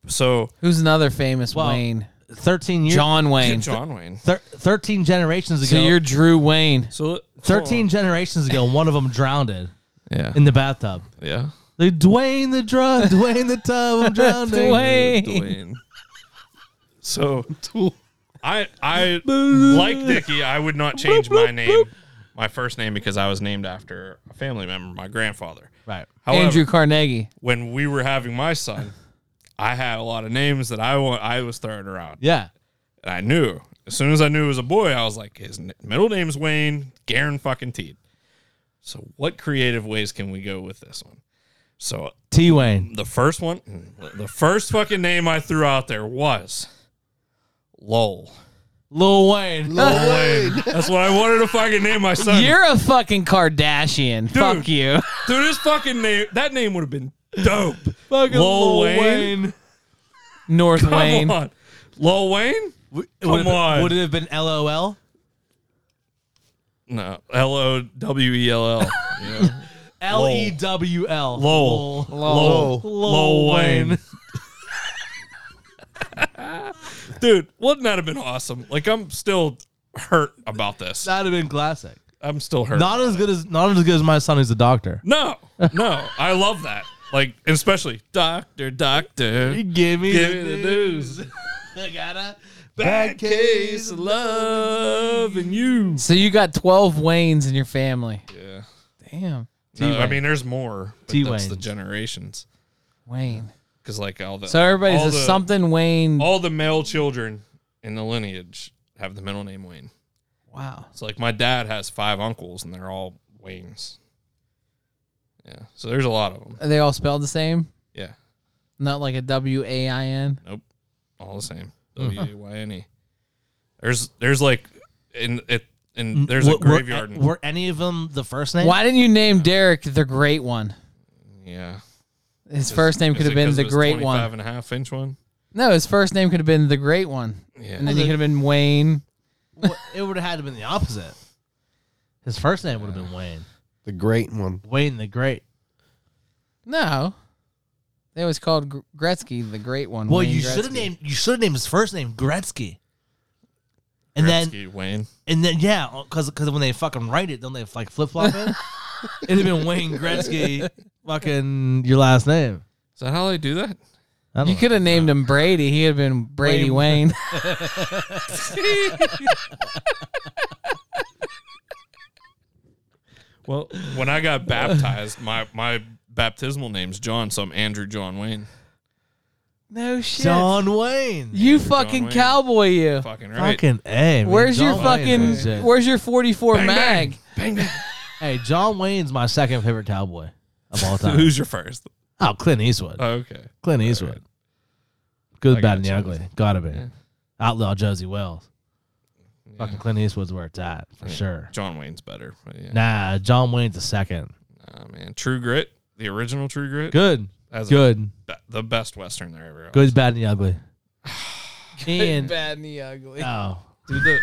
Speaker 4: So
Speaker 2: Who's another famous
Speaker 1: Well,
Speaker 2: Wayne?
Speaker 1: Thirteen years.
Speaker 2: John Wayne.
Speaker 4: John Wayne.
Speaker 1: Thir- Thirteen generations ago.
Speaker 2: So you're Drew Wayne.
Speaker 4: So
Speaker 1: thirteen generations ago. One of them drowned in
Speaker 4: Yeah.
Speaker 1: the bathtub.
Speaker 4: Yeah.
Speaker 1: The Dwayne the drug. Dwayne the tub. I'm drowning.
Speaker 2: Dwayne.
Speaker 4: So I I like Dickie, I would not change my name, my first name because I was named after a family member, my grandfather.
Speaker 1: Right.
Speaker 4: However,
Speaker 2: Andrew Carnegie.
Speaker 4: when we were having my son, I had a lot of names that I want I was throwing around.
Speaker 1: Yeah.
Speaker 4: And I knew as soon as I knew it was a boy, I was like, his n- middle name's Wayne Garen fucking Teed. So what creative ways can we go with this one? So
Speaker 1: T Wayne.
Speaker 4: the first one, the first fucking name I threw out there was LOL.
Speaker 1: Lil Wayne.
Speaker 4: That's what I wanted to fucking name my son.
Speaker 2: You're a fucking Kardashian. Fuck you.
Speaker 4: Dude, this fucking name, that name would have been dope.
Speaker 1: Fucking
Speaker 4: Lil Wayne.
Speaker 2: North
Speaker 4: Come
Speaker 2: Wayne.
Speaker 4: on. Lil Wayne?
Speaker 1: Would it-
Speaker 4: Come on.
Speaker 1: Would it have been LOL?
Speaker 4: No. L O W E L L. you know?
Speaker 1: L E W L.
Speaker 4: Lol.
Speaker 1: Lol. Lol Wayne.
Speaker 4: Dude, wouldn't that have been awesome? Like, I'm still hurt about this.
Speaker 1: That'd have been classic.
Speaker 4: I'm still hurt.
Speaker 1: Not as good as not as good as my son who's a doctor.
Speaker 4: no, no. I love that. Like, especially Doctor, Doctor.
Speaker 1: Give me,
Speaker 4: Give me the news.
Speaker 1: I gotta
Speaker 6: Bad case of loving you.
Speaker 2: So you got 12 Waynes in your family.
Speaker 4: Yeah.
Speaker 2: Damn.
Speaker 4: No, I
Speaker 1: T-Wayne.
Speaker 4: mean, there's more. but That's
Speaker 1: T-Wayne.
Speaker 4: the generations.
Speaker 2: Wayne.
Speaker 4: Because like all the
Speaker 2: So everybody's
Speaker 4: all
Speaker 2: a
Speaker 4: the-
Speaker 2: something Wayne.
Speaker 4: All the male children in the lineage have the middle name Wayne.
Speaker 2: Wow.
Speaker 4: So like my dad has five uncles and they're all Waynes. Yeah. So there's a lot of them.
Speaker 2: Are they all spelled the same?
Speaker 4: Yeah.
Speaker 2: Not like a W A I N?
Speaker 4: All the same. W A Y N E. There's there's like in it and there's a
Speaker 1: Were- were-
Speaker 4: graveyard.
Speaker 1: Were,
Speaker 4: in-
Speaker 1: any of them the first name?
Speaker 2: Why didn't you name Derek the Great One?
Speaker 4: yeah.
Speaker 2: His first name
Speaker 4: Is
Speaker 2: could
Speaker 4: it
Speaker 2: have been
Speaker 4: 'cause
Speaker 2: the
Speaker 4: it was
Speaker 2: Great
Speaker 4: 25
Speaker 2: One.
Speaker 4: and a half inch one.
Speaker 2: No, his first name could have been the Great One.
Speaker 4: Yeah.
Speaker 2: And then he could have been Wayne.
Speaker 1: Wha- it would have had to been the opposite. His first name would have been Wayne.
Speaker 3: The great one.
Speaker 1: Wayne the Great.
Speaker 2: No. They always called Gr- Gretzky the Great One.
Speaker 1: Well,
Speaker 2: Wayne
Speaker 1: you should have
Speaker 2: Gretzky.
Speaker 1: named you should have named his first name Gretzky. And then
Speaker 4: Gretzky, Wayne.
Speaker 1: and then yeah, because when they fucking write it, don't they like flip flop it? It'd have been Wayne Gretzky, fucking your last name.
Speaker 4: Is that how they do that?
Speaker 1: I don't
Speaker 2: You
Speaker 1: know.
Speaker 2: could have named him Brady. He'd have been Brady Wayne.
Speaker 4: Well, when I got baptized, my my baptismal name's John, so I'm Andrew John Wayne.
Speaker 2: no shit.
Speaker 1: John Wayne.
Speaker 2: You
Speaker 4: John
Speaker 2: fucking
Speaker 4: Wayne.
Speaker 2: cowboy, you.
Speaker 4: Fucking right.
Speaker 1: fucking A. man.
Speaker 2: Where's your
Speaker 1: John Wayne
Speaker 2: fucking?
Speaker 1: is shit.
Speaker 2: Where's your 44
Speaker 4: Bang,
Speaker 2: mag?
Speaker 4: Bang, bang.
Speaker 1: Hey, John Wayne's my second favorite cowboy of all
Speaker 4: So
Speaker 1: time.
Speaker 4: who's your first?
Speaker 1: oh, Clint Eastwood.
Speaker 4: Oh, okay.
Speaker 1: Clint Eastwood. Good,
Speaker 4: I
Speaker 1: bad, and the
Speaker 4: gotcha.
Speaker 1: ugly. Gotta be.
Speaker 4: Yeah.
Speaker 1: Outlaw Josie Wells. Fucking Clint Eastwood's where it's at for
Speaker 4: Yeah.
Speaker 1: sure.
Speaker 4: John Wayne's better. But yeah.
Speaker 1: Nah, John Wayne's the second.
Speaker 4: Nah, man. True Grit, the original True Grit.
Speaker 1: Good,
Speaker 4: That's
Speaker 1: good,
Speaker 4: the- the best Western there ever. was.
Speaker 1: good, bad, and the ugly. and
Speaker 2: Bad and the ugly.
Speaker 1: oh,
Speaker 4: Dude, the,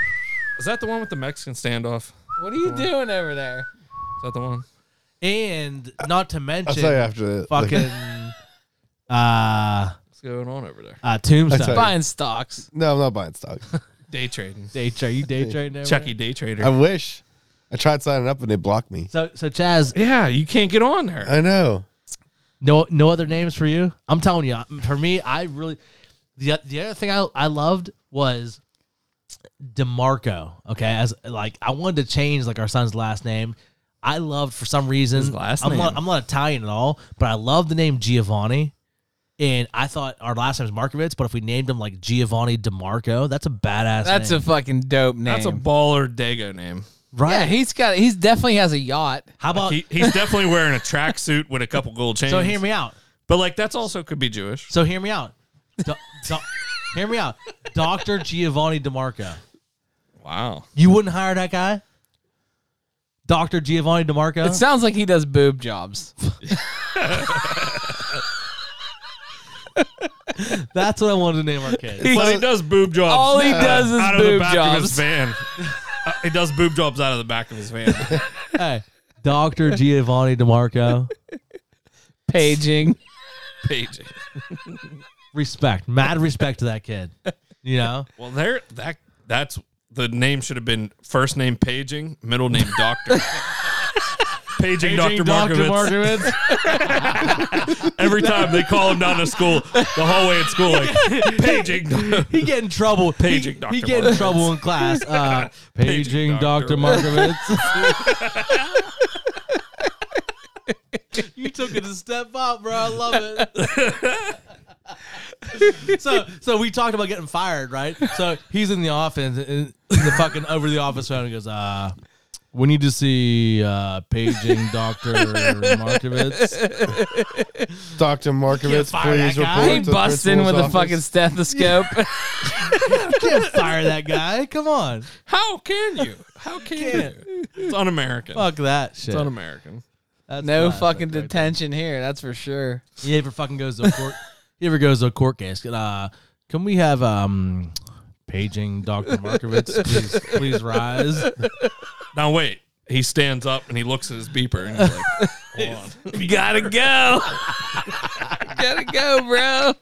Speaker 4: is that the one with the Mexican standoff?
Speaker 2: What are you doing over there?
Speaker 4: Is that the one?
Speaker 1: and not to
Speaker 3: I'll tell you
Speaker 1: mention
Speaker 3: after the
Speaker 1: fucking uh,
Speaker 4: What's going on over there?
Speaker 1: uh
Speaker 3: tell
Speaker 1: Tombstone.
Speaker 3: you.
Speaker 2: Buying stocks.
Speaker 3: no, I'm not buying stock.
Speaker 4: Day trading.
Speaker 1: Day trade, you day trading there.
Speaker 4: Chucky day trader.
Speaker 3: I wish. I tried signing up and they blocked me.
Speaker 1: So so Chaz,
Speaker 4: yeah, you can't get on there.
Speaker 3: I know.
Speaker 1: no no other names for you. I'm telling you, for me, I really the the other thing I I loved was Demarco. Okay, as like I wanted to change like our son's last name. I loved for some reason.
Speaker 4: His last
Speaker 1: I'm not
Speaker 4: name.
Speaker 1: I'm not Italian at all, but I love the name Giovanni. And I thought our last name is Markovitz, but if we named him like Giovanni DeMarco, that's a badass.
Speaker 2: That's a fucking dope name.
Speaker 4: That's a baller Dago name.
Speaker 1: a right.
Speaker 2: yeah. He's got. He's definitely has a yacht.
Speaker 1: How about
Speaker 4: He, he's definitely wearing a tracksuit with a couple gold chains.
Speaker 1: Uh, so? Hear me out.
Speaker 4: But like that's also could be Jewish.
Speaker 1: So hear me out. Do- do- hear me out. Doctor Giovanni DeMarco.
Speaker 4: Wow.
Speaker 1: You wouldn't hire that guy? Dr. Giovanni DeMarco?
Speaker 2: It sounds like he does boob jobs.
Speaker 1: That's what I wanted to name our kid.
Speaker 4: But he does boob jobs.
Speaker 2: All he does is
Speaker 4: out of the
Speaker 2: boob
Speaker 4: back of his
Speaker 2: jobs.
Speaker 4: van. Uh, he does boob jobs out of the back of his van.
Speaker 1: hey, Dr. Giovanni DeMarco.
Speaker 2: Paging.
Speaker 4: Page.
Speaker 1: Respect. Mad respect to that kid. You know?
Speaker 4: Well, there that that's the name should have been first name paging, middle name doctor. Paging, Dr. Markovitz. Every time they call him down to school, the hallway at school, like paging.
Speaker 1: He get in trouble.
Speaker 4: Paging
Speaker 1: he,
Speaker 4: Dr.
Speaker 1: He get in
Speaker 4: Markovitz.
Speaker 1: trouble in class. Uh, paging,
Speaker 4: Paging
Speaker 1: Dr.
Speaker 4: Dr.
Speaker 1: Markovitz. you took it a step up, bro. I love it. so, so we talked about getting fired, right? So he's in the office, in, in the fucking over the office phone, and goes, uh, "We need to see uh, paging Doctor Markovitz."
Speaker 3: Dr. Markovitz,
Speaker 1: fire that
Speaker 3: please
Speaker 1: guy.
Speaker 3: report.
Speaker 2: He
Speaker 3: to the
Speaker 2: busts in with
Speaker 3: principal's
Speaker 2: a fucking
Speaker 3: office.
Speaker 2: stethoscope.
Speaker 1: Can't fire that guy. Come on,
Speaker 4: How can you? How can you? It's un-American.
Speaker 1: fuck that shit.
Speaker 4: It's un-American.
Speaker 1: That's
Speaker 2: no
Speaker 1: classic
Speaker 2: fucking
Speaker 1: right there.
Speaker 2: detention here. That's for sure.
Speaker 1: He ever fucking goes to a court. he ever goes to a court case. Uh, can we have um, paging Doctor Markovitz? Please, please rise.
Speaker 4: Now wait. He stands up and he looks at his beeper and he's like, "Hold on."
Speaker 2: Gotta go. Gotta go, bro.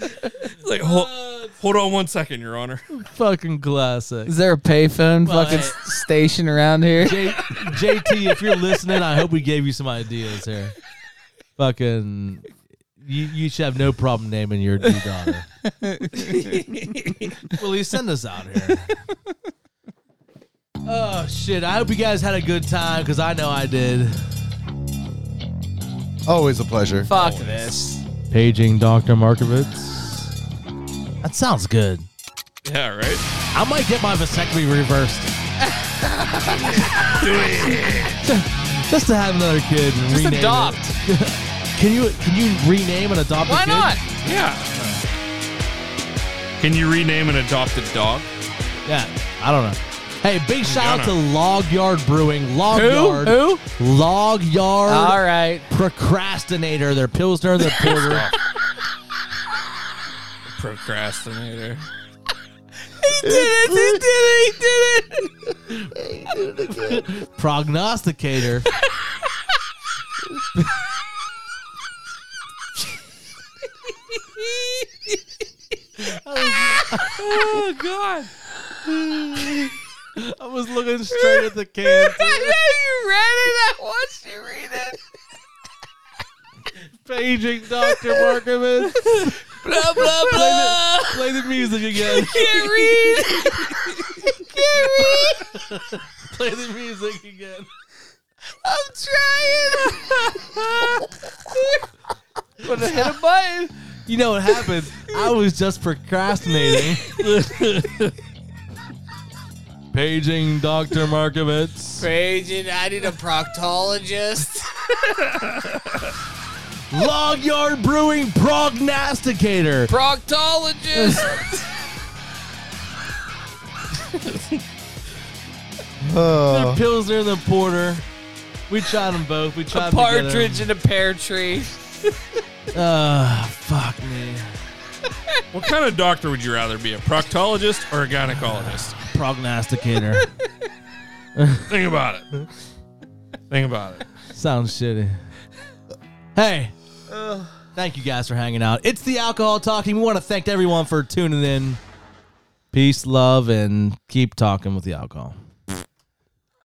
Speaker 4: He's like, hold, hold on one second, Your Honor.
Speaker 1: fucking classic.
Speaker 2: Is there a payphone
Speaker 1: Well,
Speaker 2: fucking
Speaker 1: hey.
Speaker 2: s- station around here?
Speaker 1: J- JT, if you're listening, I hope we gave you some ideas here. Fucking You, you should have no problem naming your new daughter. Will you send us out here? Oh shit! I hope you guys had a good time because I know I did.
Speaker 3: Always a pleasure.
Speaker 2: Fuck this.
Speaker 1: Paging Doctor Markovitz. That sounds good.
Speaker 5: Yeah, right.
Speaker 1: I might get my vasectomy reversed. Just to have another kid. And
Speaker 2: Just
Speaker 1: rename it.
Speaker 2: adopt.
Speaker 1: Can you can you rename and adopt?
Speaker 2: Why
Speaker 1: a kid?
Speaker 2: not?
Speaker 5: Yeah. Can you rename an adopted dog?
Speaker 1: Yeah, I don't know. Hey, big shout out to
Speaker 5: gonna.
Speaker 1: Log Yard Brewing. Log
Speaker 2: Who?
Speaker 1: Yard.
Speaker 2: Who?
Speaker 1: Log Yard
Speaker 2: All right.
Speaker 1: Procrastinator. Their Pilsner, their Porter.
Speaker 5: Procrastinator.
Speaker 2: He did it. He did it. He did it.
Speaker 1: prognosticator. oh god. I was looking straight at the can.
Speaker 2: I know you read it. I watched you read it.
Speaker 1: Paging Dr. Markovitz.
Speaker 2: Blah, blah, blah.
Speaker 1: Play the music again.
Speaker 2: Can't read. Can't read.
Speaker 1: Play the music again.
Speaker 2: I'm trying. But I hit a button.
Speaker 1: You know what happened? I was just procrastinating. Paging Dr. Markovitz.
Speaker 2: Raging, I need a proctologist.
Speaker 1: Log Yard Brewing Prognosticator.
Speaker 2: Proctologist.
Speaker 1: The
Speaker 3: Oh,
Speaker 1: Pilsner and the Porter. We tried them both. We tried
Speaker 2: Uh-huh. a partridge in a pear tree.
Speaker 1: Uh, fuck me.
Speaker 5: What kind of doctor would you rather be, a proctologist or a gynecologist?
Speaker 1: Prognosticator.
Speaker 5: Think about it. Think about it.
Speaker 1: Sounds shitty. Hey. Thank you guys for hanging out. It's the alcohol talking. We want to thank everyone for tuning in. Peace, love, and keep talking with the alcohol.